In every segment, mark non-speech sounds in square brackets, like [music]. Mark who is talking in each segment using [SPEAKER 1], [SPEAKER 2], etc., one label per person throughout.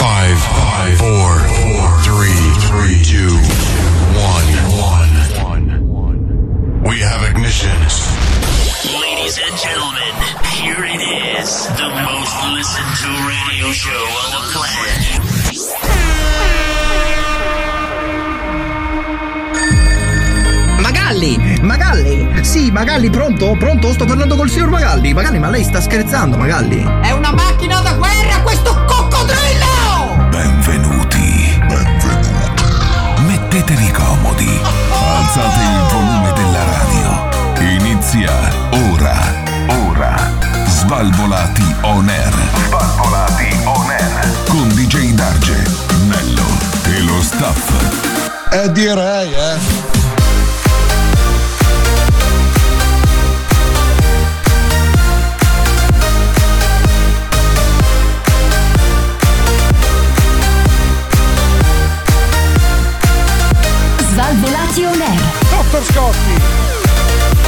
[SPEAKER 1] Five, five, four, four, three, three, two, one, one. We have ignition.
[SPEAKER 2] Ladies and gentlemen, here it is, the most listened to radio show on the planet.
[SPEAKER 3] Magalli! Magalli! Sì, Magalli, pronto? Pronto? Sto parlando col signor Magalli! Magalli, ma lei sta scherzando, Magalli!
[SPEAKER 4] È una macchina da guerra questo coccodrillo!
[SPEAKER 5] Benvenuti. Mettetevi comodi. Alzate il volume della radio. Inizia ora. Ora. Svalvolati on air. Svalvolati on air. Con DJ Darge, Nello e lo staff.
[SPEAKER 6] Eh direi, eh.
[SPEAKER 7] Svalvolati on air.
[SPEAKER 8] Dottor Scotti.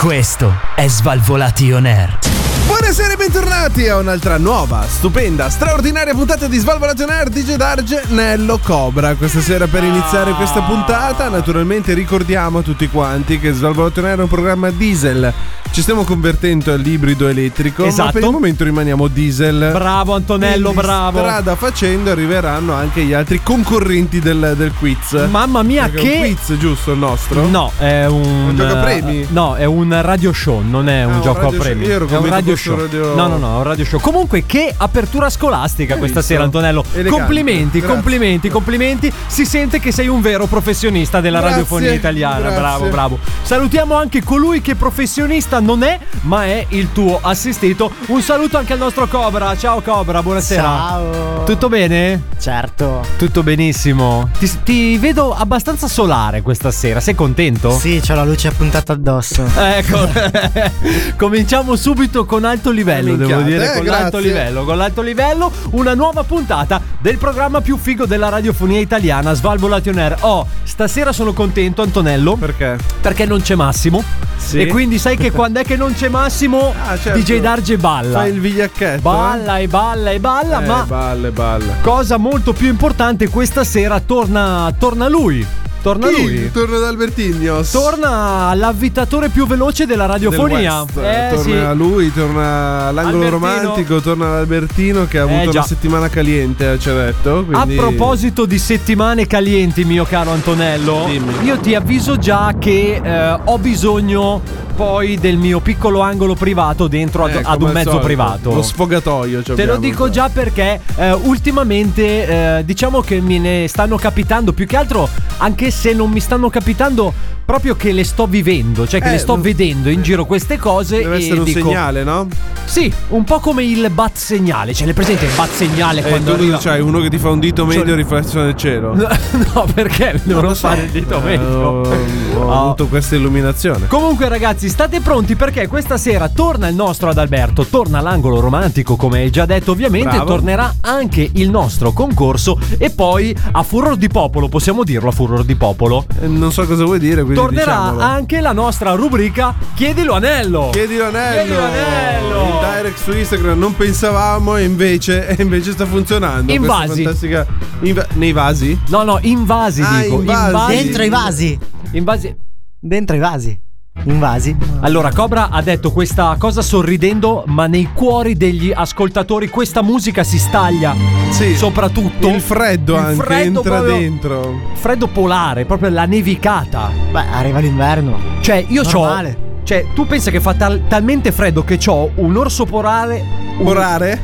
[SPEAKER 9] Questo è Svalvolati on air.
[SPEAKER 10] Buonasera e bentornati a un'altra nuova, stupenda, straordinaria puntata di Svalvolation Air DJ Darge Nello Cobra. Questa sera per iniziare questa puntata, naturalmente ricordiamo a tutti quanti che Svalvolation Air è un programma diesel. Ci stiamo convertendo all'ibrido elettrico, ma
[SPEAKER 11] Esatto.
[SPEAKER 10] per il momento rimaniamo diesel.
[SPEAKER 11] Bravo Antonello,
[SPEAKER 10] Quindi
[SPEAKER 11] bravo.
[SPEAKER 10] Strada facendo arriveranno anche gli altri concorrenti del, del quiz.
[SPEAKER 11] Mamma mia,
[SPEAKER 10] Perché è un
[SPEAKER 11] che- Mm.
[SPEAKER 10] quiz, giusto il nostro?
[SPEAKER 11] No, è un, eh,
[SPEAKER 10] Un gioco a premi? Ah,
[SPEAKER 11] No, è un radio show, non è un
[SPEAKER 10] un
[SPEAKER 11] gioco a
[SPEAKER 10] radio show.
[SPEAKER 11] premi.
[SPEAKER 10] Io ero
[SPEAKER 11] è un
[SPEAKER 10] convinto
[SPEAKER 11] radio
[SPEAKER 10] fosse
[SPEAKER 11] show.
[SPEAKER 10] un radio-
[SPEAKER 11] No, no, no, è un radio show. Comunque che apertura scolastica questa
[SPEAKER 10] visto?
[SPEAKER 11] sera Antonello.
[SPEAKER 10] Elegante.
[SPEAKER 11] Complimenti,
[SPEAKER 10] Grazie.
[SPEAKER 11] complimenti, complimenti. Si sente che sei un vero professionista della
[SPEAKER 10] Grazie,
[SPEAKER 11] radiofonia italiana.
[SPEAKER 10] grazie.
[SPEAKER 11] Bravo, bravo. Salutiamo anche colui che professionista non è, ma è il tuo assistito. Un saluto anche al nostro Cobra. Ciao Cobra, buonasera.
[SPEAKER 12] Ciao.
[SPEAKER 11] Tutto bene?
[SPEAKER 12] Certo.
[SPEAKER 11] Tutto benissimo. Ti, ti vedo abbastanza solare questa sera. Sei contento?
[SPEAKER 12] Sì, c'ho la luce appuntata addosso.
[SPEAKER 11] Ecco, [laughs] cominciamo subito con alto livello, devo
[SPEAKER 10] Minchiate,
[SPEAKER 11] dire,
[SPEAKER 10] eh,
[SPEAKER 11] con
[SPEAKER 10] grazie.
[SPEAKER 11] l'alto livello, con l'alto livello, una nuova puntata del programma più figo della radiofonia italiana, Svalvolation Air. Oh, stasera sono contento Antonello
[SPEAKER 10] Perché?
[SPEAKER 11] perché non c'è Massimo
[SPEAKER 10] Sì.
[SPEAKER 11] e quindi sai che quando è che non c'è Massimo
[SPEAKER 10] [laughs] Ah, certo.
[SPEAKER 11] DJ Darge balla.
[SPEAKER 10] Fai il vigliacchetto.
[SPEAKER 11] Balla e balla e balla,
[SPEAKER 10] eh?
[SPEAKER 11] ma
[SPEAKER 10] Eh, balle, balle.
[SPEAKER 11] cosa molto più importante questa sera torna torna lui. Torna
[SPEAKER 10] Chi?
[SPEAKER 11] lui.
[SPEAKER 10] Torna ad Albertigno.
[SPEAKER 11] Torna l'avvitatore più veloce della radiofonia.
[SPEAKER 10] Eh, torna a lui, torna all'angolo
[SPEAKER 11] Eh, Albertino.
[SPEAKER 10] romantico, torna l'Albertino che ha
[SPEAKER 11] Eh,
[SPEAKER 10] avuto una
[SPEAKER 11] già.
[SPEAKER 10] settimana caliente, eh, ci ha detto. quindi-
[SPEAKER 11] A proposito di settimane calienti, mio caro Antonello,
[SPEAKER 10] Dimmi.
[SPEAKER 11] io ti avviso già che eh, ho bisogno poi del mio piccolo angolo privato dentro ad,
[SPEAKER 10] Eh,
[SPEAKER 11] ad
[SPEAKER 10] come
[SPEAKER 11] un
[SPEAKER 10] al
[SPEAKER 11] mezzo
[SPEAKER 10] solito,
[SPEAKER 11] privato.
[SPEAKER 10] Lo sfogatoio. ci
[SPEAKER 11] Te lo
[SPEAKER 10] abbiamo,
[SPEAKER 11] dico
[SPEAKER 10] cioè.
[SPEAKER 11] già perché eh, ultimamente eh, diciamo che me ne stanno capitando più che altro, anche se non mi stanno capitando proprio che le sto vivendo, cioè che
[SPEAKER 10] Eh,
[SPEAKER 11] le sto
[SPEAKER 10] non-
[SPEAKER 11] vedendo in giro queste cose.
[SPEAKER 10] Deve
[SPEAKER 11] e
[SPEAKER 10] essere un
[SPEAKER 11] dico,
[SPEAKER 10] segnale, no?
[SPEAKER 11] Sì, un po' come il bat segnale, cioè le presente il bat segnale
[SPEAKER 10] E
[SPEAKER 11] quando
[SPEAKER 10] tu
[SPEAKER 11] arriva.
[SPEAKER 10] Eh, c'hai uno che ti fa un dito medio
[SPEAKER 11] Cioè-
[SPEAKER 10] riflesso nel cielo.
[SPEAKER 11] [laughs] No, [laughs] no, perché mi
[SPEAKER 10] Non
[SPEAKER 11] devono
[SPEAKER 10] lo so.
[SPEAKER 11] fare il dito
[SPEAKER 10] Eh,
[SPEAKER 11] medio?
[SPEAKER 10] ho- Ho
[SPEAKER 11] Oh.
[SPEAKER 10] avuto questa illuminazione.
[SPEAKER 11] Comunque ragazzi, state pronti perché questa sera torna il nostro Adalberto, torna l'angolo romantico come hai già detto ovviamente,
[SPEAKER 10] Bravo.
[SPEAKER 11] tornerà anche il nostro concorso e poi a furor di popolo, possiamo dirlo a furor di popolo,
[SPEAKER 10] Eh, Non so cosa vuoi dire, quindi
[SPEAKER 11] tornerà
[SPEAKER 10] diciamolo.
[SPEAKER 11] anche la nostra rubrica Chiedilo Anello.
[SPEAKER 10] Chiedi l'anello!
[SPEAKER 11] Chiedi l'anello!
[SPEAKER 10] Il direct su Instagram non pensavamo e invece, [laughs] e invece sta funzionando.
[SPEAKER 11] In
[SPEAKER 10] Questa
[SPEAKER 11] vasi.
[SPEAKER 10] fantastica- in va- nei vasi?
[SPEAKER 11] No, no, invasi
[SPEAKER 10] Ah,
[SPEAKER 11] dico,
[SPEAKER 10] invasi.
[SPEAKER 12] Dentro i vasi.
[SPEAKER 11] invasi.
[SPEAKER 12] Dentro i vasi. In vasi.
[SPEAKER 11] Allora, Cobra ha detto questa cosa sorridendo, ma nei cuori degli ascoltatori questa musica si staglia.
[SPEAKER 10] Sì.
[SPEAKER 11] Soprattutto
[SPEAKER 10] Il freddo
[SPEAKER 11] Il
[SPEAKER 10] anche
[SPEAKER 11] freddo
[SPEAKER 10] entra
[SPEAKER 11] proprio-
[SPEAKER 10] dentro.
[SPEAKER 11] Freddo polare, proprio la nevicata.
[SPEAKER 12] Beh, arriva l'inverno.
[SPEAKER 11] Cioè, io
[SPEAKER 12] Normale.
[SPEAKER 11] c'ho. Cioè, tu pensa che fa tal- talmente freddo che c'ho un orso polare. Un, [laughs]
[SPEAKER 10] Orare?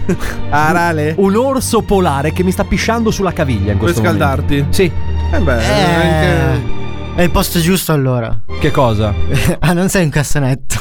[SPEAKER 10] Arale?
[SPEAKER 11] un orso polare che mi sta pisciando sulla caviglia in
[SPEAKER 10] Per
[SPEAKER 11] questo momento.
[SPEAKER 10] scaldarti?
[SPEAKER 11] Sì.
[SPEAKER 10] Eh beh,
[SPEAKER 12] Eh,
[SPEAKER 10] anche-
[SPEAKER 12] [laughs] È il posto giusto allora.
[SPEAKER 11] Che cosa?
[SPEAKER 12] ah, non sei un cassonetto.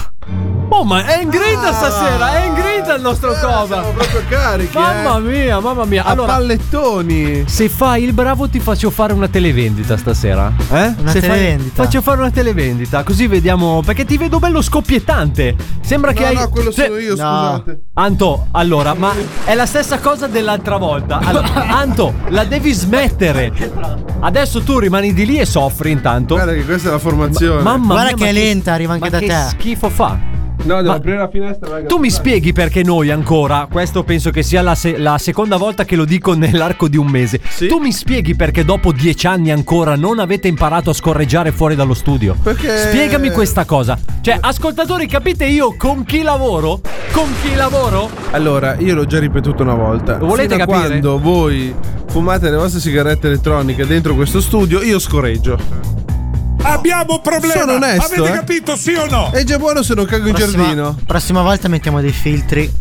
[SPEAKER 11] Oh, ma è in grinta
[SPEAKER 10] Ah.
[SPEAKER 11] stasera, è in grinta il nostro
[SPEAKER 10] Eh,
[SPEAKER 11] cover.
[SPEAKER 10] Siamo proprio carichi.
[SPEAKER 11] Mamma
[SPEAKER 10] eh.
[SPEAKER 11] mia, mamma mia.
[SPEAKER 10] A
[SPEAKER 11] Allora,
[SPEAKER 10] pallettoni.
[SPEAKER 11] se fai il bravo ti faccio fare una televendita stasera. Eh?
[SPEAKER 12] Una
[SPEAKER 11] Se fai-
[SPEAKER 12] televendita?
[SPEAKER 11] faccio fare una televendita, così vediamo. Perché ti vedo bello scoppiettante. Sembra che
[SPEAKER 10] No,
[SPEAKER 11] hai.
[SPEAKER 10] no, quello
[SPEAKER 11] Se-
[SPEAKER 10] sono io,
[SPEAKER 12] No.
[SPEAKER 10] scusate.
[SPEAKER 11] Anto, allora, ma è la stessa cosa dell'altra volta.
[SPEAKER 10] [laughs]
[SPEAKER 11] Allora, Anto, la devi smettere. Adesso tu rimani di lì e soffri intanto.
[SPEAKER 10] Guarda che questa è la formazione.
[SPEAKER 11] Mamma
[SPEAKER 12] Guarda
[SPEAKER 11] mia,
[SPEAKER 12] che
[SPEAKER 11] ma
[SPEAKER 12] è lenta, arriva anche
[SPEAKER 11] ma
[SPEAKER 12] da
[SPEAKER 11] che
[SPEAKER 12] te.
[SPEAKER 11] schifo fa.
[SPEAKER 10] No, devo
[SPEAKER 11] Ma-
[SPEAKER 10] aprire la finestra, raga.
[SPEAKER 11] Tu mi spieghi perché noi ancora, questo penso che sia la, se- la seconda volta che lo dico [laughs] nell'arco di un mese,
[SPEAKER 10] Sì.
[SPEAKER 11] tu mi spieghi perché dopo dieci anni ancora non avete imparato a scorreggiare fuori dallo studio?
[SPEAKER 10] Perché-
[SPEAKER 11] Spiegami questa cosa. Cioè, ascoltatori, capite io con chi lavoro? Con chi lavoro?
[SPEAKER 10] Allora, io l'ho già ripetuto una volta.
[SPEAKER 11] Lo volete
[SPEAKER 10] Fino a
[SPEAKER 11] capire?
[SPEAKER 10] Quando voi fumate le vostre sigarette elettroniche dentro questo studio, io scorreggio.
[SPEAKER 1] Abbiamo un problema.
[SPEAKER 10] Sono onesto,
[SPEAKER 1] Avete
[SPEAKER 10] eh?
[SPEAKER 1] capito sì o no?
[SPEAKER 10] È già buono se non cago in giardino.
[SPEAKER 12] prossima volta mettiamo dei filtri.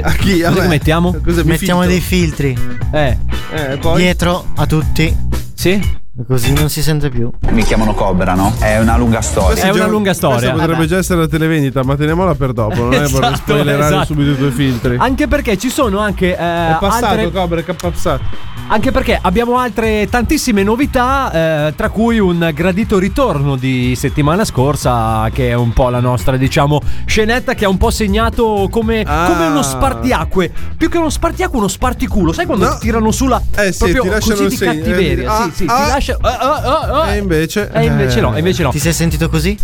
[SPEAKER 10] A chi? A
[SPEAKER 11] Cosa
[SPEAKER 10] me?
[SPEAKER 11] che mettiamo?
[SPEAKER 10] Cosa mi
[SPEAKER 12] mettiamo
[SPEAKER 10] fitto?
[SPEAKER 12] dei filtri
[SPEAKER 11] Eh,
[SPEAKER 10] Eh, poi.
[SPEAKER 12] dietro a tutti.
[SPEAKER 11] sì?
[SPEAKER 12] Così non si sente più.
[SPEAKER 7] Mi chiamano Cobra, no? È una lunga storia.
[SPEAKER 10] Questa
[SPEAKER 11] È una
[SPEAKER 10] già-
[SPEAKER 11] lunga storia.
[SPEAKER 10] Questa potrebbe già essere la televendita, ma teniamola per dopo. Non è
[SPEAKER 11] [laughs] Esatto,
[SPEAKER 10] per spoilerare
[SPEAKER 11] esatto.
[SPEAKER 10] subito i tuoi filtri.
[SPEAKER 11] Anche perché ci sono anche eh,
[SPEAKER 10] Eh è passato,
[SPEAKER 11] altre
[SPEAKER 10] Cobra, che è passato.
[SPEAKER 11] Anche perché abbiamo altre tantissime novità, eh, tra cui un gradito ritorno di settimana scorsa, che è un po' la nostra, diciamo, scenetta che ha un po' segnato come,
[SPEAKER 10] Ah.
[SPEAKER 11] come uno spartiacque. Più che uno spartiacque, uno sparticulo. Sai quando
[SPEAKER 10] No.
[SPEAKER 11] ti tirano sulla.
[SPEAKER 10] Eh sì,
[SPEAKER 11] proprio
[SPEAKER 10] ti lasciano
[SPEAKER 11] così
[SPEAKER 10] il
[SPEAKER 11] di
[SPEAKER 10] segno, eh,
[SPEAKER 11] cattiveria.
[SPEAKER 10] ah,
[SPEAKER 11] sì, sì,
[SPEAKER 10] ah.
[SPEAKER 11] ti lascia. ah, ah, ah,
[SPEAKER 10] E invece-
[SPEAKER 11] E invece no,
[SPEAKER 10] eh.
[SPEAKER 11] e invece no.
[SPEAKER 12] Ti sei sentito così?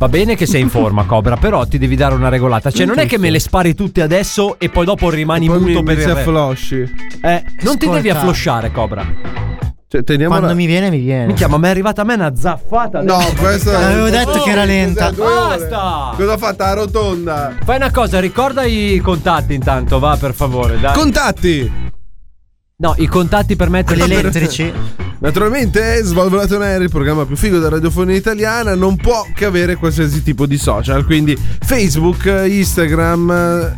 [SPEAKER 11] Va bene che sei in forma, Cobra, però ti devi dare una regolata. Cioè, non è che me le spari tutte adesso e poi dopo rimani
[SPEAKER 10] Poi mi
[SPEAKER 11] muto per il
[SPEAKER 10] inizia a
[SPEAKER 11] re-
[SPEAKER 10] flosci.
[SPEAKER 11] Eh, non ti
[SPEAKER 12] Ascolta.
[SPEAKER 11] devi afflosciare, Cobra.
[SPEAKER 10] Cioè, teniamola.
[SPEAKER 12] Quando mi viene, mi viene.
[SPEAKER 11] Minchia, ma mi è arrivata a me una zaffata.
[SPEAKER 10] No, questa.
[SPEAKER 12] Avevo detto che era lenta.
[SPEAKER 10] Cos'è, due ore?
[SPEAKER 11] Basta!
[SPEAKER 10] Cosa ha fatto? A rotonda.
[SPEAKER 11] Fai una cosa, ricorda i contatti intanto, va per favore, dai.
[SPEAKER 10] Contatti.
[SPEAKER 11] no, i contatti per metterli
[SPEAKER 12] Quelli elettrici.
[SPEAKER 10] Naturalmente, Svalvolato Nero, il programma più figo della radiofonia italiana, non può che avere qualsiasi tipo di social, quindi Facebook, Instagram,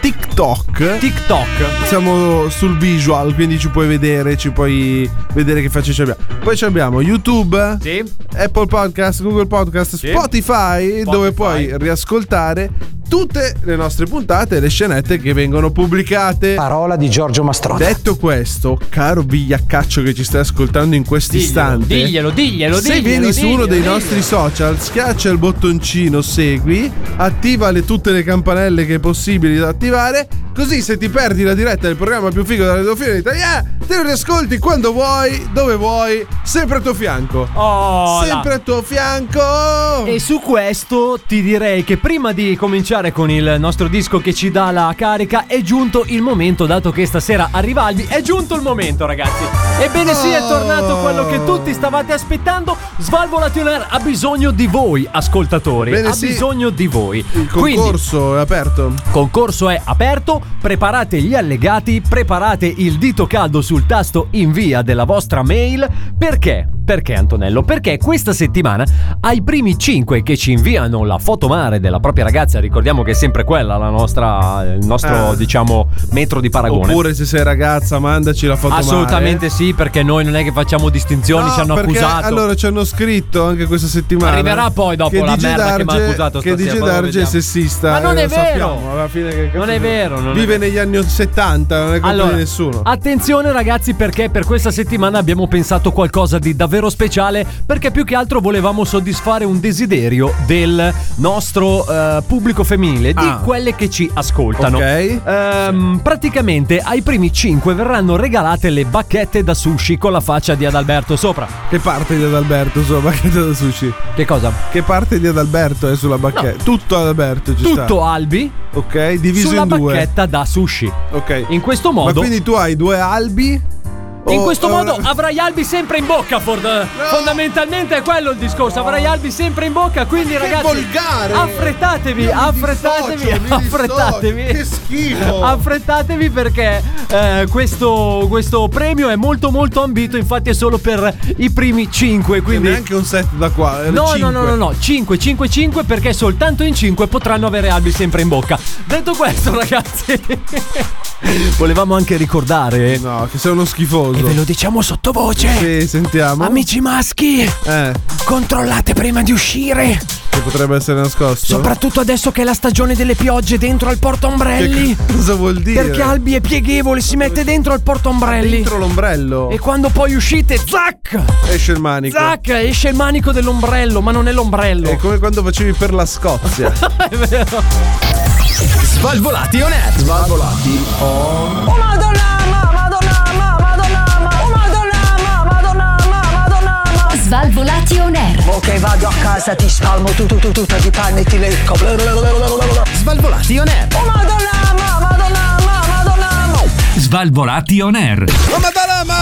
[SPEAKER 10] TikTok.
[SPEAKER 11] TikTok.
[SPEAKER 10] Siamo sul visual, quindi ci puoi vedere, ci puoi vedere che facce ci abbiamo. Poi ci abbiamo YouTube,
[SPEAKER 11] Sì.
[SPEAKER 10] Apple Podcast, Google Podcast,
[SPEAKER 11] Sì.
[SPEAKER 10] Spotify, dove
[SPEAKER 11] Spotify.
[SPEAKER 10] puoi riascoltare tutte le nostre puntate e le scenette che vengono pubblicate.
[SPEAKER 9] Parola di Giorgio Mastroni.
[SPEAKER 10] Detto questo, caro vigliaccaccio che ci stai ascoltando in questo istante,
[SPEAKER 11] Diglielo, diglielo, diglielo.
[SPEAKER 10] se vieni su uno dei nostri social, schiaccia il bottoncino segui, attiva le- tutte le campanelle che è possibile da attivare, così se ti perdi la diretta del programma più figo della radiofonia italiana, te lo riascolti quando vuoi, dove vuoi, sempre a tuo fianco.
[SPEAKER 11] Oh, là.
[SPEAKER 10] sempre a tuo fianco.
[SPEAKER 11] E su questo ti direi che prima di cominciare con il nostro disco che ci dà la carica è giunto il momento, dato che stasera arriva Albi, è giunto il momento ragazzi. Ebbene sì, è tornato quello che tutti stavate aspettando. Svalvolation Air ha bisogno di voi, ascoltatori.
[SPEAKER 10] Bene,
[SPEAKER 11] ha
[SPEAKER 10] sì.
[SPEAKER 11] bisogno di voi.
[SPEAKER 10] Il
[SPEAKER 11] Quindi,
[SPEAKER 10] concorso è aperto.
[SPEAKER 11] Concorso è aperto, preparate gli allegati, preparate il dito caldo sul tasto invia della vostra mail. Perché? Perché Antonello? Perché questa settimana ai primi 5 che ci inviano la fotomare della propria ragazza, ricordiamo che è sempre quella la nostra, il nostro
[SPEAKER 10] Eh.
[SPEAKER 11] diciamo metro di paragone.
[SPEAKER 10] Oppure se sei ragazza, mandaci la foto mare.
[SPEAKER 11] Assolutamente sì, perché noi non è che facciamo distinzioni,
[SPEAKER 10] No,
[SPEAKER 11] ci hanno
[SPEAKER 10] Ah, perché,
[SPEAKER 11] accusato.
[SPEAKER 10] Allora ci hanno scritto anche questa settimana.
[SPEAKER 11] Arriverà poi dopo
[SPEAKER 10] che
[SPEAKER 11] la
[SPEAKER 10] DJ
[SPEAKER 11] merda che mi ha
[SPEAKER 10] Darge-
[SPEAKER 11] accusato
[SPEAKER 10] Che
[SPEAKER 11] stasera,
[SPEAKER 10] DJ
[SPEAKER 11] poi lo
[SPEAKER 10] Darge è
[SPEAKER 11] vediamo.
[SPEAKER 10] sessista.
[SPEAKER 11] Ma non
[SPEAKER 10] eh, lo
[SPEAKER 11] è vero!
[SPEAKER 10] sappiamo, alla fine che cazzo
[SPEAKER 11] Non è
[SPEAKER 10] ne-
[SPEAKER 11] vero, non è
[SPEAKER 10] Vive
[SPEAKER 11] vero.
[SPEAKER 10] negli anni 70, non è colpa
[SPEAKER 11] Allora, ah.
[SPEAKER 10] di nessuno.
[SPEAKER 11] attenzione ragazzi perché per questa settimana abbiamo pensato qualcosa di davvero speciale perché più che altro volevamo soddisfare un desiderio del nostro eh, pubblico femminile, di
[SPEAKER 10] Ah.
[SPEAKER 11] quelle che ci ascoltano.
[SPEAKER 10] Ok.
[SPEAKER 11] Ehm, Praticamente ai primi 5 verranno regalate le bacchette da sushi con la faccia di Adalberto sopra.
[SPEAKER 10] Che parte di Adalberto sulla [laughs] bacchetta da sushi?
[SPEAKER 11] Che cosa?
[SPEAKER 10] Che parte di Adalberto è sulla bacchetta? Tutto Adalberto ci sta.
[SPEAKER 11] Tutto Albi
[SPEAKER 10] Ok, diviso
[SPEAKER 11] sulla
[SPEAKER 10] in due.
[SPEAKER 11] bacchetta da sushi.
[SPEAKER 10] Ok.
[SPEAKER 11] In questo modo...
[SPEAKER 10] Ma quindi tu hai due albi?
[SPEAKER 11] In
[SPEAKER 10] o-
[SPEAKER 11] questo
[SPEAKER 10] o-
[SPEAKER 11] modo avrai Albi sempre in bocca, Ford. Fondamentalmente è quello il discorso. Avrai Albi sempre in bocca, quindi ragazzi.
[SPEAKER 10] volgare!
[SPEAKER 11] Affrettatevi,
[SPEAKER 10] Io mi
[SPEAKER 11] affrettatevi,
[SPEAKER 10] dissocio, mi
[SPEAKER 11] affrettatevi.
[SPEAKER 10] dissocio, che schifo!
[SPEAKER 11] Affrettatevi perché eh, questo, questo premio è molto molto ambito, infatti è solo per i primi 5,
[SPEAKER 10] Quindi...
[SPEAKER 11] quindi
[SPEAKER 10] Neanche un set da qua. eh,
[SPEAKER 11] No, no,
[SPEAKER 10] cinque.
[SPEAKER 11] no, no, no, 5, 5, 5 perché soltanto in 5 potranno avere Albi sempre in bocca.
[SPEAKER 10] [laughs]
[SPEAKER 11] Detto questo, ragazzi, volevamo anche ricordare
[SPEAKER 10] No, che sei uno schifoso. famoso.
[SPEAKER 11] E ve lo diciamo sottovoce.
[SPEAKER 10] Sì, sentiamo.
[SPEAKER 11] Amici maschi,
[SPEAKER 10] Eh,
[SPEAKER 11] controllate prima di uscire.
[SPEAKER 10] che potrebbe essere nascosto.
[SPEAKER 11] Soprattutto adesso che è la stagione delle piogge dentro al porta ombrelli.
[SPEAKER 10] Che cosa vuol dire?
[SPEAKER 11] Perché Albi è pieghevole, si mette dentro al porta ombrelli.
[SPEAKER 10] Dentro Ecco. l'ombrello.
[SPEAKER 11] E quando poi uscite, zac!
[SPEAKER 10] Esce il manico.
[SPEAKER 11] Zac, esce il manico dell'ombrello, ma non è l'ombrello.
[SPEAKER 10] È come quando facevi per la Scozia.
[SPEAKER 11] Svalvolati on air.
[SPEAKER 8] Svalvolati on air.
[SPEAKER 4] Ok, vado a casa, ti spalmo tu tu tu tu ti panni ti lecco.
[SPEAKER 11] Svalvolati on air.
[SPEAKER 4] Madonna, ma, madonna, ma, madonna. ma.
[SPEAKER 9] Svalvolati on air.
[SPEAKER 10] Oh madonna, ma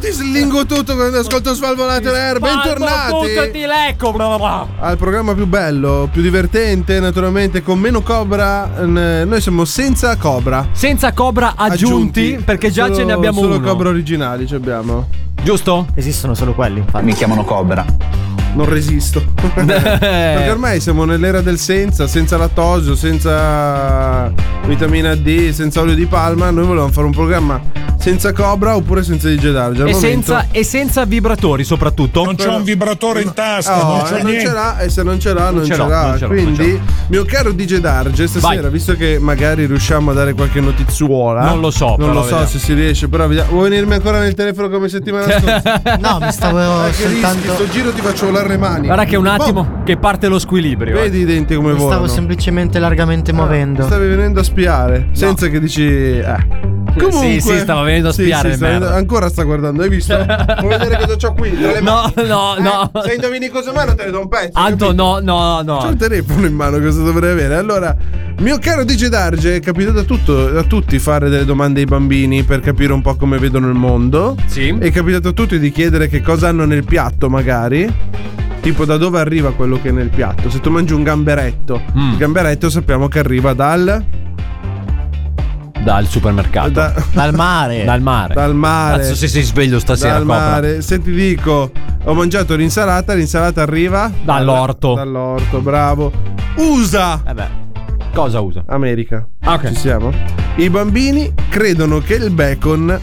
[SPEAKER 10] ti slingo tutto quando ascolto Svalvolato Air. Bentornati
[SPEAKER 11] lecco.
[SPEAKER 10] al programma più bello, più divertente, naturalmente con meno cobra. Eh, Noi siamo senza cobra.
[SPEAKER 11] Senza cobra aggiunti, perché già
[SPEAKER 10] Solo-
[SPEAKER 11] ce ne abbiamo
[SPEAKER 10] solo
[SPEAKER 11] uno.
[SPEAKER 10] cobra originali ci abbiamo.
[SPEAKER 11] Giusto?
[SPEAKER 12] Esistono solo quelli, infatti.
[SPEAKER 10] [laughs]
[SPEAKER 7] Mi chiamano Cobra.
[SPEAKER 10] Non resisto. Eh.
[SPEAKER 11] [laughs] Eh.
[SPEAKER 10] Perché ormai siamo nell'era del senza, senza lattosio, senza vitamina D, senza olio di palma. Noi volevamo fare un programma senza cobra oppure senza DJ Darge. Al
[SPEAKER 11] E
[SPEAKER 10] momento-
[SPEAKER 11] senza, e senza vibratori, soprattutto.
[SPEAKER 6] un vibratore in tasca,
[SPEAKER 10] Ah, oh, eh, non ce l'ha e se non ce l'ha non,
[SPEAKER 11] ce
[SPEAKER 10] ce,
[SPEAKER 11] l'ho,
[SPEAKER 10] l'ha
[SPEAKER 11] non ce l'ho,
[SPEAKER 10] quindi
[SPEAKER 11] non
[SPEAKER 10] mio caro DJ Darge stasera
[SPEAKER 11] Vai.
[SPEAKER 10] visto che magari riusciamo a dare qualche notizuola
[SPEAKER 11] Non lo so, però
[SPEAKER 10] non lo so
[SPEAKER 11] vediamo.
[SPEAKER 10] se si riesce però vediamo. vuoi venirmi ancora nel telefono come
[SPEAKER 11] [laughs]
[SPEAKER 10] settimana scorsa
[SPEAKER 12] No, mi
[SPEAKER 10] Eh,
[SPEAKER 12] stavo
[SPEAKER 10] che rischi
[SPEAKER 12] soltanto.
[SPEAKER 10] sto giro ti faccio volare le mani
[SPEAKER 11] Guarda che un attimo
[SPEAKER 10] Boh,
[SPEAKER 11] che parte lo squilibrio. eh.
[SPEAKER 10] vedi i denti come
[SPEAKER 12] Mi
[SPEAKER 10] volano
[SPEAKER 12] stavo semplicemente largamente muovendo.
[SPEAKER 10] stavi venendo a spiare senza che dici eh Comunque,
[SPEAKER 11] Sì, sì, stava venendo a
[SPEAKER 10] Sì,
[SPEAKER 11] spiare,
[SPEAKER 10] sì, sta
[SPEAKER 11] merda.
[SPEAKER 10] venendo- ancora sta guardando, hai
[SPEAKER 11] [laughs]
[SPEAKER 10] visto? Vuoi vedere cosa c'ho qui? Tra le
[SPEAKER 11] No,
[SPEAKER 10] mani?
[SPEAKER 11] no,
[SPEAKER 10] Eh,
[SPEAKER 11] no.
[SPEAKER 10] Se indovini cosa mano te ne do un pezzo.
[SPEAKER 11] Anto,
[SPEAKER 10] capito?
[SPEAKER 11] no, no,
[SPEAKER 10] C'ho il
[SPEAKER 11] no.
[SPEAKER 10] telefono in mano, cosa dovrei avere? Allora, mio caro DJ Darge, è capitato a, tutto- a tutti fare delle domande ai bambini per capire un po' come vedono il mondo.
[SPEAKER 11] Sì.
[SPEAKER 10] È capitato a tutti di chiedere che cosa hanno nel piatto, magari. Tipo da dove arriva quello che è nel piatto? Se tu mangi un gamberetto,
[SPEAKER 11] Mm.
[SPEAKER 10] il gamberetto sappiamo che arriva dal,
[SPEAKER 11] Dal supermercato. Eh.
[SPEAKER 10] da-
[SPEAKER 12] Dal mare.
[SPEAKER 11] dal mare.
[SPEAKER 10] dal mare.
[SPEAKER 11] Cazzo, se sei sveglio stasera,
[SPEAKER 10] dal
[SPEAKER 11] Cobra.
[SPEAKER 10] mare. Se ti dico ho mangiato l'insalata, l'insalata arriva
[SPEAKER 11] Dall'orto.
[SPEAKER 10] Dall'orto, bravo. USA.
[SPEAKER 11] Eh beh, cosa usa?
[SPEAKER 10] America.
[SPEAKER 11] Ah, ok.
[SPEAKER 10] Ci siamo? I bambini credono che il bacon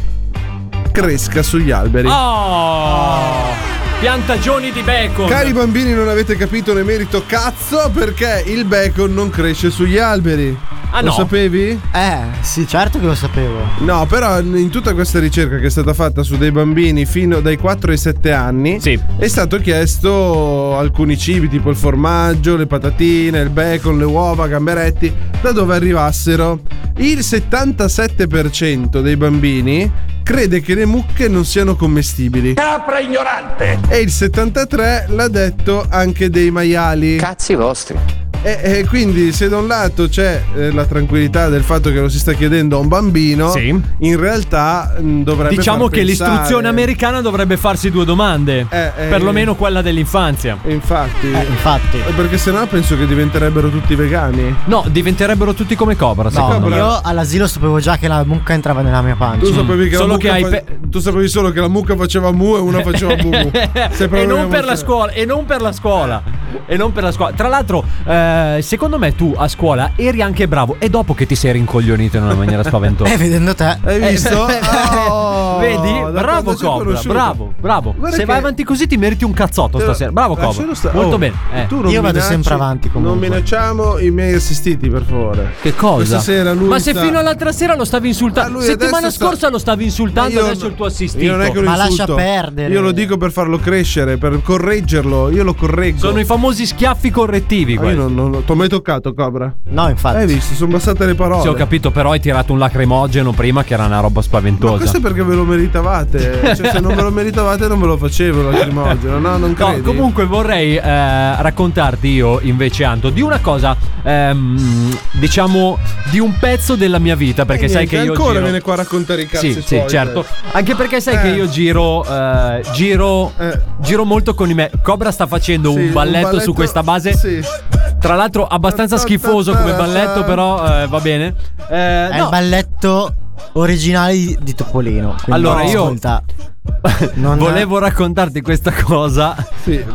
[SPEAKER 10] cresca sugli alberi.
[SPEAKER 11] Oh! Piantagioni di bacon.
[SPEAKER 10] Cari bambini, non avete capito ne merito cazzo perché il bacon non cresce sugli alberi.
[SPEAKER 11] Ah,
[SPEAKER 10] Lo
[SPEAKER 11] no.
[SPEAKER 10] sapevi?
[SPEAKER 12] Eh, sì, certo che lo sapevo.
[SPEAKER 10] No, però in tutta questa ricerca che è stata fatta su dei bambini fino dai 4 ai 7 anni,
[SPEAKER 11] Sì.
[SPEAKER 10] è stato chiesto alcuni cibi, tipo il formaggio, le patatine, il bacon, le uova, gamberetti, da dove arrivassero. Il 77% dei bambini crede che le mucche non siano commestibili. Capra ignorante! E il 73% l'ha detto anche dei maiali.
[SPEAKER 2] Cazzi vostri.
[SPEAKER 10] E, e quindi, se da un lato c'è eh, la tranquillità del fatto che lo si sta chiedendo a un bambino,
[SPEAKER 11] Sì.
[SPEAKER 10] in realtà mh, dovrebbe.
[SPEAKER 11] Diciamo
[SPEAKER 10] far
[SPEAKER 11] che
[SPEAKER 10] pensare-
[SPEAKER 11] l'istruzione americana dovrebbe farsi due domande.
[SPEAKER 10] Eh, eh.
[SPEAKER 11] Perlomeno quella dell'infanzia.
[SPEAKER 10] Infatti.
[SPEAKER 12] Eh, infatti.
[SPEAKER 10] Perché sennò penso che diventerebbero tutti vegani.
[SPEAKER 11] No, diventerebbero tutti come Cobra. secondo
[SPEAKER 12] No,
[SPEAKER 10] Cobra.
[SPEAKER 12] io all'asilo sapevo già che la mucca entrava nella mia
[SPEAKER 10] Tu,
[SPEAKER 12] pancia.
[SPEAKER 10] sapevi che la
[SPEAKER 11] Solo che
[SPEAKER 10] mucca
[SPEAKER 11] hai
[SPEAKER 10] fa-
[SPEAKER 11] pe-
[SPEAKER 10] tu sapevi solo che la mucca faceva mu e una faceva
[SPEAKER 11] [laughs]
[SPEAKER 10] bu.
[SPEAKER 11] me. E non per la scuola, e non per la scuola, e non per la scuola. Tra l'altro, eh, secondo me tu a scuola eri anche bravo. E dopo che ti sei rincoglionito in una
[SPEAKER 10] [laughs]
[SPEAKER 11] maniera
[SPEAKER 12] Eh,
[SPEAKER 11] spaventosa.
[SPEAKER 12] vedendo te.
[SPEAKER 10] Hai visto?
[SPEAKER 11] Eh,
[SPEAKER 10] Oh,
[SPEAKER 11] Vedi?
[SPEAKER 10] da
[SPEAKER 11] Bravo
[SPEAKER 10] quando ci ho
[SPEAKER 11] Cobra,
[SPEAKER 10] conosciuto.
[SPEAKER 11] bravo, bravo.
[SPEAKER 10] Guarda
[SPEAKER 11] Se
[SPEAKER 10] che-
[SPEAKER 11] vai avanti così ti meriti un cazzotto stasera. Bravo Cobra.
[SPEAKER 10] Lascialo sta-
[SPEAKER 11] Molto
[SPEAKER 10] Oh,
[SPEAKER 11] bene. eh.
[SPEAKER 10] tu non
[SPEAKER 12] Io vado
[SPEAKER 10] minacci-
[SPEAKER 12] sempre avanti,
[SPEAKER 10] Non
[SPEAKER 12] comunque.
[SPEAKER 10] minacciamo i miei assistiti, per favore.
[SPEAKER 11] Che cosa?
[SPEAKER 10] Questa sera lui
[SPEAKER 11] Ma se
[SPEAKER 10] sta-
[SPEAKER 11] fino all'altra sera lo stavi
[SPEAKER 10] Ah,
[SPEAKER 11] insultando.
[SPEAKER 10] lui
[SPEAKER 11] Settimana
[SPEAKER 10] adesso sta-
[SPEAKER 11] scorsa lo stavi insultando,
[SPEAKER 10] Ma io
[SPEAKER 11] adesso
[SPEAKER 10] no-
[SPEAKER 11] il tuo assistito.
[SPEAKER 10] io non è che lo
[SPEAKER 12] Ma lascia
[SPEAKER 10] insulto.
[SPEAKER 12] perdere.
[SPEAKER 10] Io lo dico per farlo crescere, per correggerlo. Io lo correggo.
[SPEAKER 11] Sono i famosi schiaffi correttivi.
[SPEAKER 10] Ma
[SPEAKER 11] quelli.
[SPEAKER 10] io non, non, t'ho mai toccato, Cobra.
[SPEAKER 12] No,
[SPEAKER 10] Hai
[SPEAKER 12] infatti.
[SPEAKER 10] visto? Sono bastate le parole.
[SPEAKER 11] Sì, ho capito, però hai tirato un lacrimogeno prima che era una roba
[SPEAKER 10] Ma questo
[SPEAKER 11] spaventosa.
[SPEAKER 10] è perché ve lo
[SPEAKER 11] [laughs]
[SPEAKER 10] meritavate. Cioè, se non ve lo meritavate, non ve lo facevo lacrimogeno. No, non
[SPEAKER 11] No,
[SPEAKER 10] credi.
[SPEAKER 11] comunque vorrei eh, raccontarti io invece Anto di una cosa, ehm, diciamo di un pezzo della mia vita perché
[SPEAKER 10] Eh,
[SPEAKER 11] sai
[SPEAKER 10] niente,
[SPEAKER 11] che io
[SPEAKER 10] ancora
[SPEAKER 11] giro...
[SPEAKER 10] viene qua a raccontare i cazzi
[SPEAKER 11] Sì, sì,
[SPEAKER 10] suoi, cioè.
[SPEAKER 11] certo.
[SPEAKER 10] dai.
[SPEAKER 11] Anche perché sai
[SPEAKER 10] Eh.
[SPEAKER 11] che io giro eh, giro
[SPEAKER 10] Eh.
[SPEAKER 11] giro molto con i me. Cobra sta facendo
[SPEAKER 10] Sì,
[SPEAKER 11] un, balletto su questa base.
[SPEAKER 10] Sì.
[SPEAKER 11] Tra l'altro abbastanza schifoso come balletto, però eh, va bene. Eh,
[SPEAKER 12] È
[SPEAKER 11] no,
[SPEAKER 12] il balletto originale di Topolino. quindi
[SPEAKER 11] Allora, io- [laughs]
[SPEAKER 12] ascolta.
[SPEAKER 11] Non- Volevo raccontarti questa cosa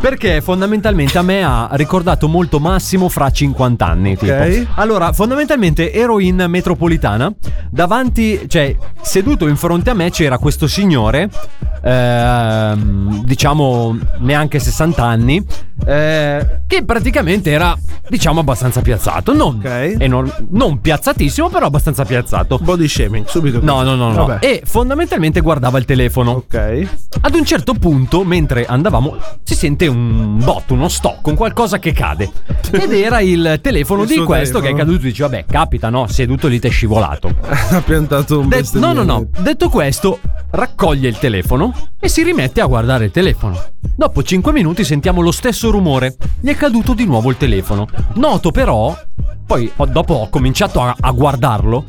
[SPEAKER 11] perché fondamentalmente a me ha ricordato molto Massimo fra 50 anni. tipo. Allora, fondamentalmente ero in metropolitana, davanti, cioè seduto in fronte a me c'era questo signore, ehm, diciamo neanche 60 anni, eh, che praticamente era diciamo abbastanza piazzato. Non, e non- non piazzatissimo, però abbastanza piazzato.
[SPEAKER 10] Body shaming, subito.
[SPEAKER 11] No, no, no, no.
[SPEAKER 10] Vabbè.
[SPEAKER 11] E fondamentalmente guardava il telefono.
[SPEAKER 10] Ok. [laughs]
[SPEAKER 11] Ad un certo punto, mentre andavamo, si sente un botto, uno stocco, un qualcosa che cade. Ed era il telefono
[SPEAKER 10] Il
[SPEAKER 11] di
[SPEAKER 10] suo
[SPEAKER 11] questo che è
[SPEAKER 10] telefono.
[SPEAKER 11] caduto. Dice, vabbè, capita, no? Seduto lì, ti è scivolato.
[SPEAKER 10] ha piantato un
[SPEAKER 11] De- no, no,
[SPEAKER 10] bestemmione.
[SPEAKER 11] no. Detto questo, raccoglie il telefono e si rimette a guardare il telefono. Dopo 5 minuti sentiamo lo stesso rumore. Gli è caduto di nuovo il telefono. Noto però, poi ho- dopo ho cominciato a, a guardarlo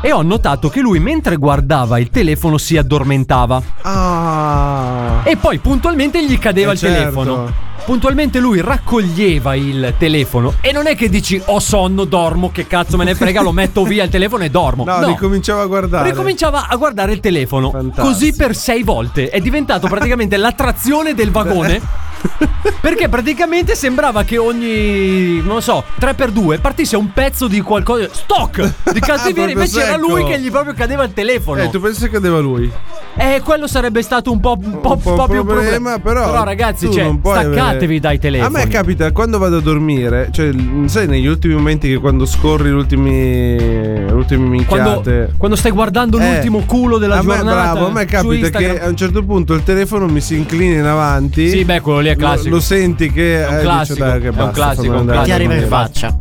[SPEAKER 11] e ho notato che lui mentre guardava il telefono si addormentava.
[SPEAKER 10] Ah.
[SPEAKER 11] E poi puntualmente gli cadeva
[SPEAKER 10] Eh,
[SPEAKER 11] il
[SPEAKER 10] certo.
[SPEAKER 11] telefono. Puntualmente lui raccoglieva il telefono e non è che dici ho sonno, dormo, che cazzo me ne frega, lo metto via il telefono e dormo.
[SPEAKER 10] [laughs] No, ricominciava a guardare.
[SPEAKER 11] Ricominciava a guardare il telefono.
[SPEAKER 10] Fantastico.
[SPEAKER 11] Così per sei volte. È diventato praticamente l'attrazione del vagone.
[SPEAKER 10] [laughs]
[SPEAKER 11] Perché praticamente sembrava che ogni, non so, 3x2 partisse un pezzo di qualcosa.
[SPEAKER 10] [laughs]
[SPEAKER 11] Stock! Di cattiveria.
[SPEAKER 10] Ah, Proprio
[SPEAKER 11] Invece era
[SPEAKER 10] secco.
[SPEAKER 11] lui che gli proprio cadeva il telefono.
[SPEAKER 10] Eh, tu pensi che deva lui?
[SPEAKER 11] Eh, quello sarebbe stato un po', un po',
[SPEAKER 10] Un po'
[SPEAKER 11] proprio
[SPEAKER 10] un problema, però.
[SPEAKER 11] ragazzi,
[SPEAKER 10] tu
[SPEAKER 11] cioè,
[SPEAKER 10] non puoi avere-
[SPEAKER 11] staccatevi dai telefoni.
[SPEAKER 10] A me capita quando vado a dormire, cioè, sai, negli ultimi momenti che quando scorri gli ultimi. le ultime minchiate.
[SPEAKER 11] quando, quando stai guardando
[SPEAKER 10] Eh,
[SPEAKER 11] l'ultimo culo della
[SPEAKER 10] a me,
[SPEAKER 11] giornata.
[SPEAKER 10] bravo, a me
[SPEAKER 11] su
[SPEAKER 10] capita
[SPEAKER 11] Instagram.
[SPEAKER 10] che a un certo punto il telefono mi si inclina in avanti.
[SPEAKER 11] Sì, beh, quello lì è
[SPEAKER 10] Lo-
[SPEAKER 11] classico.
[SPEAKER 10] Lo, senti che
[SPEAKER 11] È un
[SPEAKER 10] eh, dici,
[SPEAKER 11] classico,
[SPEAKER 10] dai, che
[SPEAKER 11] è un
[SPEAKER 10] basta,
[SPEAKER 11] classico,
[SPEAKER 10] fammi
[SPEAKER 11] un
[SPEAKER 10] andare
[SPEAKER 11] classico.
[SPEAKER 12] Ti
[SPEAKER 10] a
[SPEAKER 12] arriva in
[SPEAKER 10] dormire.
[SPEAKER 12] faccia.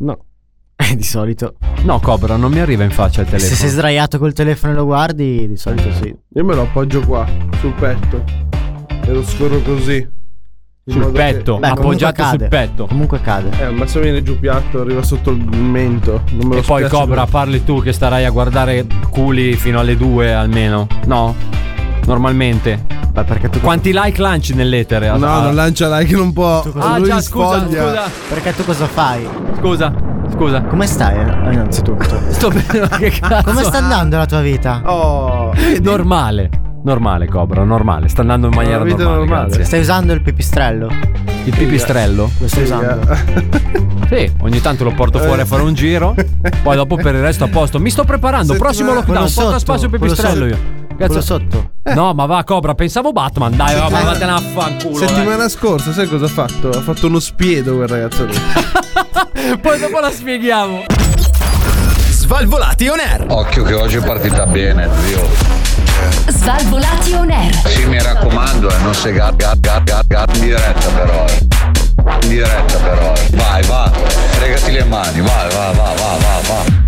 [SPEAKER 10] No.
[SPEAKER 12] Eh, di solito.
[SPEAKER 11] No, Cobra, non mi arriva in faccia il telefono.
[SPEAKER 12] Se sei sdraiato col telefono e lo guardi, di solito sì.
[SPEAKER 10] Io me lo appoggio qua, sul petto. E lo scorro così. In
[SPEAKER 11] Sul
[SPEAKER 10] modo che-
[SPEAKER 11] petto,
[SPEAKER 12] Beh, comunque
[SPEAKER 11] appoggiato sul
[SPEAKER 12] cade.
[SPEAKER 11] petto.
[SPEAKER 12] Comunque cade.
[SPEAKER 10] Eh, ma se viene giù piatto, arriva sotto il mento. Non me lo
[SPEAKER 11] E poi
[SPEAKER 10] spiace
[SPEAKER 11] Cobra,
[SPEAKER 10] per-
[SPEAKER 11] parli tu che starai a guardare culi fino alle 2 almeno. No? Normalmente.
[SPEAKER 12] Beh, perché tu,
[SPEAKER 11] Quanti like lanci nell'etere?
[SPEAKER 10] No, non lancia like, non può.
[SPEAKER 11] Ah,
[SPEAKER 10] lui
[SPEAKER 11] già, scusa,
[SPEAKER 10] sfoglia.
[SPEAKER 11] scusa,
[SPEAKER 12] perché tu cosa fai?
[SPEAKER 11] scusa, scusa.
[SPEAKER 12] Come stai? eh,
[SPEAKER 11] [laughs]
[SPEAKER 12] Innanzitutto.
[SPEAKER 11] Sto bene, che
[SPEAKER 10] [laughs]
[SPEAKER 11] cazzo?
[SPEAKER 12] Come sta andando la tua vita?
[SPEAKER 10] Oh,
[SPEAKER 11] Normale. Normale, Cobra, normale. Sta andando in maniera
[SPEAKER 10] La vita
[SPEAKER 11] normale.
[SPEAKER 10] normale.
[SPEAKER 11] grazie.
[SPEAKER 12] Stai usando il pipistrello?
[SPEAKER 11] Il pipistrello?
[SPEAKER 12] Lo stai
[SPEAKER 10] eh.
[SPEAKER 12] usando?
[SPEAKER 11] Sì, ogni tanto lo porto
[SPEAKER 12] Eh.
[SPEAKER 11] fuori a fare un giro. Poi dopo per il resto a posto. Mi sto preparando.
[SPEAKER 10] Settimana-
[SPEAKER 11] Prossimo
[SPEAKER 12] Quello
[SPEAKER 11] lockdown. Porta
[SPEAKER 12] sotto,
[SPEAKER 11] a spazio il
[SPEAKER 12] quello
[SPEAKER 11] pipistrello io.
[SPEAKER 12] sotto. Quello
[SPEAKER 11] Cazzo.
[SPEAKER 12] sotto. Eh.
[SPEAKER 11] No, ma va, Cobra. Pensavo Batman. Dai, va, ma vattene a fanculo. dai.
[SPEAKER 10] [laughs] Settimana scorsa, sai cosa ha fatto? Ha fatto uno spiedo quel ragazzo lì.
[SPEAKER 11] [laughs] Poi dopo la spieghiamo.
[SPEAKER 2] Svalvolati on air.
[SPEAKER 7] Occhio che oggi è partita bene, zio.
[SPEAKER 8] Svalvolati on air.
[SPEAKER 7] Sì, mi raccomando, eh, non sei gar, gar, gar, gar, gar- in diretta però. eh. In diretta però. eh. Vai, va. Fregati le mani, vai, va, va, va, va, va.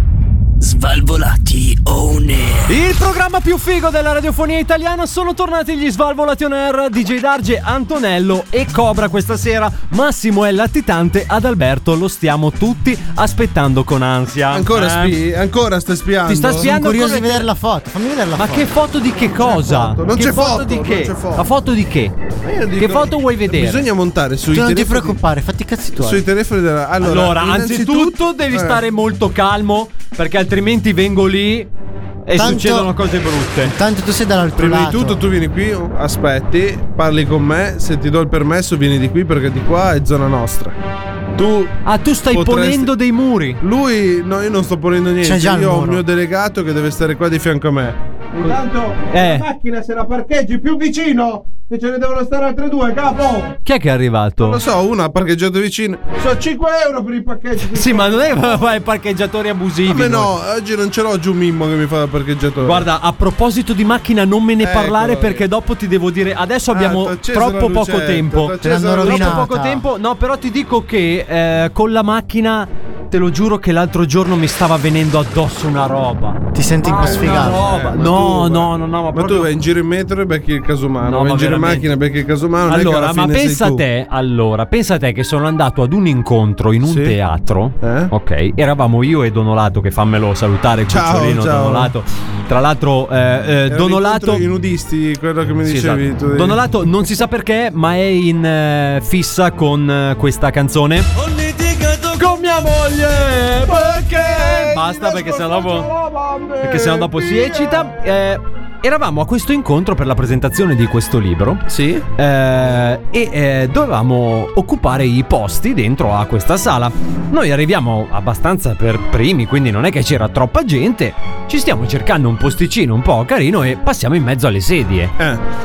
[SPEAKER 2] Svalvolati on air.
[SPEAKER 11] Il programma più figo della radiofonia italiana sono tornati gli Svalvolati on Air, DJ Darge, Antonello e Cobra questa sera. Massimo è latitante, ad Alberto lo stiamo tutti aspettando con ansia.
[SPEAKER 10] Ancora,
[SPEAKER 11] Eh?
[SPEAKER 10] spi- ancora sta spiando.
[SPEAKER 11] Ti sta spiando
[SPEAKER 12] Sono curioso
[SPEAKER 11] cosa-
[SPEAKER 12] di vedere la foto. Fammi vedere la
[SPEAKER 11] Ma
[SPEAKER 12] foto.
[SPEAKER 11] che foto di che cosa?
[SPEAKER 10] foto, non
[SPEAKER 11] che
[SPEAKER 10] c'è foto,
[SPEAKER 11] di
[SPEAKER 10] non
[SPEAKER 11] che?
[SPEAKER 10] c'è foto.
[SPEAKER 11] La foto di che?
[SPEAKER 10] Ma io dico-
[SPEAKER 11] che foto vuoi vedere?
[SPEAKER 10] Bisogna montare sui
[SPEAKER 12] Tu non ti
[SPEAKER 10] telefoni.
[SPEAKER 12] preoccupare, fatti i cazzi tuoi.
[SPEAKER 10] sui telefoni della. Allora,
[SPEAKER 11] Allora,
[SPEAKER 10] innanzitutto-
[SPEAKER 11] anzitutto devi
[SPEAKER 10] eh,
[SPEAKER 11] stare molto calmo perché altrimenti vengo lì e
[SPEAKER 12] Tanto-
[SPEAKER 11] succedono cose brutte.
[SPEAKER 12] Tanto tu sei dall'altro
[SPEAKER 10] Prima
[SPEAKER 12] lato.
[SPEAKER 10] di tutto tu vieni qui, aspetti, parli con me, se ti do il permesso vieni di qui perché di qua è zona nostra. Tu
[SPEAKER 11] Ah, tu stai
[SPEAKER 10] Potresti-
[SPEAKER 11] ponendo dei muri.
[SPEAKER 10] lui no, io non sto ponendo niente,
[SPEAKER 12] C'è già il
[SPEAKER 10] io ho il
[SPEAKER 12] muro.
[SPEAKER 10] mio delegato che deve stare qua di fianco a me. Intanto
[SPEAKER 11] Eh. la
[SPEAKER 10] macchina se la parcheggi più vicino che ce ne devono stare altre due, capo.
[SPEAKER 11] Chi è che è arrivato?
[SPEAKER 10] Lo so, una ha parcheggiato vicino. Sono 5 euro per i paccheggi.
[SPEAKER 11] Sì, ma non è [laughs] fare parcheggiatori abusivi.
[SPEAKER 10] Come
[SPEAKER 11] noi.
[SPEAKER 10] Ah, no, oggi non ce l'ho giù Mimmo che mi fa da parcheggiatore.
[SPEAKER 11] Guarda, a proposito di macchina, non me ne
[SPEAKER 10] Eccolo
[SPEAKER 11] parlare
[SPEAKER 10] lì.
[SPEAKER 11] perì. perché dopo ti devo dire. Adesso
[SPEAKER 10] Ecco, Ah,
[SPEAKER 11] abbiamo
[SPEAKER 10] t'ho acceso la
[SPEAKER 11] troppo
[SPEAKER 10] lucetta,
[SPEAKER 11] poco tempo.
[SPEAKER 10] t'ho
[SPEAKER 12] Te l'hanno
[SPEAKER 10] acceso la
[SPEAKER 12] rovinata.
[SPEAKER 11] Troppo poco tempo. No, però ti dico che eh, con la macchina, te lo giuro che l'altro giorno mi stava venendo addosso una roba.
[SPEAKER 12] Ti senti un po' sfigato.
[SPEAKER 11] roba.
[SPEAKER 10] Eh, ma
[SPEAKER 11] no,
[SPEAKER 10] tu-
[SPEAKER 11] no, no, no, ma
[SPEAKER 10] Ma
[SPEAKER 11] proprio-
[SPEAKER 10] tu vai in giro in metro e becchi il casumano.
[SPEAKER 11] No,
[SPEAKER 10] vai
[SPEAKER 11] ma
[SPEAKER 10] in giro in
[SPEAKER 11] veramente.
[SPEAKER 10] macchina e becchi il casumano. Ah, non è che
[SPEAKER 11] Allora,
[SPEAKER 10] alla
[SPEAKER 11] ma
[SPEAKER 10] fine sei
[SPEAKER 11] pensa a
[SPEAKER 10] tu.
[SPEAKER 11] te, allora, pensa a te che sono andato ad un incontro in un
[SPEAKER 10] Sì.
[SPEAKER 11] teatro.
[SPEAKER 10] Eh?
[SPEAKER 11] Ok, eravamo io e Donolato, che fammelo salutare,
[SPEAKER 10] Ciao,
[SPEAKER 11] cucciolino
[SPEAKER 10] ciao.
[SPEAKER 11] Donolato. Tra l'altro, eh, eh,
[SPEAKER 10] Era un
[SPEAKER 11] Donolato.
[SPEAKER 10] incontro I nudisti, quello che mi
[SPEAKER 11] Sì,
[SPEAKER 10] dicevi
[SPEAKER 11] esatto.
[SPEAKER 10] tu.
[SPEAKER 11] Donolato non si sa perché, ma è in eh, fissa con eh, questa canzone. Con mia moglie! Perché? Basta perché sennò dopo. Perché sennò dopo si eccita. Eh, eravamo a questo incontro per la presentazione di questo libro.
[SPEAKER 13] Sì.
[SPEAKER 11] Eh, e eh, dovevamo occupare i posti dentro a questa sala. Noi arriviamo abbastanza per primi, quindi non è che c'era troppa gente. Ci stiamo cercando un posticino un po' carino e passiamo in mezzo alle sedie.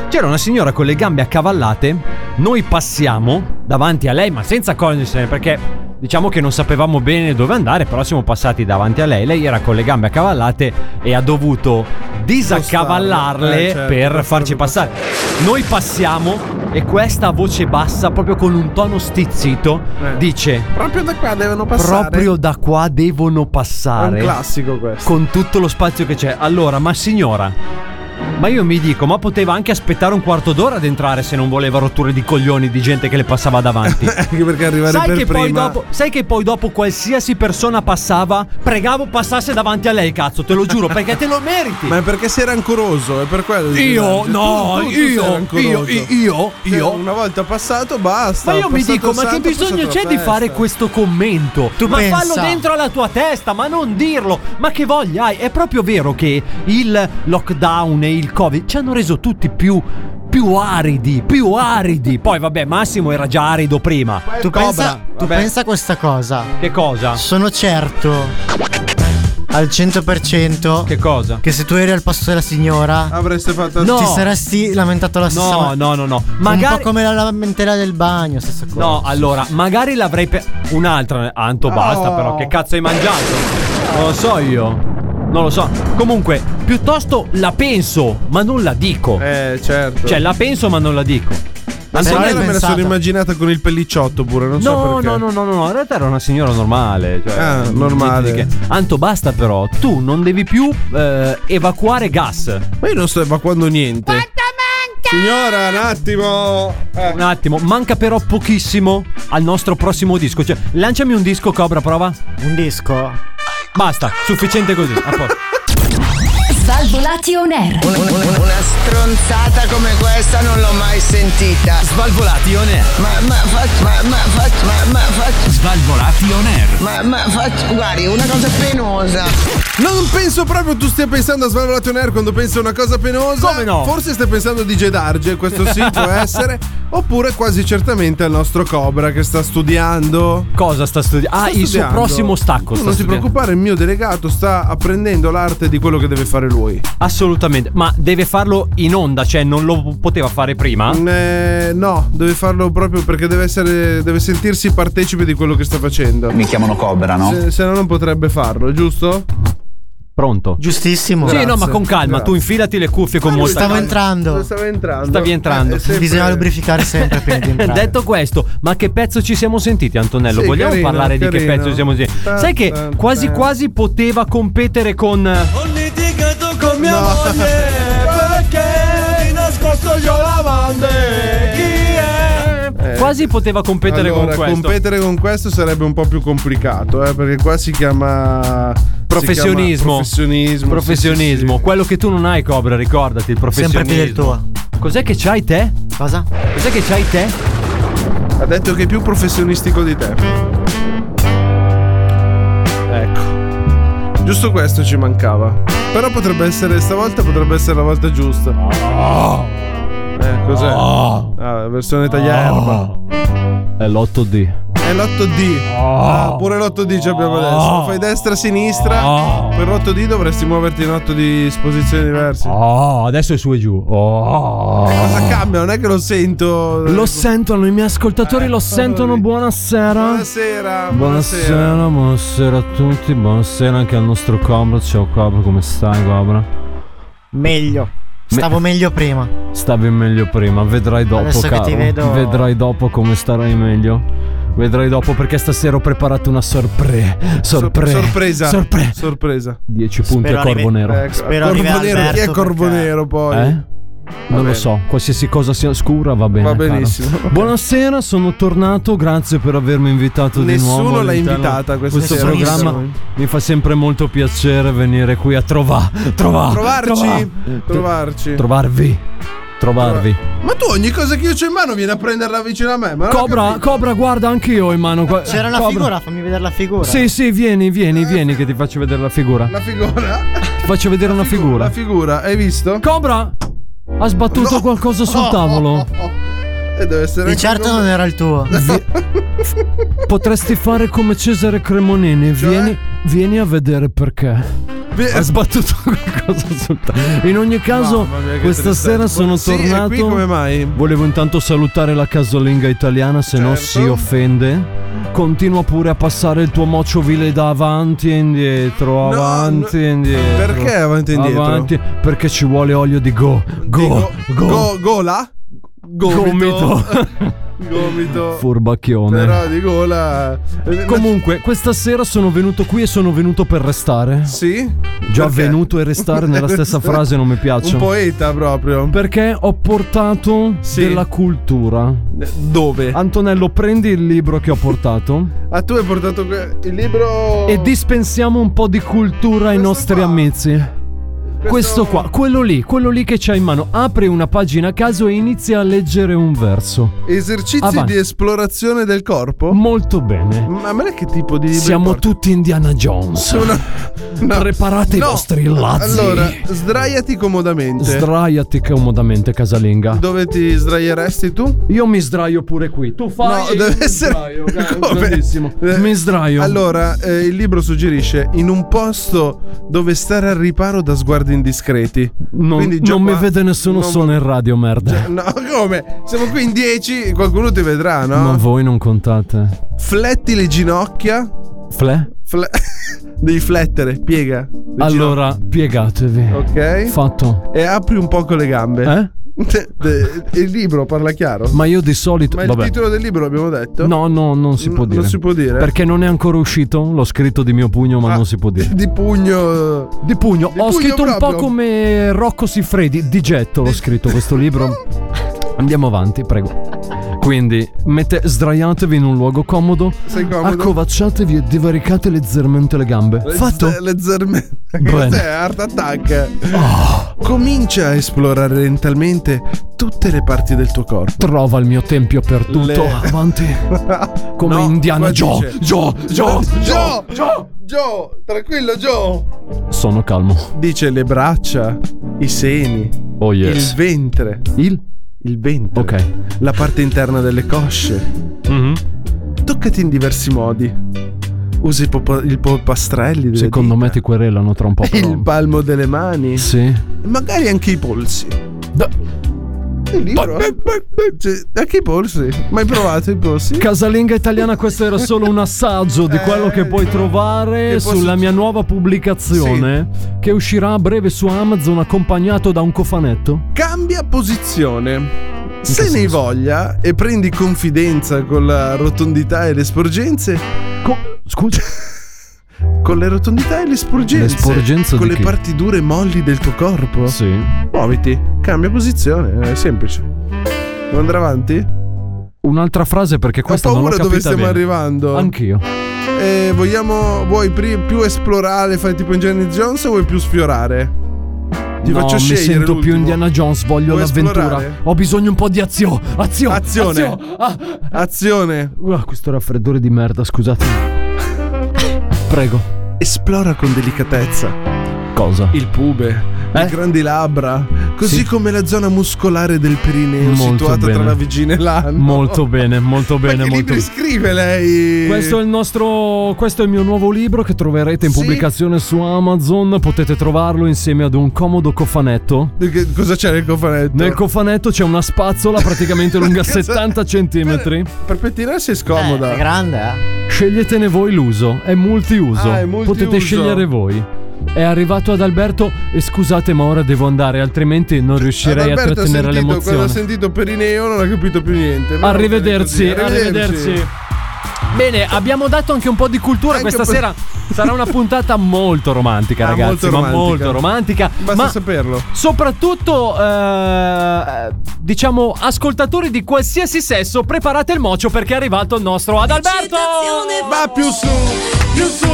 [SPEAKER 11] C'era una signora con le gambe accavallate. Noi passiamo davanti a lei, ma senza accorgersene perché Diciamo che non sapevamo bene dove andare, però siamo passati davanti a lei. Lei era con le gambe accavallate e ha dovuto disaccavallarle
[SPEAKER 13] Eh, certo,
[SPEAKER 11] per farci passare. Noi passiamo e questa a voce bassa, proprio con un tono stizzito, dice:
[SPEAKER 10] Proprio da qua devono passare.
[SPEAKER 11] Proprio da qua devono passare.
[SPEAKER 10] È un classico questo.
[SPEAKER 11] Con tutto lo spazio che c'è. Allora, ma signora. Ma io mi dico, ma poteva anche aspettare un quarto d'ora ad entrare se non voleva rotture di coglioni di gente che le
[SPEAKER 10] [laughs]
[SPEAKER 11] passava davanti.
[SPEAKER 10] Anche perché arrivare
[SPEAKER 11] sai
[SPEAKER 10] per
[SPEAKER 11] che Poi
[SPEAKER 10] prima.
[SPEAKER 11] dopo, sai che poi dopo qualsiasi persona passava, pregavo passasse davanti a lei, cazzo, te lo giuro, perché te lo meriti.
[SPEAKER 10] Ma è perché sei rancoroso, è per quello. che ti
[SPEAKER 11] Io,
[SPEAKER 10] piange.
[SPEAKER 11] no,
[SPEAKER 10] Tu- tu sei
[SPEAKER 11] io, io,
[SPEAKER 10] rancoroso.
[SPEAKER 11] io, io,
[SPEAKER 10] Cioè, Una volta passato, basta.
[SPEAKER 11] Ma io mi
[SPEAKER 10] passato
[SPEAKER 11] dico,
[SPEAKER 10] il
[SPEAKER 11] ma che
[SPEAKER 10] santo,
[SPEAKER 11] bisogno
[SPEAKER 10] passato
[SPEAKER 11] c'è
[SPEAKER 10] la
[SPEAKER 11] di
[SPEAKER 10] festa.
[SPEAKER 11] fare questo commento? ma
[SPEAKER 10] pensa.
[SPEAKER 11] fallo dentro alla tua testa, ma non dirlo. Ma che voglia hai? È proprio vero che il lockdown e il covid ci hanno reso tutti più... Più aridi, più aridi. Poi vabbè, Massimo era già arido prima.
[SPEAKER 12] Tu,
[SPEAKER 11] Cobra,
[SPEAKER 12] pensa, tu
[SPEAKER 11] vabbè.
[SPEAKER 12] pensa a questa cosa.
[SPEAKER 11] Che cosa?
[SPEAKER 12] Sono certo al 100%
[SPEAKER 11] Che cosa? Ah,
[SPEAKER 12] Che se tu eri al posto della signora
[SPEAKER 10] avreste fatto
[SPEAKER 11] No.
[SPEAKER 12] Ti saresti lamentato la stessa
[SPEAKER 11] No,
[SPEAKER 12] ma-
[SPEAKER 11] no, no, no. Magari
[SPEAKER 12] Un po' come la lamentela del bagno, stessa cosa.
[SPEAKER 11] No, allora, magari l'avrei pe- un'altra. Anto, basta,
[SPEAKER 12] Oh.
[SPEAKER 11] però. Che cazzo hai mangiato? Non lo so io. Non lo so. Comunque, piuttosto la penso, ma non la dico.
[SPEAKER 10] Eh, certo.
[SPEAKER 11] Cioè, la penso, ma non la dico.
[SPEAKER 10] Antonella me la sono
[SPEAKER 11] pensata.
[SPEAKER 10] immaginata con il pellicciotto pure, non so
[SPEAKER 11] No,
[SPEAKER 10] perché.
[SPEAKER 11] no, no, no, no, no, in realtà era una signora normale. Cioè,
[SPEAKER 10] Ah,
[SPEAKER 11] niente
[SPEAKER 10] normale.
[SPEAKER 11] di che. Anto, basta però, tu non devi più eh, evacuare gas.
[SPEAKER 10] Ma io non sto evacuando niente. Signora, un attimo.
[SPEAKER 11] Un attimo, manca però pochissimo al nostro prossimo disco. Cioè, lanciami un disco, Cobra, prova.
[SPEAKER 12] Un disco?
[SPEAKER 11] Basta, sufficiente così. A posto.
[SPEAKER 8] Svalvolati on air.
[SPEAKER 14] Una stronzata come questa non l'ho mai sentita.
[SPEAKER 9] Svalvolati on air.
[SPEAKER 14] Ma ma fac- ma ma fac- ma ma fac-
[SPEAKER 9] Svalvolati on air.
[SPEAKER 14] ma ma fac- guardi, una cosa penosa.
[SPEAKER 10] Non penso proprio tu stia pensando a Svalvolato on Air quando pensi a una cosa penosa. Come no? Forse stai pensando di Gedarge, questo sì
[SPEAKER 11] [laughs]
[SPEAKER 10] può essere. Oppure quasi certamente al nostro Cobra che sta studiando.
[SPEAKER 11] Cosa sta studiando? Ah, il suo prossimo stacco.
[SPEAKER 10] Tu
[SPEAKER 11] sta
[SPEAKER 10] non ti
[SPEAKER 11] studiando.
[SPEAKER 10] preoccupare, il mio delegato sta apprendendo l'arte di quello che deve fare lui.
[SPEAKER 11] Assolutamente, ma deve farlo in onda, cioè non lo poteva fare prima.
[SPEAKER 10] Eh, no, deve farlo proprio perché deve, essere, deve sentirsi partecipe di quello che sta facendo.
[SPEAKER 11] Mi chiamano Cobra, no?
[SPEAKER 10] Se, se no, non potrebbe farlo, giusto?
[SPEAKER 11] Pronto.
[SPEAKER 12] Giustissimo.
[SPEAKER 11] Sì, no, ma con calma, tu infilati le cuffie con molta
[SPEAKER 12] Stavo
[SPEAKER 11] calma.
[SPEAKER 12] entrando. Eh,
[SPEAKER 10] Stavo entrando.
[SPEAKER 11] Stavi entrando.
[SPEAKER 12] Bisogna lubrificare sempre prima
[SPEAKER 11] [laughs]
[SPEAKER 12] di entrare.
[SPEAKER 11] Detto questo, ma che pezzo ci siamo sentiti, Antonello?
[SPEAKER 12] Sì,
[SPEAKER 11] Vogliamo
[SPEAKER 12] carino,
[SPEAKER 11] parlare di che
[SPEAKER 12] carino.
[SPEAKER 11] pezzo ci siamo sentiti?
[SPEAKER 12] Tan,
[SPEAKER 11] Sai che
[SPEAKER 12] tan,
[SPEAKER 11] quasi quasi poteva competere con. eh,
[SPEAKER 2] con mia moglie perché di nascosto io la mando. Chi è?
[SPEAKER 12] Eh.
[SPEAKER 11] Quasi poteva competere
[SPEAKER 10] allora,
[SPEAKER 11] con questo.
[SPEAKER 10] competere con questo sarebbe un po' più complicato, eh, perché qua si chiama
[SPEAKER 11] Professionismo.
[SPEAKER 10] si chiama professionismo.
[SPEAKER 11] Professionismo. Quello che tu non hai, Cobra, ricordati, il professionismo.
[SPEAKER 10] Sempre più del tuo.
[SPEAKER 11] Cos'è che c'hai te?
[SPEAKER 12] Cosa?
[SPEAKER 11] Cos'è che c'hai te?
[SPEAKER 10] Ha detto che è più professionistico di te. Ecco. Giusto questo ci mancava. Però potrebbe essere stavolta potrebbe essere la volta giusta. Eh, cos'è? Ah, versione tagliaerba.
[SPEAKER 11] È l'8D.
[SPEAKER 10] È l'8D. Ah, pure l'8D ci abbiamo adesso. Lo Fai destra-sinistra. Per l'8D dovresti muoverti in 8 disposizioni diverse.
[SPEAKER 11] Oh, adesso è su e giù. Oh.
[SPEAKER 12] Eh,
[SPEAKER 10] Cosa cambia? Non è che lo sento. Eh,
[SPEAKER 11] Lo sentono, i miei ascoltatori lo sentono. Buonasera.
[SPEAKER 10] Ecco, Buonasera.
[SPEAKER 11] Buonasera, buonasera a tutti, buonasera anche al nostro Cobra. Ciao Cobra, come stai Cobra?
[SPEAKER 12] Meglio. Stavo meglio prima.
[SPEAKER 11] Stavi meglio prima, vedrai dopo
[SPEAKER 12] Adesso che
[SPEAKER 11] caro.
[SPEAKER 12] ti vedo-
[SPEAKER 11] Vedrai dopo come starai meglio. Vedrai dopo perché stasera ho preparato una sorpre. Sorpre.
[SPEAKER 10] sorpresa.
[SPEAKER 11] Sorpre.
[SPEAKER 10] Sorpresa.
[SPEAKER 11] 10 punti a Corvo Nero.
[SPEAKER 10] Ecco. Spero Corvo Nero, chi è Corvo Nero poi?
[SPEAKER 11] Eh? Non lo so, qualsiasi cosa sia scura va bene.
[SPEAKER 10] Va
[SPEAKER 11] caro.
[SPEAKER 10] benissimo.
[SPEAKER 11] Buonasera, sono tornato, grazie per avermi invitato
[SPEAKER 10] Nessuno
[SPEAKER 11] di nuovo.
[SPEAKER 10] l'ha
[SPEAKER 11] all'interno
[SPEAKER 10] invitata
[SPEAKER 11] di
[SPEAKER 10] questa
[SPEAKER 11] questo
[SPEAKER 10] sera.
[SPEAKER 11] programma.
[SPEAKER 10] Nessuno.
[SPEAKER 11] Mi fa sempre molto piacere venire qui a trova, trova,
[SPEAKER 10] Trovarci.
[SPEAKER 11] trova-
[SPEAKER 10] Trovarci.
[SPEAKER 11] trovarvi, trovarvi.
[SPEAKER 10] Ma tu ogni cosa che io c'ho in mano vieni a prenderla vicino a me. Ma non ho
[SPEAKER 11] Cobra, Cobra, guarda anch'io in mano. qua-
[SPEAKER 12] C'era la
[SPEAKER 11] Cobra.
[SPEAKER 12] figura, fammi vedere la figura.
[SPEAKER 11] Sì, sì, vieni, vieni, vieni che ti faccio vedere la figura.
[SPEAKER 10] Eh, La figura.
[SPEAKER 11] Ti faccio vedere una
[SPEAKER 10] [laughs]
[SPEAKER 11] figura.
[SPEAKER 10] La figura, hai visto?
[SPEAKER 11] Cobra! Ha sbattuto
[SPEAKER 10] No.
[SPEAKER 11] qualcosa sul
[SPEAKER 10] No.
[SPEAKER 11] tavolo.
[SPEAKER 10] E deve essere
[SPEAKER 12] Di
[SPEAKER 10] anche
[SPEAKER 12] certo
[SPEAKER 10] come-
[SPEAKER 12] non era il tuo.
[SPEAKER 11] Potresti fare come Cesare Cremonini. Vieni, vieni a vedere perché.
[SPEAKER 10] Cioè? Beh,
[SPEAKER 11] Ha sbattuto [laughs] qualcosa sul tavolo. In ogni caso,
[SPEAKER 10] Mamma mia, che
[SPEAKER 11] questa
[SPEAKER 10] tristezza.
[SPEAKER 11] sera sono
[SPEAKER 10] Sì, e qui
[SPEAKER 11] tornato.
[SPEAKER 10] come mai?
[SPEAKER 11] Volevo intanto salutare la casalinga italiana, se no si
[SPEAKER 10] Certo.
[SPEAKER 11] offende. Continua pure a passare il tuo moccio vile da avanti e indietro, avanti e indietro.
[SPEAKER 10] Perché avanti e indietro?
[SPEAKER 11] Avanti, perché ci vuole olio di go. Go, go,
[SPEAKER 10] Go- gola?
[SPEAKER 11] Gomito.
[SPEAKER 10] [laughs] Gomito.
[SPEAKER 11] Furbacchione.
[SPEAKER 10] Però di gola.
[SPEAKER 11] Comunque, questa sera sono venuto qui e sono venuto per restare.
[SPEAKER 10] Sì?
[SPEAKER 11] Già
[SPEAKER 10] Perché?
[SPEAKER 11] venuto e restare
[SPEAKER 10] [laughs]
[SPEAKER 11] nella stessa frase non mi piace.
[SPEAKER 10] Un poeta proprio.
[SPEAKER 11] Perché ho portato della cultura.
[SPEAKER 10] Dove?
[SPEAKER 11] Antonello, prendi il libro che ho portato
[SPEAKER 10] Ah, tu hai portato que- il libro.
[SPEAKER 11] e dispensiamo un po' di cultura ai nostri amici. Questo qua, quello lì, quello lì che c'hai in mano. Apri una pagina a caso e inizia a leggere un verso.
[SPEAKER 10] Esercizi
[SPEAKER 11] Avanti.
[SPEAKER 10] di esplorazione del corpo?
[SPEAKER 11] Molto bene.
[SPEAKER 10] Ma a me che tipo di libro
[SPEAKER 11] Siamo
[SPEAKER 10] porti?
[SPEAKER 11] tutti Indiana Jones.
[SPEAKER 10] Sono- No.
[SPEAKER 11] Preparate
[SPEAKER 10] No.
[SPEAKER 11] i vostri lazzi.
[SPEAKER 10] Allora, sdraiati comodamente.
[SPEAKER 11] Sdraiati comodamente, casalinga.
[SPEAKER 10] Dove ti sdraieresti tu?
[SPEAKER 11] Io mi sdraio pure qui. Tu fai.
[SPEAKER 10] No,
[SPEAKER 11] e io
[SPEAKER 10] deve
[SPEAKER 11] mi
[SPEAKER 10] essere-
[SPEAKER 11] sdraio, ok?
[SPEAKER 10] [laughs] Come?
[SPEAKER 11] Bellissimo.
[SPEAKER 10] Eh,
[SPEAKER 11] Mi sdraio.
[SPEAKER 10] Allora, eh, il libro suggerisce in un posto dove stare al riparo da sguardi indiscreti.
[SPEAKER 11] non,
[SPEAKER 10] Quindi già
[SPEAKER 11] non mi
[SPEAKER 10] qua-
[SPEAKER 11] vede nessuno,
[SPEAKER 10] non-
[SPEAKER 11] sono in radio, merda.
[SPEAKER 10] Cioè, No, [laughs] come? Siamo qui in 10, qualcuno ti vedrà, no?
[SPEAKER 11] Ma voi non contate.
[SPEAKER 10] Fletti le ginocchia.
[SPEAKER 11] Fle?
[SPEAKER 10] Fle- [laughs] Devi flettere, piega. le
[SPEAKER 11] Allora, piegatevi.
[SPEAKER 10] ginocchia, Ok.
[SPEAKER 11] Fatto.
[SPEAKER 10] e apri un poco le [laughs] gambe.
[SPEAKER 11] Eh?
[SPEAKER 10] Il libro parla chiaro.
[SPEAKER 11] Ma io di solito.
[SPEAKER 10] Ma il
[SPEAKER 11] vabbè.
[SPEAKER 10] titolo del libro l'abbiamo detto?
[SPEAKER 11] No, no, non si
[SPEAKER 10] N-
[SPEAKER 11] può
[SPEAKER 10] non
[SPEAKER 11] dire.
[SPEAKER 10] si può dire?
[SPEAKER 11] Perché non è ancora uscito. L'ho scritto di mio pugno, ma
[SPEAKER 10] Ah.
[SPEAKER 11] non si può dire.
[SPEAKER 10] Di pugno.
[SPEAKER 11] Di pugno,
[SPEAKER 10] Di
[SPEAKER 11] ho
[SPEAKER 10] pugno
[SPEAKER 11] scritto un po'
[SPEAKER 10] proprio?
[SPEAKER 11] come Rocco Siffredi, di getto l'ho scritto questo
[SPEAKER 10] [laughs]
[SPEAKER 11] libro. Andiamo avanti, prego. Quindi, mette, sdraiatevi in un luogo comodo,
[SPEAKER 10] Sei comodo?
[SPEAKER 11] accovacciatevi e divaricate leggermente le gambe.
[SPEAKER 10] Le
[SPEAKER 11] Fatto?
[SPEAKER 10] z- leggermente.
[SPEAKER 11] [laughs] Bene. Oh.
[SPEAKER 10] Cos'è? Art attack. Comincia a esplorare lentamente tutte le parti del tuo corpo.
[SPEAKER 11] Trova il mio tempio perduto.
[SPEAKER 10] Le- [laughs]
[SPEAKER 11] Avanti. Come
[SPEAKER 10] No,
[SPEAKER 11] Indiana
[SPEAKER 10] qua
[SPEAKER 11] Joe.
[SPEAKER 10] dice-
[SPEAKER 11] Joe, Joe,
[SPEAKER 10] Joe,
[SPEAKER 11] Joe,
[SPEAKER 10] Joe, Joe, tranquillo Joe.
[SPEAKER 11] Sono calmo.
[SPEAKER 10] Dice le braccia, i seni,
[SPEAKER 11] Oh
[SPEAKER 10] il
[SPEAKER 11] yes.
[SPEAKER 10] ventre,
[SPEAKER 11] Il?
[SPEAKER 10] il ventre,
[SPEAKER 11] Ok.
[SPEAKER 10] la parte interna delle cosce.
[SPEAKER 11] Mhm.
[SPEAKER 10] Toccati in diversi modi. Usa i popo- il polpastrelli delle
[SPEAKER 11] Secondo me ti
[SPEAKER 10] dita,
[SPEAKER 11] querellano tra un [laughs] po'. però.
[SPEAKER 10] il palmo delle mani,
[SPEAKER 11] Sì.
[SPEAKER 10] magari anche i polsi. Il libro? Cioè, anche i polsi. Mai provato i polsi?
[SPEAKER 11] Casalinga italiana, questo era solo un assaggio di quello che puoi
[SPEAKER 10] Eh,
[SPEAKER 11] trovare
[SPEAKER 10] Che posso-
[SPEAKER 11] sulla mia nuova pubblicazione che uscirà a breve su Amazon accompagnato da un cofanetto.
[SPEAKER 10] Cambia posizione. Se
[SPEAKER 11] che
[SPEAKER 10] ne hai
[SPEAKER 11] senso?
[SPEAKER 10] voglia e prendi confidenza con la rotondità e le sporgenze,
[SPEAKER 11] Co- scusa.
[SPEAKER 10] con le rotondità e le sporgenze,
[SPEAKER 11] Le sporgenze
[SPEAKER 10] con
[SPEAKER 11] di
[SPEAKER 10] le
[SPEAKER 11] chi?
[SPEAKER 10] parti dure e molli del tuo corpo,
[SPEAKER 11] Sì.
[SPEAKER 10] muoviti, cambia posizione, è semplice. Vuoi andare avanti?
[SPEAKER 11] Un'altra frase perché questa
[SPEAKER 10] Ho
[SPEAKER 11] non l'ho
[SPEAKER 10] paura
[SPEAKER 11] capita
[SPEAKER 10] dove stiamo
[SPEAKER 11] bene.
[SPEAKER 10] arrivando.
[SPEAKER 11] Anch'io.
[SPEAKER 10] Eh, vogliamo, vuoi pri- più esplorare, fare tipo Indiana Jones o vuoi più sfiorare? Ti
[SPEAKER 11] no,
[SPEAKER 10] faccio
[SPEAKER 11] mi
[SPEAKER 10] scegliere
[SPEAKER 11] sento più
[SPEAKER 10] l'ultimo.
[SPEAKER 11] Indiana Jones, voglio
[SPEAKER 10] Vuoi
[SPEAKER 11] l'avventura.
[SPEAKER 10] esplorare?
[SPEAKER 11] Ho bisogno un po' di azio- azio-
[SPEAKER 10] Azione.
[SPEAKER 11] azio- ah.
[SPEAKER 10] Azione,
[SPEAKER 11] Uh, questo raffreddore di merda, scusate.
[SPEAKER 10] [laughs]
[SPEAKER 11] Prego.
[SPEAKER 10] esplora con delicatezza.
[SPEAKER 11] Cosa?
[SPEAKER 10] Il pube,
[SPEAKER 11] Eh?
[SPEAKER 10] le grandi labbra, così
[SPEAKER 11] Sì.
[SPEAKER 10] come la zona muscolare del perineo
[SPEAKER 11] Molto
[SPEAKER 10] situata tra
[SPEAKER 11] bene.
[SPEAKER 10] la vagina e l'anno.
[SPEAKER 11] Molto bene, molto
[SPEAKER 10] Ma
[SPEAKER 11] bene,
[SPEAKER 10] che
[SPEAKER 11] molto
[SPEAKER 10] libri
[SPEAKER 11] bene.
[SPEAKER 10] scrive lei?
[SPEAKER 11] Questo è il nostro. Questo è il mio nuovo libro che troverete in
[SPEAKER 10] Sì?
[SPEAKER 11] pubblicazione su Amazon. Potete trovarlo insieme ad un comodo cofanetto.
[SPEAKER 10] Che- Cosa c'è nel cofanetto?
[SPEAKER 11] Nel cofanetto c'è una
[SPEAKER 10] [laughs]
[SPEAKER 11] spazzola praticamente lunga 70 cm.
[SPEAKER 10] Per, per pettinarsi è
[SPEAKER 12] Eh,
[SPEAKER 10] scomoda.
[SPEAKER 12] è grande, eh.
[SPEAKER 11] Sceglietene voi l'uso, è multiuso.
[SPEAKER 10] Ah, è multiuso.
[SPEAKER 11] Potete scegliere voi. È arrivato ad Alberto e scusate, ma ora devo andare, altrimenti non
[SPEAKER 10] Ad
[SPEAKER 11] riuscirei
[SPEAKER 10] Alberto
[SPEAKER 11] a
[SPEAKER 10] ha
[SPEAKER 11] trattenere
[SPEAKER 10] sentito- Quando ha
[SPEAKER 11] l'emozione.
[SPEAKER 10] sentito Perineo non ha capito più niente. Però
[SPEAKER 11] Arrivederci,
[SPEAKER 10] va bene così.
[SPEAKER 11] arrivederci. Bene, abbiamo dato anche un po' di cultura
[SPEAKER 10] Anche
[SPEAKER 11] questa
[SPEAKER 10] un po'-
[SPEAKER 11] sera. Sarà una puntata molto romantica,
[SPEAKER 10] Ah,
[SPEAKER 11] ragazzi.
[SPEAKER 10] molto
[SPEAKER 11] Ma
[SPEAKER 10] romantica.
[SPEAKER 11] molto romantica.
[SPEAKER 10] Basta
[SPEAKER 11] ma
[SPEAKER 10] saperlo.
[SPEAKER 11] soprattutto, eh, diciamo, ascoltatori di qualsiasi sesso, preparate il mocio perché è arrivato il nostro Adalberto.
[SPEAKER 10] Va più su, più su,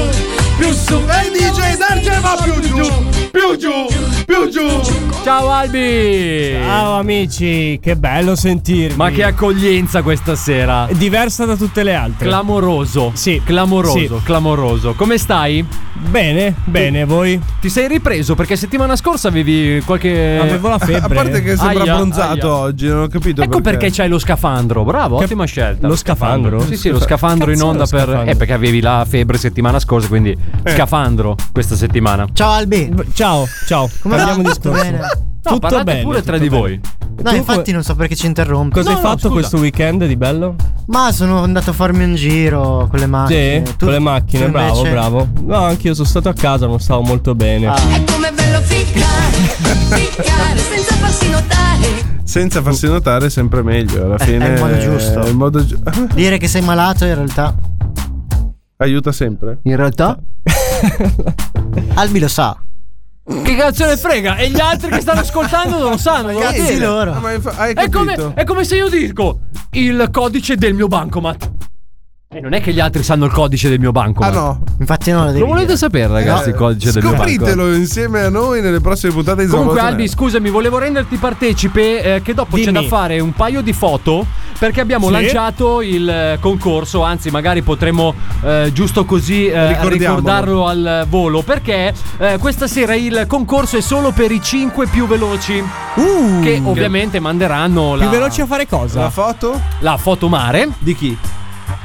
[SPEAKER 10] più su. E DJ Darge va più giù, più giù, più giù.
[SPEAKER 11] Ciao Albi!
[SPEAKER 13] Ciao amici, che bello sentirvi.
[SPEAKER 11] Ma che accoglienza questa sera.
[SPEAKER 13] Diversa da tutte le altre.
[SPEAKER 11] Clamoroso.
[SPEAKER 13] Sì.
[SPEAKER 11] Clamoroso,
[SPEAKER 13] Sì.
[SPEAKER 11] clamoroso. Come stai?
[SPEAKER 13] Bene, bene, voi?
[SPEAKER 11] Ti sei ripreso perché settimana scorsa avevi qualche
[SPEAKER 13] Avevo la febbre.
[SPEAKER 10] A parte che sembra
[SPEAKER 11] Aia,
[SPEAKER 10] bronzato
[SPEAKER 11] aia.
[SPEAKER 10] oggi, non ho capito
[SPEAKER 11] Ecco perché
[SPEAKER 10] perché
[SPEAKER 11] c'hai lo scafandro, bravo,
[SPEAKER 13] Che-
[SPEAKER 11] ottima scelta.
[SPEAKER 13] lo scafandro?
[SPEAKER 11] Sì, sì, lo scafandro in
[SPEAKER 13] Cazzo,
[SPEAKER 11] onda
[SPEAKER 13] lo
[SPEAKER 11] per...
[SPEAKER 13] scafandro. Eh.
[SPEAKER 11] Eh, perché avevi la febbre settimana scorsa, quindi scafandro questa settimana.
[SPEAKER 12] Ciao Albi.
[SPEAKER 13] Ciao, Oh, ciao.
[SPEAKER 12] Come va?
[SPEAKER 13] Parliamo di
[SPEAKER 12] Tutto
[SPEAKER 13] discorso.
[SPEAKER 12] bene?
[SPEAKER 11] No, parlate
[SPEAKER 13] bene,
[SPEAKER 11] pure tra
[SPEAKER 13] tutto
[SPEAKER 11] di
[SPEAKER 13] bene.
[SPEAKER 11] voi.
[SPEAKER 12] No,
[SPEAKER 13] Tu
[SPEAKER 12] infatti
[SPEAKER 13] co-
[SPEAKER 12] non so perché ci interrompi.
[SPEAKER 13] Cosa
[SPEAKER 11] No,
[SPEAKER 13] hai
[SPEAKER 11] no,
[SPEAKER 13] fatto
[SPEAKER 11] scusa.
[SPEAKER 13] questo weekend di bello?
[SPEAKER 12] Ma sono andato a farmi un giro con le macchine.
[SPEAKER 13] Sì,
[SPEAKER 12] Eh, Tu-
[SPEAKER 13] con le macchine,
[SPEAKER 12] tu
[SPEAKER 13] bravo,
[SPEAKER 12] invece?
[SPEAKER 13] bravo. No, anche io sono stato a casa, non stavo molto bene.
[SPEAKER 4] È come bello ficcare, ficcare senza farsi notare.
[SPEAKER 10] Senza farsi notare è sempre meglio,
[SPEAKER 11] Eh,
[SPEAKER 10] alla fine
[SPEAKER 12] è il modo giusto.
[SPEAKER 10] è il modo giu-
[SPEAKER 12] Dire che sei malato in realtà.
[SPEAKER 10] [laughs] Aiuta sempre.
[SPEAKER 11] In
[SPEAKER 13] [laughs]
[SPEAKER 11] realtà?
[SPEAKER 12] Albi lo sa.
[SPEAKER 11] Che cazzo ne frega? E gli altri che stanno ascoltando non lo sanno. non lo
[SPEAKER 10] Cazzo,
[SPEAKER 11] dire.
[SPEAKER 10] Ah, ma inf- hai
[SPEAKER 11] È
[SPEAKER 10] capito?
[SPEAKER 11] come, è come se io dico il codice del mio bancomat. E non è che gli altri sanno il codice del mio
[SPEAKER 10] Ah
[SPEAKER 11] bancomat.
[SPEAKER 10] no,
[SPEAKER 12] Infatti non lo devi
[SPEAKER 11] Lo volete
[SPEAKER 12] dire.
[SPEAKER 11] sapere, ragazzi, il codice del mio bancomat?
[SPEAKER 10] Eh, scopritelo insieme a noi nelle prossime puntate di
[SPEAKER 11] Comunque,
[SPEAKER 10] Svalvolatonear.
[SPEAKER 11] Albi, scusami, volevo renderti partecipe. eh, che dopo c'è
[SPEAKER 13] Dimmi.
[SPEAKER 11] da fare un paio di foto. Perché abbiamo
[SPEAKER 13] Sì.
[SPEAKER 11] lanciato il eh, concorso. Anzi, magari potremmo eh, giusto così eh,
[SPEAKER 10] Ricordiamolo.
[SPEAKER 11] ricordarlo al volo. Perché eh, questa sera il concorso è solo per i 5 più veloci.
[SPEAKER 13] Uh,
[SPEAKER 11] che ovviamente manderanno la,
[SPEAKER 13] Più veloci a fare
[SPEAKER 11] Esatto.
[SPEAKER 13] cosa?
[SPEAKER 10] La foto?
[SPEAKER 11] la foto mare
[SPEAKER 10] Di chi?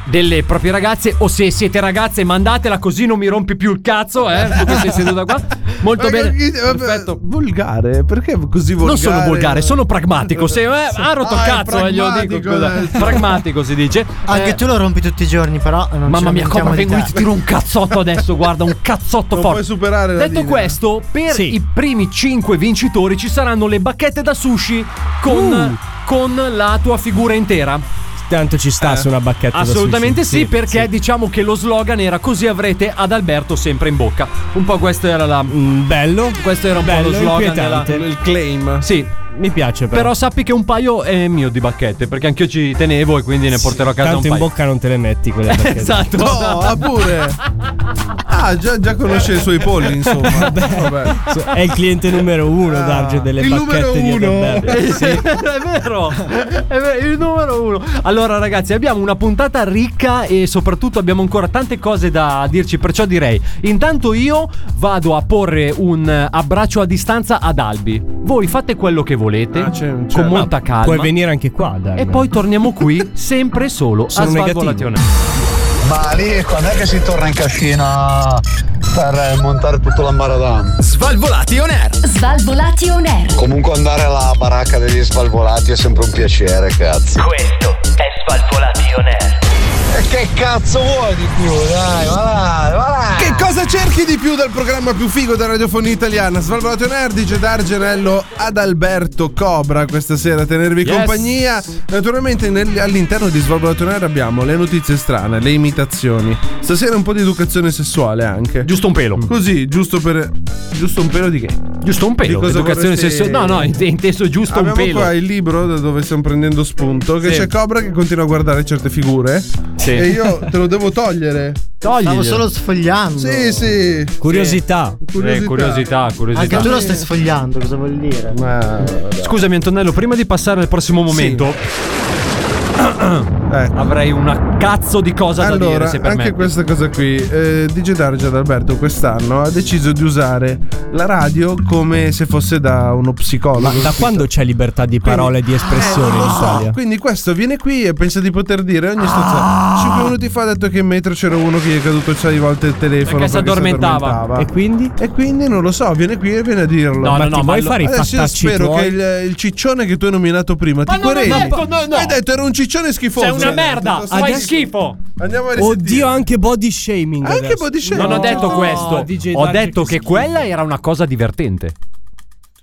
[SPEAKER 11] delle proprie ragazze. O se siete ragazze, mandatela così non mi rompi più il cazzo.
[SPEAKER 10] [laughs]
[SPEAKER 11] Eh, tu che sei seduta qua. Molto
[SPEAKER 10] Ma
[SPEAKER 11] bene.
[SPEAKER 10] chi- vabbè,
[SPEAKER 11] Perfetto.
[SPEAKER 10] Volgare? Perché così volgare?
[SPEAKER 11] Non sono volgare, sono pragmatico. Se eh, ha rotto
[SPEAKER 10] Ah, è
[SPEAKER 11] cazzo, eh, glielo dico.
[SPEAKER 10] pragmatico
[SPEAKER 11] scusa.
[SPEAKER 10] adesso.
[SPEAKER 11] Pragmatico si dice.
[SPEAKER 12] Anche
[SPEAKER 11] Eh,
[SPEAKER 12] tu lo rompi tutti i giorni, però. Non
[SPEAKER 11] Mamma mia,
[SPEAKER 12] come
[SPEAKER 11] Cobra, vengo lì, ti tiro un cazzotto adesso. Guarda, un cazzotto
[SPEAKER 10] Non
[SPEAKER 11] forte.
[SPEAKER 10] puoi superare la
[SPEAKER 11] Detto
[SPEAKER 10] linea.
[SPEAKER 11] questo, per
[SPEAKER 13] Sì.
[SPEAKER 11] i primi 5 vincitori ci saranno le bacchette da sushi
[SPEAKER 10] Uh.
[SPEAKER 11] con, con la tua figura intera.
[SPEAKER 13] Tanto ci
[SPEAKER 10] Eh,
[SPEAKER 13] sta su una bacchetta. da
[SPEAKER 11] Assolutamente sì,
[SPEAKER 13] sushi.
[SPEAKER 11] perché diciamo che lo slogan era così avrete ad Alberto sempre in bocca. Un po' questo era la.
[SPEAKER 13] Mm, bello.
[SPEAKER 11] Questo era un
[SPEAKER 13] bello,
[SPEAKER 11] po' lo slogan della-
[SPEAKER 13] inquietante.
[SPEAKER 10] Il claim.
[SPEAKER 11] Sì,
[SPEAKER 13] Mi piace però.
[SPEAKER 11] però sappi che un paio è mio di bacchette, perché anch'io ci tenevo e quindi ne porterò a casa
[SPEAKER 13] Tanto
[SPEAKER 11] un
[SPEAKER 13] in
[SPEAKER 11] paio.
[SPEAKER 13] bocca non te le
[SPEAKER 10] [laughs]
[SPEAKER 13] metti quelle
[SPEAKER 11] [laughs]
[SPEAKER 13] bacchette.
[SPEAKER 11] Esatto.
[SPEAKER 10] No, ah, pure. Ah, già, già conosce i suoi polli,
[SPEAKER 11] [laughs]
[SPEAKER 10] insomma. Vabbè.
[SPEAKER 13] So- È il cliente numero uno,
[SPEAKER 12] Ah,
[SPEAKER 13] Darge, delle
[SPEAKER 10] il numero
[SPEAKER 13] bacchette di
[SPEAKER 10] uno.
[SPEAKER 12] Eh,
[SPEAKER 13] Adalberto.
[SPEAKER 11] Sì, [laughs] è vero, è vero, il numero uno. Allora, ragazzi, abbiamo una puntata ricca e soprattutto abbiamo ancora tante cose da dirci. Perciò direi: intanto io vado a porre un eh, abbraccio a distanza ad Albi. Voi fate quello che volete,
[SPEAKER 10] Ah, c'è- c'è-
[SPEAKER 11] con molta calma.
[SPEAKER 13] Puoi venire anche qua, Darge.
[SPEAKER 11] E poi torniamo qui, sempre e solo
[SPEAKER 13] Sono
[SPEAKER 11] a
[SPEAKER 13] negativo.
[SPEAKER 11] Svalvolazione.
[SPEAKER 7] Ma lì quando è che si torna in cascina per eh, montare tutto l'ambaradam?
[SPEAKER 9] Svalvolati on air.
[SPEAKER 8] Svalvolati on air.
[SPEAKER 7] Comunque andare alla baracca degli svalvolati è sempre un piacere, cazzo.
[SPEAKER 2] Questo è Svalvolation Air.
[SPEAKER 7] E che cazzo vuoi di più? Dai, va là, va là.
[SPEAKER 10] Che cosa cerchi di più dal programma più figo della radiofonia italiana? Svalvolato Nerd dice Dargenello ad Alberto Cobra questa sera a tenervi
[SPEAKER 11] Yes.
[SPEAKER 10] compagnia. Naturalmente nel- all'interno di Svalvolato Nerd abbiamo le notizie strane, le imitazioni. Stasera un po' di educazione sessuale anche.
[SPEAKER 11] Giusto un pelo.
[SPEAKER 10] Così, giusto per... Giusto un pelo di che?
[SPEAKER 11] Mm. Giusto un pelo.
[SPEAKER 10] Di cosa
[SPEAKER 11] Educazione
[SPEAKER 10] vorresti-
[SPEAKER 11] sessuale. No, no, int- inteso giusto
[SPEAKER 10] Abbiamo
[SPEAKER 11] un pelo.
[SPEAKER 10] qua il libro da dove stiamo prendendo spunto che
[SPEAKER 11] Sì.
[SPEAKER 10] c'è Cobra che continua a guardare certe figure
[SPEAKER 11] Sì.
[SPEAKER 10] e io te lo devo togliere.
[SPEAKER 11] Toglielo.
[SPEAKER 12] Stavo solo sfogliando.
[SPEAKER 10] Sì, sì.
[SPEAKER 13] Curiosità.
[SPEAKER 11] Eh, curiosità, curiosità.
[SPEAKER 12] Anche
[SPEAKER 10] Esatto.
[SPEAKER 12] tu lo stai sfogliando, cosa vuol dire?
[SPEAKER 11] Ah.
[SPEAKER 10] Ma
[SPEAKER 11] Scusami Antonello, prima di passare al prossimo momento
[SPEAKER 10] ecco.
[SPEAKER 11] avrei una cazzo di cosa da dire
[SPEAKER 10] Allora,
[SPEAKER 11] se
[SPEAKER 10] anche
[SPEAKER 11] permetti.
[SPEAKER 10] questa cosa qui, eh, DJ Darge ad Alberto quest'anno ha deciso di usare la radio come se fosse da uno psicologo.
[SPEAKER 13] Ma da quando c'è libertà di parola e di espressione in
[SPEAKER 10] Eh, Lo
[SPEAKER 13] Italia?
[SPEAKER 10] so, quindi questo viene qui e pensa di poter dire ogni
[SPEAKER 13] Ah.
[SPEAKER 10] stanza. 5 minuti fa ha detto che in metro c'era uno che gli è caduto 6 volte il telefono
[SPEAKER 11] Perché si addormentava.
[SPEAKER 13] E quindi?
[SPEAKER 10] E quindi non lo so, viene qui e viene a dirlo.
[SPEAKER 11] No, no,
[SPEAKER 13] ma ti
[SPEAKER 11] no,
[SPEAKER 13] vuoi
[SPEAKER 11] ma
[SPEAKER 13] fare i
[SPEAKER 10] Adesso io
[SPEAKER 13] fattacci
[SPEAKER 10] spero che
[SPEAKER 13] tuoi?
[SPEAKER 10] il, il ciccione che tu hai nominato prima
[SPEAKER 11] Ma
[SPEAKER 10] ti
[SPEAKER 11] non ho
[SPEAKER 10] quereli.
[SPEAKER 11] detto, no, no.
[SPEAKER 10] Hai detto era un ciccione schifoso.
[SPEAKER 11] Sei una merda,
[SPEAKER 10] Tutto
[SPEAKER 11] fai
[SPEAKER 10] schifo.
[SPEAKER 11] schifo.
[SPEAKER 10] Andiamo a risentire.
[SPEAKER 13] Oddio, anche body shaming.
[SPEAKER 10] Anche
[SPEAKER 13] adesso.
[SPEAKER 10] body shaming.
[SPEAKER 11] Non ho
[SPEAKER 10] Cioè, No,
[SPEAKER 11] detto questo,
[SPEAKER 13] DJ
[SPEAKER 11] ho
[SPEAKER 13] Darge
[SPEAKER 11] detto che
[SPEAKER 13] schifo.
[SPEAKER 11] quella era una cosa divertente.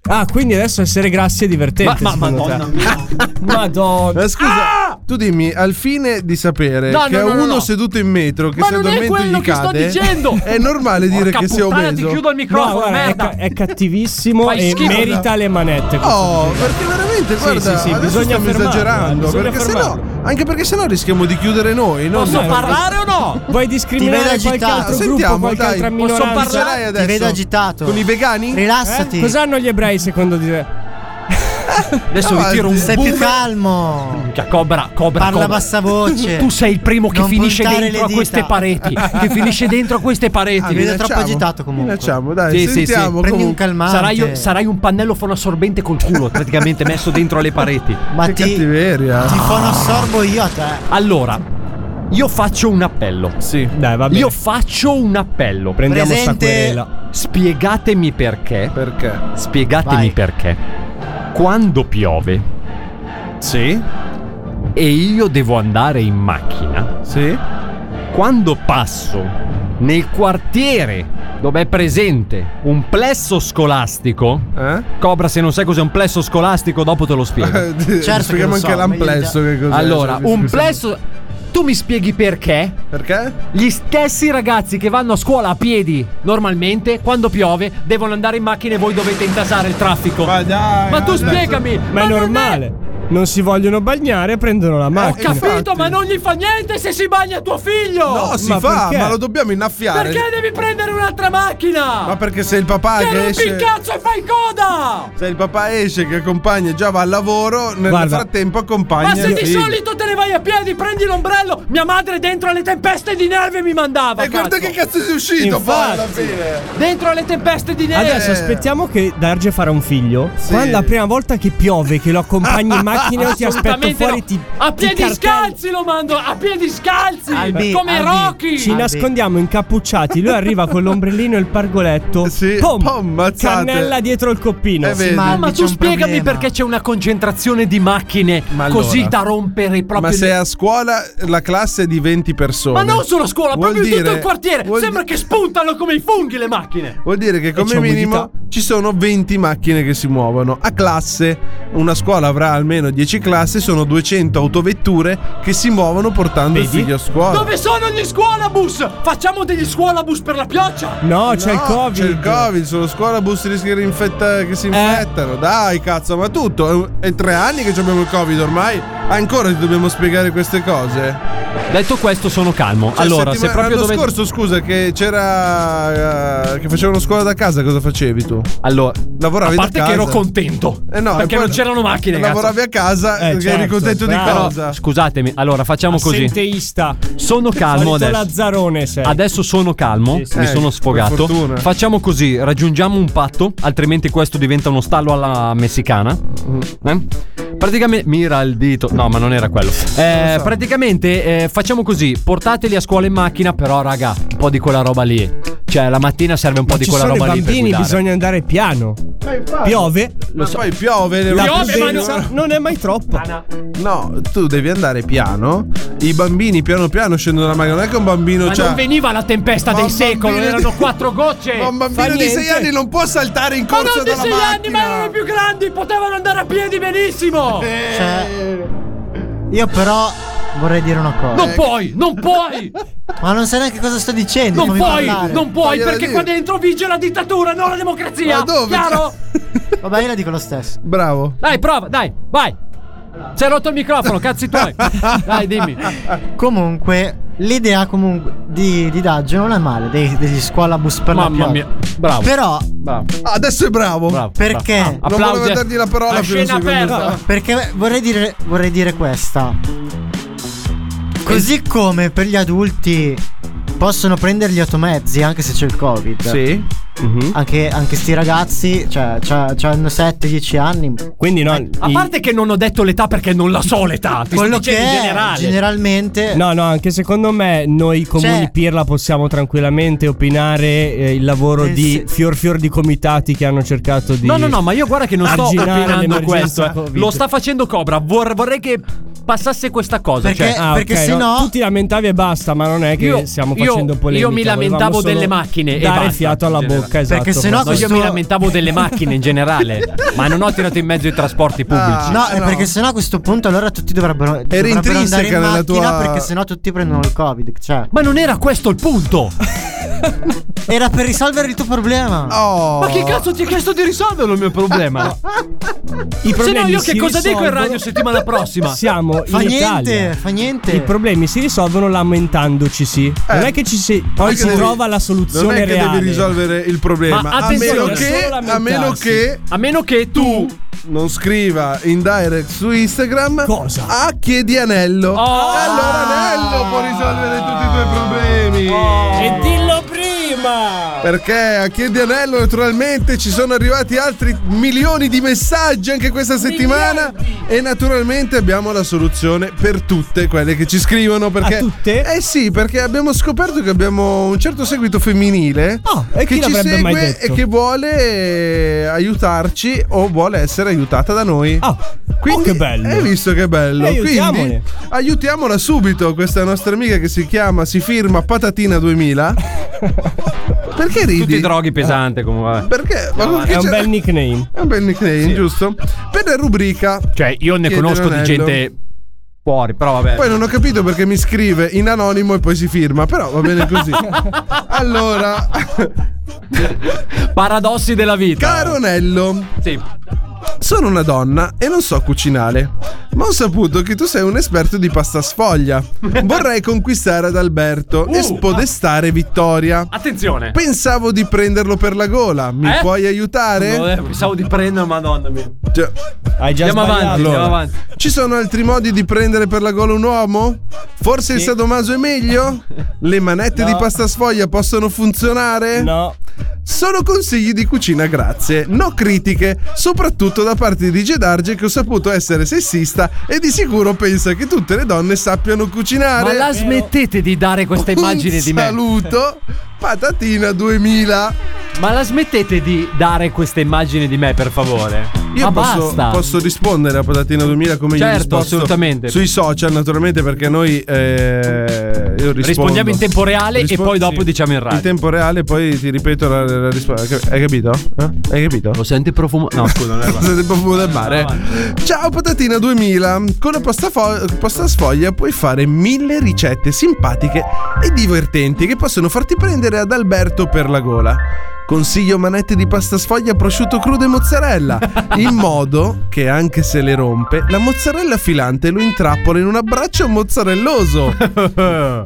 [SPEAKER 13] Ah, quindi adesso essere grassi è divertente.
[SPEAKER 11] Ma- ma-
[SPEAKER 13] secondo te?
[SPEAKER 11] madonna mia.
[SPEAKER 13] Madonna.
[SPEAKER 10] Ma Eh, scusa, tu dimmi, al fine di sapere
[SPEAKER 11] Ah! No,
[SPEAKER 10] che
[SPEAKER 11] no, no,
[SPEAKER 10] uno
[SPEAKER 11] no, no.
[SPEAKER 10] seduto in metro che
[SPEAKER 11] Ma
[SPEAKER 10] se
[SPEAKER 11] non è
[SPEAKER 10] addormenta
[SPEAKER 11] quello
[SPEAKER 10] gli
[SPEAKER 11] che sto
[SPEAKER 10] cade,
[SPEAKER 11] dicendo.
[SPEAKER 10] [laughs] è normale dire
[SPEAKER 11] Porca
[SPEAKER 10] che sia
[SPEAKER 11] puttana,
[SPEAKER 10] omeso.
[SPEAKER 11] ti chiudo il
[SPEAKER 13] No,
[SPEAKER 11] microfono,
[SPEAKER 13] guarda, è,
[SPEAKER 11] merda.
[SPEAKER 13] ca- è cattivissimo
[SPEAKER 11] Fai
[SPEAKER 13] e
[SPEAKER 11] schifo.
[SPEAKER 13] merita le manette. questo
[SPEAKER 10] Oh,
[SPEAKER 13] DJ.
[SPEAKER 10] perché veramente, guarda,
[SPEAKER 13] sì, sì,
[SPEAKER 10] adesso
[SPEAKER 13] bisogna
[SPEAKER 10] stiamo
[SPEAKER 13] fermarlo, eh,
[SPEAKER 10] esagerando,
[SPEAKER 13] bisogna
[SPEAKER 10] perché sennò
[SPEAKER 13] fermarlo.
[SPEAKER 10] Anche perché sennò rischiamo di chiudere noi. non-
[SPEAKER 11] Posso
[SPEAKER 10] no.
[SPEAKER 11] parlare o no?
[SPEAKER 13] Vuoi
[SPEAKER 10] Ti
[SPEAKER 13] discriminare
[SPEAKER 10] vedo
[SPEAKER 13] qualche
[SPEAKER 10] agitato.
[SPEAKER 13] altro
[SPEAKER 10] Sentiamo,
[SPEAKER 13] gruppo, qualche
[SPEAKER 10] dai.
[SPEAKER 13] altra
[SPEAKER 10] Posso
[SPEAKER 13] minoranza?
[SPEAKER 10] parlare Ti adesso? vedo agitato. Con i vegani? Rilassati.
[SPEAKER 13] Eh? Cos'hanno gli ebrei secondo te?
[SPEAKER 11] Adesso vi tiro un
[SPEAKER 12] Stai più
[SPEAKER 11] boom.
[SPEAKER 12] calmo.
[SPEAKER 11] Minchia, cobra, cobra.
[SPEAKER 12] Parla
[SPEAKER 11] cobra.
[SPEAKER 12] a bassa voce.
[SPEAKER 11] Tu sei il primo che
[SPEAKER 12] Non
[SPEAKER 11] finisce
[SPEAKER 12] puntare
[SPEAKER 11] dentro
[SPEAKER 12] le
[SPEAKER 11] a
[SPEAKER 12] dita.
[SPEAKER 11] queste pareti. che finisce dentro a queste pareti.
[SPEAKER 12] Ah, mi vedo troppo agitato comunque.
[SPEAKER 10] Minacciamo, dai, sentiamo Prendi comunque. un calmante.
[SPEAKER 11] Sarai, sarai un pannello fonoassorbente col culo, praticamente messo dentro le pareti.
[SPEAKER 12] Ma
[SPEAKER 10] Che
[SPEAKER 12] ti,
[SPEAKER 10] cattiveria.
[SPEAKER 12] ti fonoassorbo io a te.
[SPEAKER 11] Allora, io faccio un appello.
[SPEAKER 10] Sì.
[SPEAKER 13] Dai, va bene.
[SPEAKER 11] Io faccio un appello.
[SPEAKER 13] Prendiamo
[SPEAKER 11] Presente.
[SPEAKER 13] sta querela.
[SPEAKER 11] Spiegatemi perché.
[SPEAKER 10] Perché?
[SPEAKER 11] Spiegatemi
[SPEAKER 10] Vai.
[SPEAKER 11] perché. Quando piove.
[SPEAKER 10] Sì.
[SPEAKER 11] E io devo andare in macchina.
[SPEAKER 10] Sì.
[SPEAKER 11] Quando passo nel quartiere dove è presente un plesso scolastico.
[SPEAKER 10] Eh?
[SPEAKER 11] Cobra, se non sai cos'è un plesso scolastico, dopo te lo
[SPEAKER 10] [laughs]
[SPEAKER 11] spiego.
[SPEAKER 10] Certo Spieghiamo anche l'amplesso che cos'è.
[SPEAKER 11] Allora,
[SPEAKER 10] cioè,
[SPEAKER 11] un
[SPEAKER 10] scusa.
[SPEAKER 11] plesso. Tu mi spieghi perché?
[SPEAKER 10] Perché?
[SPEAKER 11] Gli stessi ragazzi che vanno a scuola a piedi normalmente, quando piove, devono andare in macchina e voi dovete intasare il traffico. Ma
[SPEAKER 10] dai!
[SPEAKER 11] Ma tu spiegami!
[SPEAKER 13] Ma è
[SPEAKER 11] non
[SPEAKER 13] normale. Non, si vogliono bagnare, prendono la
[SPEAKER 11] Ho
[SPEAKER 13] macchina.
[SPEAKER 11] capito, ma non gli fa niente se si bagna tuo figlio!
[SPEAKER 10] No, si
[SPEAKER 13] Ma
[SPEAKER 10] fa,
[SPEAKER 13] perché?
[SPEAKER 10] ma lo dobbiamo innaffiare.
[SPEAKER 11] Perché devi prendere un'altra macchina?
[SPEAKER 10] Ma perché se il papà
[SPEAKER 11] Che
[SPEAKER 10] che
[SPEAKER 11] rompi
[SPEAKER 10] esce.
[SPEAKER 11] il cazzo e fai coda!
[SPEAKER 10] Se il papà esce che accompagna e già va al lavoro, nel
[SPEAKER 13] Guarda.
[SPEAKER 10] frattempo accompagna.
[SPEAKER 11] Ma se
[SPEAKER 10] il
[SPEAKER 11] di
[SPEAKER 10] figlio.
[SPEAKER 11] solito te ne vai a piedi, prendi l'ombrello! Mia madre dentro alle tempeste di nervi mi mandava!
[SPEAKER 10] E guarda
[SPEAKER 11] cazzo.
[SPEAKER 10] che cazzo sei uscito, poi alla fine.
[SPEAKER 11] Dentro alle tempeste di nervi!
[SPEAKER 13] Adesso aspettiamo che Darge farà un figlio. Quando la prima volta che piove, che lo accompagni in macchina, io ti aspetto
[SPEAKER 11] Ah, Assolutamente
[SPEAKER 13] fuori.
[SPEAKER 11] no.
[SPEAKER 13] Ti,
[SPEAKER 11] a
[SPEAKER 13] ti
[SPEAKER 11] piedi
[SPEAKER 13] cartello.
[SPEAKER 11] scalzi lo mando a piedi scalzi
[SPEAKER 13] Albi,
[SPEAKER 11] come
[SPEAKER 13] Albi,
[SPEAKER 11] Rocky
[SPEAKER 13] Ci nascondiamo incappucciati. Lui arriva con l'ombrellino e il pargoletto.
[SPEAKER 10] Sì,
[SPEAKER 13] Pom,
[SPEAKER 10] pom, mazzate.
[SPEAKER 13] cannella dietro il coppino.
[SPEAKER 10] Eh, vedi.
[SPEAKER 11] ma tu spiegami
[SPEAKER 12] problema.
[SPEAKER 11] perché c'è una concentrazione di macchine
[SPEAKER 10] Ma
[SPEAKER 11] così
[SPEAKER 10] allora?
[SPEAKER 11] da rompere proprio
[SPEAKER 10] Ma se
[SPEAKER 11] le-
[SPEAKER 10] a scuola la classe è di 20 persone.
[SPEAKER 11] Ma non solo a scuola
[SPEAKER 10] vuol
[SPEAKER 11] proprio in tutto
[SPEAKER 10] dire-
[SPEAKER 11] il quartiere
[SPEAKER 10] vuol
[SPEAKER 11] sembra che spuntano come i funghi le macchine
[SPEAKER 10] Vuol dire che come
[SPEAKER 13] c'è
[SPEAKER 10] minimo
[SPEAKER 13] umidità.
[SPEAKER 10] ci sono 20 macchine che si muovono a classe. Una scuola avrà almeno 10 classi, sono 200 autovetture che si muovono portando il
[SPEAKER 13] Vedi?
[SPEAKER 10] figlio a scuola.
[SPEAKER 11] dove sono gli scuolabus facciamo degli scuolabus per la pioggia
[SPEAKER 13] No, c'è il
[SPEAKER 10] No,
[SPEAKER 13] Covid.
[SPEAKER 10] C'è il Covid, sono scuola bus rischi che rinfetta-
[SPEAKER 11] Eh.
[SPEAKER 10] che si infettano. Dai, cazzo, ma tutto. È è tre anni che abbiamo il Covid ormai. Ancora ti dobbiamo spiegare queste cose.
[SPEAKER 11] detto questo sono calmo
[SPEAKER 10] Cioè,
[SPEAKER 11] allora se
[SPEAKER 10] settimana-
[SPEAKER 11] proprio
[SPEAKER 10] l'anno
[SPEAKER 11] dove
[SPEAKER 10] scorso, scusa, che c'era. eh, che facevano scuola da casa, cosa facevi tu?
[SPEAKER 11] allora a
[SPEAKER 10] Lavoravi da
[SPEAKER 11] parte
[SPEAKER 10] casa.
[SPEAKER 11] che ero contento
[SPEAKER 10] Eh no,
[SPEAKER 11] perché
[SPEAKER 10] e poi
[SPEAKER 11] non c'erano macchine cazzo.
[SPEAKER 10] Lavoravi a casa
[SPEAKER 13] Eh,
[SPEAKER 10] perché eri
[SPEAKER 13] certo,
[SPEAKER 10] contento di
[SPEAKER 13] bravo.
[SPEAKER 10] cosa?
[SPEAKER 11] Scusatemi, allora facciamo così.
[SPEAKER 13] Senteista.
[SPEAKER 11] Sono calmo
[SPEAKER 13] Solito
[SPEAKER 11] adesso.
[SPEAKER 13] Lazzarone sei.
[SPEAKER 11] Eh, Adesso sono calmo,
[SPEAKER 13] Sì, sì.
[SPEAKER 11] mi
[SPEAKER 10] Eh,
[SPEAKER 11] sono
[SPEAKER 10] per
[SPEAKER 11] sfogato.
[SPEAKER 10] fortuna.
[SPEAKER 11] Facciamo così, raggiungiamo un patto, altrimenti questo diventa uno stallo alla messicana.
[SPEAKER 10] Mm-hmm.
[SPEAKER 11] Eh? Praticamente mira il dito. No, ma non era quello. Eh, Praticamente eh, facciamo così, portateli a scuola in macchina, però raga, un po' di quella roba lì. Cioè, la mattina serve un po' di
[SPEAKER 13] Ci
[SPEAKER 11] quella
[SPEAKER 13] sono i
[SPEAKER 11] roba lì per
[SPEAKER 13] bambini,
[SPEAKER 11] guidare.
[SPEAKER 13] bisogna andare piano. Piove.
[SPEAKER 10] Ma poi piove. le-
[SPEAKER 13] La
[SPEAKER 11] Piove, ma
[SPEAKER 13] prudenza non è mai troppo.
[SPEAKER 10] No, tu devi andare piano. I bambini piano piano scendono dalla macchina. Non è che un bambino
[SPEAKER 11] Ma
[SPEAKER 10] c'ha-
[SPEAKER 11] non veniva la tempesta
[SPEAKER 10] Ma
[SPEAKER 11] dei
[SPEAKER 10] un
[SPEAKER 11] secoli,
[SPEAKER 10] bambino di-
[SPEAKER 11] erano quattro gocce.
[SPEAKER 10] Ma un
[SPEAKER 13] Fa
[SPEAKER 10] bambino di
[SPEAKER 13] niente.
[SPEAKER 10] 6 anni non può saltare in
[SPEAKER 11] Ma
[SPEAKER 10] corso
[SPEAKER 11] non di
[SPEAKER 10] dalla
[SPEAKER 11] sei anni, ma
[SPEAKER 10] macchina. Eh,
[SPEAKER 11] erano più grandi, potevano andare a piedi benissimo.
[SPEAKER 12] Cioè, io però vorrei dire una cosa.
[SPEAKER 10] ecco.
[SPEAKER 11] Non puoi, non
[SPEAKER 10] [laughs]
[SPEAKER 11] puoi,
[SPEAKER 12] Ma non sai neanche cosa sto dicendo.
[SPEAKER 11] non
[SPEAKER 12] fammi
[SPEAKER 11] puoi,
[SPEAKER 12] parlare.
[SPEAKER 11] non puoi,
[SPEAKER 10] Fagliela
[SPEAKER 11] perché
[SPEAKER 10] dire.
[SPEAKER 11] qua dentro vige la dittatura, non la democrazia.
[SPEAKER 10] Ma dove?
[SPEAKER 11] Chiaro?
[SPEAKER 12] Vabbè, io la dico lo stesso.
[SPEAKER 10] Bravo.
[SPEAKER 11] Dai, prova, dai, vai. Si è rotto il microfono, cazzi tuoi. Dai, dimmi.
[SPEAKER 12] Comunque, l'idea comunque di, di Daggio non è male. Dei, degli scuolabus per la
[SPEAKER 11] Mamma
[SPEAKER 12] pioggia.
[SPEAKER 11] mia, bravo.
[SPEAKER 12] Però,
[SPEAKER 11] Bravo,
[SPEAKER 10] Ah, adesso è bravo.
[SPEAKER 11] bravo.
[SPEAKER 12] Perché?
[SPEAKER 11] bravo.
[SPEAKER 10] Non
[SPEAKER 11] Ah, Applausi.
[SPEAKER 10] volevo dargli la parola
[SPEAKER 11] La
[SPEAKER 10] fino al
[SPEAKER 11] scena
[SPEAKER 10] secondo.
[SPEAKER 11] aperta.
[SPEAKER 12] perché vorrei dire, vorrei dire questa. Così come per gli adulti possono prendere gli automezzi anche se c'è il Covid.
[SPEAKER 10] Sì.
[SPEAKER 13] Mhm.
[SPEAKER 12] Anche, anche sti ragazzi, cioè, c'ha- hanno 7-10 anni. Eh,
[SPEAKER 13] Quindi Eh, no.
[SPEAKER 11] Eh, A
[SPEAKER 13] i-
[SPEAKER 11] parte che non ho detto l'età perché non la so l'età. Ti sto
[SPEAKER 12] Quello che
[SPEAKER 11] dicendo in
[SPEAKER 12] è,
[SPEAKER 11] generale.
[SPEAKER 12] generalmente.
[SPEAKER 13] No, no, anche secondo me noi comuni
[SPEAKER 12] Cioè-
[SPEAKER 13] pirla possiamo tranquillamente opinare eh, il lavoro
[SPEAKER 12] Nel
[SPEAKER 13] di
[SPEAKER 12] sen-
[SPEAKER 13] fior fior di comitati che hanno cercato di
[SPEAKER 11] No, no, no, ma io guarda che non sto
[SPEAKER 13] arginare
[SPEAKER 11] opinando
[SPEAKER 13] l'emergenza
[SPEAKER 11] questo. eh.
[SPEAKER 13] Covid.
[SPEAKER 11] Lo sta facendo Cobra. Vor- vorrei che passasse questa cosa.
[SPEAKER 12] Perché-
[SPEAKER 11] cioè,
[SPEAKER 13] Ah, ok,
[SPEAKER 12] perché se no-
[SPEAKER 13] tu ti lamentavi e basta, ma non è che
[SPEAKER 11] Io-
[SPEAKER 13] stiamo
[SPEAKER 11] io-
[SPEAKER 13] facendo polemica.
[SPEAKER 11] io mi lamentavo
[SPEAKER 13] volevamo solo
[SPEAKER 11] delle macchine e
[SPEAKER 13] Dare
[SPEAKER 11] basta,
[SPEAKER 13] fiato alla
[SPEAKER 11] in generale.
[SPEAKER 13] bocca, esatto.
[SPEAKER 12] Perché se no
[SPEAKER 11] No, io
[SPEAKER 12] questo-
[SPEAKER 11] mi lamentavo delle macchine in generale, ma non ho tirato in mezzo i trasporti
[SPEAKER 10] Ah,
[SPEAKER 11] pubblici.
[SPEAKER 12] No, è perché sennò a questo punto allora tutti dovrebbero, dovrebbero andare in
[SPEAKER 10] intrinseca nella
[SPEAKER 12] macchina
[SPEAKER 10] tua-
[SPEAKER 12] perché sennò tutti prendono il covid, cioè
[SPEAKER 11] Ma non era questo il punto.
[SPEAKER 12] Era per risolvere il tuo problema.
[SPEAKER 10] Oh.
[SPEAKER 11] Ma che cazzo ti ha chiesto di risolverlo il mio problema? se no, io che cosa dico in radio settimana prossima?
[SPEAKER 13] Siamo
[SPEAKER 12] Fa
[SPEAKER 13] in
[SPEAKER 12] niente,
[SPEAKER 13] Italia.
[SPEAKER 12] fa niente.
[SPEAKER 13] I problemi si risolvono lamentandocisi.
[SPEAKER 10] Eh.
[SPEAKER 13] non è che ci si, poi
[SPEAKER 10] che
[SPEAKER 13] si
[SPEAKER 10] devi-
[SPEAKER 13] trova la soluzione
[SPEAKER 10] non è che
[SPEAKER 13] reale.
[SPEAKER 10] devi risolvere il problema.
[SPEAKER 13] Ma
[SPEAKER 10] a,
[SPEAKER 13] attenzione,
[SPEAKER 10] meno
[SPEAKER 13] era
[SPEAKER 10] che,
[SPEAKER 13] solo
[SPEAKER 10] a meno
[SPEAKER 13] lamentarsi.
[SPEAKER 10] che
[SPEAKER 11] a meno che
[SPEAKER 10] tu non scriva in direct su Instagram
[SPEAKER 13] cosa?
[SPEAKER 10] A chiedi anello.
[SPEAKER 13] Oh.
[SPEAKER 10] E allora anello può risolvere tutti i tuoi problemi.
[SPEAKER 13] E dillo prima.
[SPEAKER 10] Perché a Chiedi Anello naturalmente ci sono arrivati altri milioni di messaggi anche questa settimana e naturalmente abbiamo la soluzione per tutte quelle che ci scrivono perché
[SPEAKER 13] A tutte?
[SPEAKER 10] Eh sì, perché abbiamo scoperto che abbiamo un certo seguito femminile
[SPEAKER 13] Ah, e
[SPEAKER 10] che
[SPEAKER 13] chi
[SPEAKER 10] ci
[SPEAKER 13] l'avrebbe
[SPEAKER 10] segue
[SPEAKER 13] mai detto?
[SPEAKER 10] e che vuole eh, aiutarci o vuole essere aiutata da noi.
[SPEAKER 13] Ah,
[SPEAKER 10] Quindi,
[SPEAKER 13] che bello.
[SPEAKER 10] Hai visto che bello?
[SPEAKER 13] Eh, aiutiamole.
[SPEAKER 10] Quindi aiutiamola subito questa nostra amica che si chiama, si firma Patatina 2000. Perché ridi?
[SPEAKER 11] Tutti i droghi pesante comunque.
[SPEAKER 10] Perché? Ma con chi
[SPEAKER 13] È un
[SPEAKER 10] c'è-
[SPEAKER 13] bel nickname.
[SPEAKER 10] è un bel nickname, giusto? Per la rubrica.
[SPEAKER 11] Cioè, io ne
[SPEAKER 10] Chiedi
[SPEAKER 11] conosco di
[SPEAKER 10] l'anello.
[SPEAKER 11] gente fuori, però vabbè.
[SPEAKER 10] Poi non ho capito perché mi scrive in anonimo e poi si firma, però va bene
[SPEAKER 13] [laughs]
[SPEAKER 10] così. allora,
[SPEAKER 11] Paradossi della vita.
[SPEAKER 10] Caronello,
[SPEAKER 11] Sì.
[SPEAKER 10] sono una donna e non so cucinare, ma ho saputo che tu sei un esperto di pasta sfoglia. Vorrei conquistare ad Alberto e spodestare Vittoria.
[SPEAKER 11] Attenzione.
[SPEAKER 10] Pensavo di prenderlo per la gola, mi
[SPEAKER 11] Eh?
[SPEAKER 10] puoi aiutare?
[SPEAKER 11] No, eh, Pensavo di prendere, madonna mia.
[SPEAKER 10] Cioè,
[SPEAKER 13] Hai già
[SPEAKER 11] Andiamo avanti,
[SPEAKER 13] sbagliato.
[SPEAKER 11] andiamo avanti.
[SPEAKER 10] Ci sono altri modi di prendere per la gola un uomo? Forse il sadomaso è meglio? Le manette di pasta sfoglia possono funzionare?
[SPEAKER 13] No.
[SPEAKER 10] Solo consigli di cucina, grazie. No critiche, soprattutto da parte di Gedarge che ho saputo essere sessista e di sicuro pensa che tutte le donne sappiano cucinare.
[SPEAKER 11] Ma la smettete di dare questa immagine
[SPEAKER 10] eh, Un
[SPEAKER 11] di me.
[SPEAKER 10] Saluto, patatina 2000.
[SPEAKER 11] Ma la smettete di dare questa immagine di me, per favore?
[SPEAKER 10] Io
[SPEAKER 11] Ma
[SPEAKER 10] posso,
[SPEAKER 11] basta.
[SPEAKER 10] posso rispondere a Patatina 2000 come gli
[SPEAKER 11] Certo,
[SPEAKER 10] risposto
[SPEAKER 11] assolutamente.
[SPEAKER 10] sui social naturalmente perché noi eh, io rispondo.
[SPEAKER 11] Rispondiamo in tempo reale e poi dopo diciamo in radio.
[SPEAKER 10] In tempo reale poi ti ripeto la, la risposta. Hai capito? Eh? Hai capito?
[SPEAKER 11] Lo senti profumato? No, scusa, non è
[SPEAKER 10] Siete proprio del mare. Ciao Patatina 2000, con la pasta, fo- pasta sfoglia puoi fare mille ricette simpatiche e divertenti che possono farti prendere ad Alberto per la gola. Consiglio manette di pasta sfoglia, prosciutto crudo e mozzarella, in modo che anche se le rompe, la mozzarella filante lo intrappola in un abbraccio mozzarelloso.
[SPEAKER 11] [laughs]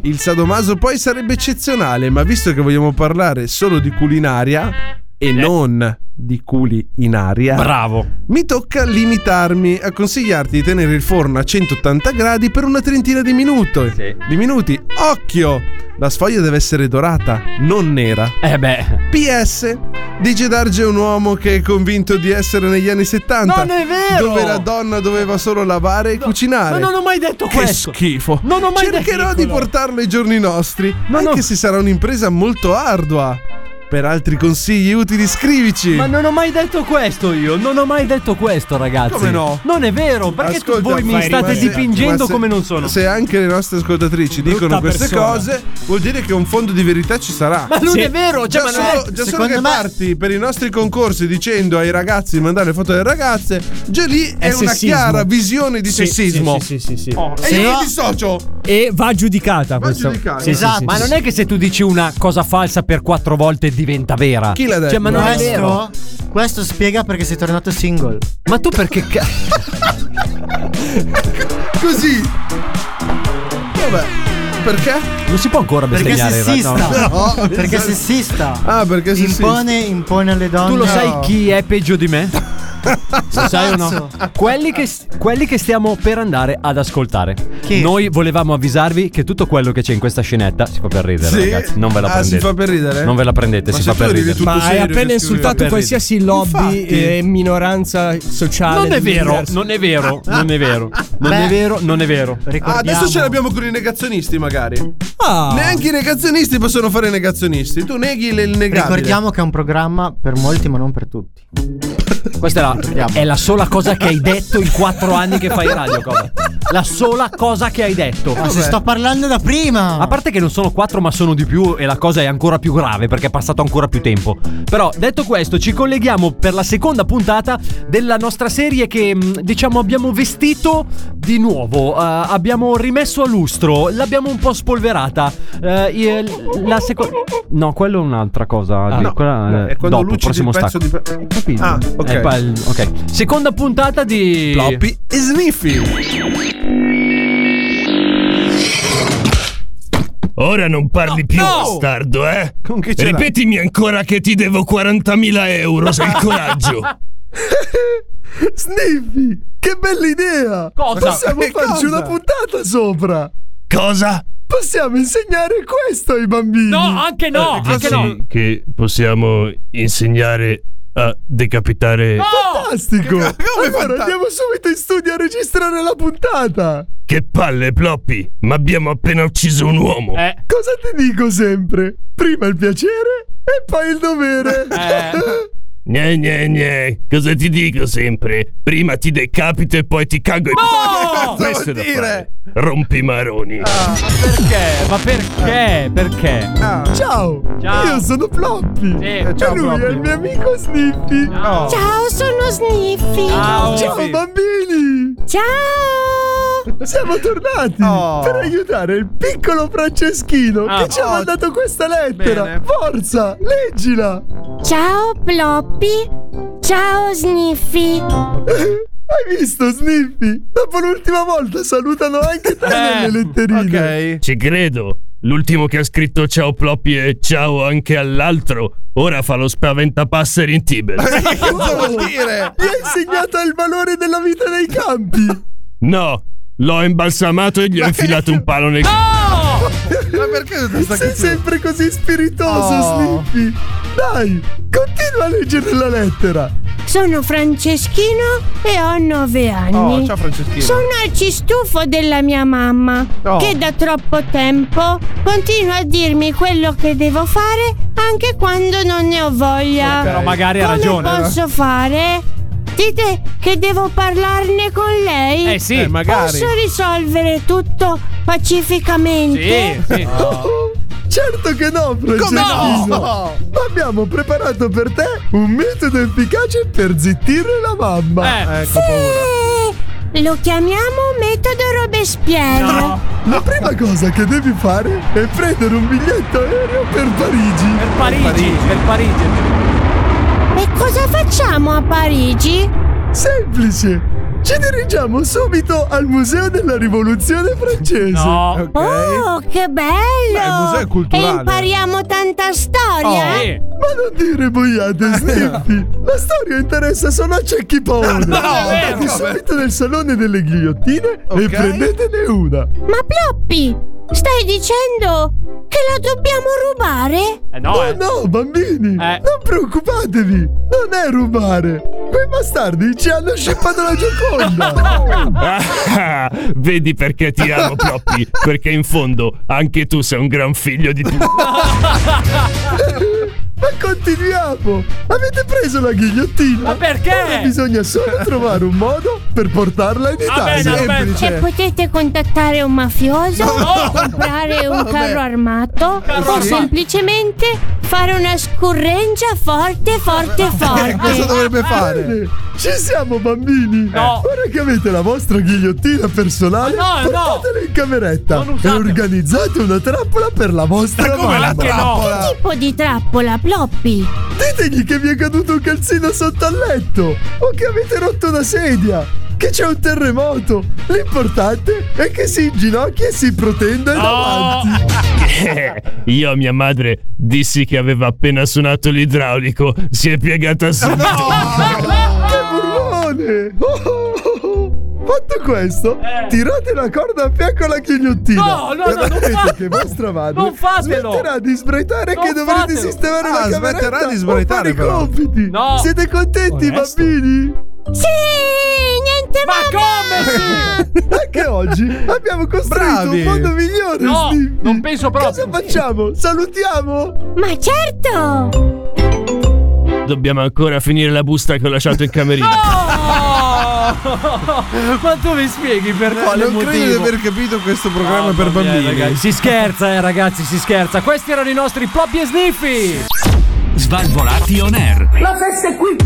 [SPEAKER 10] Il sadomaso poi sarebbe eccezionale, ma visto che vogliamo parlare solo di culinaria e non di culi in aria,
[SPEAKER 11] Bravo.
[SPEAKER 10] mi tocca limitarmi a consigliarti di tenere il forno a 180 gradi per una trentina di minuti.
[SPEAKER 11] Sì.
[SPEAKER 10] Di minuti. Occhio! La sfoglia deve essere dorata, non nera.
[SPEAKER 11] Eh beh.
[SPEAKER 10] PS Dice Darge è un uomo che è convinto di essere negli anni 70
[SPEAKER 11] Non è vero!
[SPEAKER 10] Dove la donna doveva solo lavare e cucinare
[SPEAKER 11] Ma non ho mai detto
[SPEAKER 10] Che
[SPEAKER 11] questo.
[SPEAKER 10] schifo
[SPEAKER 11] Non ho mai detto-
[SPEAKER 10] Cercherò di
[SPEAKER 11] Piccolo.
[SPEAKER 10] portarlo ai giorni nostri
[SPEAKER 11] Ma
[SPEAKER 10] Anche
[SPEAKER 11] no.
[SPEAKER 10] se sarà un'impresa molto ardua Per altri consigli utili scrivici
[SPEAKER 11] Ma non ho mai detto questo io, non ho mai detto questo ragazzi.
[SPEAKER 10] Come no?
[SPEAKER 11] Non è vero, perché tu-
[SPEAKER 10] Ascolta,
[SPEAKER 11] voi mi
[SPEAKER 10] fai
[SPEAKER 11] state
[SPEAKER 10] rimanere.
[SPEAKER 11] dipingendo
[SPEAKER 10] Ma se-
[SPEAKER 11] come non sono.
[SPEAKER 10] Se anche le nostre ascoltatrici dicono queste
[SPEAKER 13] persona.
[SPEAKER 10] cose, vuol dire che un fondo di verità ci sarà.
[SPEAKER 11] Ma non
[SPEAKER 13] Sì.
[SPEAKER 11] è vero, cioè,
[SPEAKER 10] Già
[SPEAKER 11] ma non è-
[SPEAKER 10] solo, già solo
[SPEAKER 12] secondo me-
[SPEAKER 10] che parti per i nostri concorsi dicendo ai ragazzi di mandare foto alle ragazze, già lì è,
[SPEAKER 13] È
[SPEAKER 10] una
[SPEAKER 13] sessismo.
[SPEAKER 10] chiara visione di
[SPEAKER 13] Sì,
[SPEAKER 10] sessismo.
[SPEAKER 13] Sì, sì, sì, sì, sì.
[SPEAKER 10] Oh. E io
[SPEAKER 12] no-
[SPEAKER 10] mi dissocio.
[SPEAKER 13] E va giudicata questa.
[SPEAKER 10] giudicata.
[SPEAKER 13] Sì, sì,
[SPEAKER 12] Esatto.
[SPEAKER 13] sì,
[SPEAKER 11] Ma
[SPEAKER 13] sì,
[SPEAKER 11] non
[SPEAKER 13] sì.
[SPEAKER 11] è che se tu dici una cosa falsa per quattro volte diventa vera.
[SPEAKER 10] Chi l'ha detto?
[SPEAKER 11] Cioè, ma non è vero.
[SPEAKER 12] questo, questo spiega perché sei tornato single.
[SPEAKER 11] Ma tu perché ca-
[SPEAKER 10] Così. Vabbè. Perché?
[SPEAKER 11] non si può ancora
[SPEAKER 12] Perché
[SPEAKER 11] bestemmiare in realtà, no?
[SPEAKER 12] sessista.
[SPEAKER 10] No,
[SPEAKER 12] perché sessista.
[SPEAKER 10] Ah, perché sessista.
[SPEAKER 12] Impone, impone alle donne.
[SPEAKER 11] Tu lo sai chi è peggio di me? Lo sai o no?
[SPEAKER 12] Cazzo.
[SPEAKER 11] Quelli che, quelli che stiamo per andare ad ascoltare.
[SPEAKER 12] Chi?
[SPEAKER 11] Noi volevamo avvisarvi che tutto quello che c'è in questa scenetta si fa per ridere,
[SPEAKER 10] Sì?
[SPEAKER 11] ragazzi. Non ve la
[SPEAKER 10] Ah,
[SPEAKER 11] prendete.
[SPEAKER 10] si fa per ridere?
[SPEAKER 11] Non ve la prendete,
[SPEAKER 10] Ma
[SPEAKER 11] si
[SPEAKER 10] se
[SPEAKER 11] fa
[SPEAKER 10] tu
[SPEAKER 11] per
[SPEAKER 10] arrivi
[SPEAKER 11] ridere.
[SPEAKER 10] tutto
[SPEAKER 13] Ma hai
[SPEAKER 10] serio
[SPEAKER 13] appena
[SPEAKER 10] che
[SPEAKER 13] insultato
[SPEAKER 10] scrivi.
[SPEAKER 13] qualsiasi lobby
[SPEAKER 10] Infatti.
[SPEAKER 13] e minoranza sociale.
[SPEAKER 11] Non è vero,
[SPEAKER 13] dell'universo.
[SPEAKER 11] non è vero, non è vero, non è
[SPEAKER 12] Beh.
[SPEAKER 11] vero, non è vero.
[SPEAKER 10] Ah,
[SPEAKER 12] Ricordiamo.
[SPEAKER 10] adesso ce l'abbiamo con i negazionisti, magari.
[SPEAKER 13] Ah.
[SPEAKER 10] Neanche i negazionisti possono fare i negazionisti. Tu neghi le- il negabile.
[SPEAKER 12] Ricordiamo che è un programma per molti, ma non per tutti.
[SPEAKER 11] Questa è la,
[SPEAKER 12] Ricordiamo.
[SPEAKER 11] è la sola cosa che hai detto in quattro anni che fai radio, Coba. la sola cosa che hai detto.
[SPEAKER 12] Ma Ah, se sto parlando da prima.
[SPEAKER 11] A parte che non sono quattro, ma sono di più, e la cosa è ancora più grave perché è passato ancora più tempo. Però, detto questo, ci colleghiamo per la seconda puntata della nostra serie che, mh, diciamo, abbiamo vestito di nuovo. eh, abbiamo rimesso a lustro, l'abbiamo un po' spolverata. Eh, il- la seconda. No, quello è un'altra cosa.
[SPEAKER 10] Ah,
[SPEAKER 11] di-
[SPEAKER 10] no,
[SPEAKER 11] quella,
[SPEAKER 10] no,
[SPEAKER 11] eh,
[SPEAKER 10] è quando
[SPEAKER 11] dopo,
[SPEAKER 10] lucidi
[SPEAKER 11] prossimo
[SPEAKER 10] il pezzo
[SPEAKER 11] stacco.
[SPEAKER 10] di- Ah, ok.
[SPEAKER 11] Eh, poi il- ok. Seconda puntata di.
[SPEAKER 10] Floppy e Sniffy.
[SPEAKER 11] [laughs]
[SPEAKER 15] Ora non parli più,
[SPEAKER 2] no!
[SPEAKER 15] bastardo, eh?
[SPEAKER 10] Con chi ce l'hai?
[SPEAKER 15] Ripetimi ancora che ti devo 40.000 euro, se hai il coraggio.
[SPEAKER 6] Sniffy, che bella idea!
[SPEAKER 11] Cosa?
[SPEAKER 6] Eh, Possiamo
[SPEAKER 11] Che
[SPEAKER 6] farci
[SPEAKER 11] cosa?
[SPEAKER 6] una puntata sopra.
[SPEAKER 15] Cosa?
[SPEAKER 6] Possiamo insegnare questo ai bambini.
[SPEAKER 11] No, anche no,
[SPEAKER 15] Eh,
[SPEAKER 11] anche
[SPEAKER 15] sì,
[SPEAKER 11] no.
[SPEAKER 15] Che possiamo insegnare a decapitare.
[SPEAKER 6] Fantastico! allora
[SPEAKER 15] fanta-
[SPEAKER 6] andiamo subito in studio a registrare la puntata.
[SPEAKER 15] Che palle, Ploppy! Ma abbiamo appena ucciso un uomo.
[SPEAKER 11] Eh.
[SPEAKER 6] Cosa ti dico sempre? Prima il piacere e poi il dovere.
[SPEAKER 11] Eh.
[SPEAKER 6] [laughs]
[SPEAKER 15] Gne, gne, gne. Cosa ti dico sempre? Prima ti decapito e poi ti cago in
[SPEAKER 11] No!
[SPEAKER 15] Che cazzo
[SPEAKER 11] Cosa vuol
[SPEAKER 15] è da fare? Rompi maroni.
[SPEAKER 11] Perché? Eh, Ma perché? Perché?
[SPEAKER 6] Ah. Ciao,
[SPEAKER 11] Ciao.
[SPEAKER 6] Io sono Floppy.
[SPEAKER 11] Sì,
[SPEAKER 6] e lui è il mio amico Sniffy.
[SPEAKER 11] Ciao.
[SPEAKER 4] Ciao, sono Sniffy.
[SPEAKER 6] Ciao, bambini!
[SPEAKER 4] Ciao!
[SPEAKER 6] Siamo tornati
[SPEAKER 15] Oh.
[SPEAKER 10] Oh,
[SPEAKER 6] per aiutare il piccolo Franceschino
[SPEAKER 15] Ah.
[SPEAKER 6] che ci ha mandato questa lettera.
[SPEAKER 4] Bene.
[SPEAKER 6] Forza, leggila!
[SPEAKER 4] Ciao Ploppy. Ciao Sniffy.
[SPEAKER 6] [laughs] Hai visto Sniffy? Dopo l'ultima volta salutano anche te
[SPEAKER 11] Eh,
[SPEAKER 6] nelle letterine.
[SPEAKER 15] Ci credo. L'ultimo che ha scritto ciao Ploppy e ciao anche all'altro, ora fa lo spaventapasseri in
[SPEAKER 6] [laughs]
[SPEAKER 15] Tibet.
[SPEAKER 6] Cosa vuol dire? Gli hai insegnato il valore della vita nei campi.
[SPEAKER 15] No, l'ho imbalsamato e gli ho infilato un palo
[SPEAKER 11] Eh,
[SPEAKER 15] nel
[SPEAKER 6] Ma perché Sei sempre così spiritoso,
[SPEAKER 10] Oh.
[SPEAKER 6] Sniffy. Dai, continua a leggere la lettera.
[SPEAKER 16] Sono Franceschino e ho 9 anni.
[SPEAKER 6] Oh, ciao, Franceschino.
[SPEAKER 16] Sono al cistufo della mia mamma che da troppo tempo continua a dirmi quello che devo fare anche quando non ne ho voglia.
[SPEAKER 11] Eh, però magari ha
[SPEAKER 16] Come
[SPEAKER 11] ragione, eh. no?
[SPEAKER 16] posso fare? Dite che devo parlarne con lei?
[SPEAKER 11] Eh, sì. Eh, magari.
[SPEAKER 16] Posso risolvere tutto pacificamente?
[SPEAKER 11] [laughs] Sì, sì.
[SPEAKER 6] Certo che no, Franceschino!
[SPEAKER 16] no?
[SPEAKER 6] Abbiamo preparato per te un metodo efficace per zittire la mamma.
[SPEAKER 11] Ecco,
[SPEAKER 16] Sì. Eh, Lo chiamiamo metodo Robespierre.
[SPEAKER 6] La prima cosa che devi fare è prendere un biglietto aereo per Parigi. Per
[SPEAKER 11] Parigi, per Parigi.
[SPEAKER 16] E cosa facciamo a Parigi?
[SPEAKER 6] Semplice! Ci dirigiamo subito al Museo della Rivoluzione Francese.
[SPEAKER 11] No.
[SPEAKER 15] Eh?
[SPEAKER 16] Oh, che bello!
[SPEAKER 6] Beh, il museo è culturale.
[SPEAKER 16] E impariamo tanta storia.
[SPEAKER 6] Oh.
[SPEAKER 16] eh?
[SPEAKER 6] Ma non dire boiate, Sniffy! La storia interessa solo a Cecchi Paolo!
[SPEAKER 16] No,
[SPEAKER 6] Andate
[SPEAKER 16] vero.
[SPEAKER 6] subito nel salone delle ghigliottine e prendetene una!
[SPEAKER 16] Ma Ploppi, stai dicendo che la dobbiamo rubare?
[SPEAKER 6] no, no, bambini! Non preoccupatevi! Non è rubare! Quei bastardi ci hanno scippato la Gioconda!
[SPEAKER 15] Ah, [laughs] vedi perché ti amo, Ploppy? Perché in fondo anche tu sei un gran figlio
[SPEAKER 6] [laughs]
[SPEAKER 15] di puttana.
[SPEAKER 6] Ma continuiamo! Avete preso la ghigliottina! Ma
[SPEAKER 11] perché?
[SPEAKER 6] Ora bisogna solo trovare un modo per portarla in Italia!
[SPEAKER 16] E potete contattare un mafioso,
[SPEAKER 6] No.
[SPEAKER 16] comprare un
[SPEAKER 6] Vabbè.
[SPEAKER 16] carro armato
[SPEAKER 6] Carro
[SPEAKER 16] o
[SPEAKER 6] armato.
[SPEAKER 16] semplicemente fare una scurrengia forte, forte, forte.
[SPEAKER 11] Eh.
[SPEAKER 6] Bene, Ci siamo bambini! Ora che avete la vostra ghigliottina personale,
[SPEAKER 16] Ma no, no.
[SPEAKER 6] portatela in cameretta e organizzate una trappola per la vostra mamma!
[SPEAKER 16] Che tipo di trappola, Ploppi?
[SPEAKER 6] Ditegli che vi è caduto un calzino sotto al letto o che avete rotto una sedia, che c'è un terremoto. L'importante è che si inginocchi e si protenda davanti.
[SPEAKER 15] Io a mia madre dissi che aveva appena suonato l'idraulico, si è piegata subito.
[SPEAKER 6] che burlone! Oh, oh, oh, oh. Fatto questo, tirate la corda a fianco alla ghigliottina.
[SPEAKER 11] Eh. No, no,
[SPEAKER 6] e
[SPEAKER 11] no, non
[SPEAKER 6] vedrete
[SPEAKER 11] fa-
[SPEAKER 6] che vostra madre
[SPEAKER 11] non fatelo.
[SPEAKER 6] smetterà di sbraitare
[SPEAKER 11] Non
[SPEAKER 6] che dovrete
[SPEAKER 11] fatelo.
[SPEAKER 6] sistemare la
[SPEAKER 10] Ah, smetterà
[SPEAKER 6] cameretta
[SPEAKER 10] di
[SPEAKER 6] o
[SPEAKER 10] sbraitare,
[SPEAKER 6] fare i
[SPEAKER 10] però.
[SPEAKER 6] compiti. Siete contenti,
[SPEAKER 10] Onesto.
[SPEAKER 6] bambini?
[SPEAKER 16] Sì, niente
[SPEAKER 11] Ma come
[SPEAKER 6] Anche oggi abbiamo costruito
[SPEAKER 10] Bravi.
[SPEAKER 6] un mondo migliore.
[SPEAKER 11] No,
[SPEAKER 6] Sniffy.
[SPEAKER 11] non penso proprio.
[SPEAKER 6] Cosa facciamo?
[SPEAKER 10] Eh,
[SPEAKER 6] Salutiamo?
[SPEAKER 16] Ma certo!
[SPEAKER 15] Dobbiamo ancora finire la busta che ho lasciato in camerino.
[SPEAKER 11] Oh! [laughs] Ma tu mi spieghi per
[SPEAKER 10] No,
[SPEAKER 11] quale
[SPEAKER 10] non
[SPEAKER 11] motivo?
[SPEAKER 10] credo di aver capito questo programma
[SPEAKER 11] Mamma
[SPEAKER 10] per
[SPEAKER 11] mia,
[SPEAKER 10] bambini.
[SPEAKER 11] ragazzi, si scherza, eh, ragazzi, si scherza. Questi erano i nostri Floppy e Sniffy.
[SPEAKER 9] Svalvolati on air.
[SPEAKER 2] La festa è qui!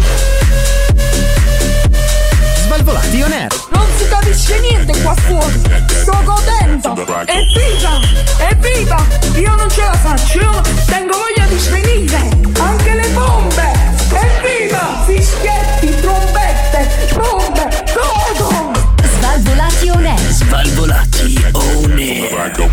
[SPEAKER 17] Svalvolati on air.
[SPEAKER 2] Non si capisce niente qua fuori! Sto godendo! Evviva! Evviva! Io non ce la faccio! Io tengo voglia di svenire! Anche le bombe! Evviva! Fischietti, trombette, bombe! Godo!
[SPEAKER 8] Svalvolati on air.
[SPEAKER 2] Svalvolati on air!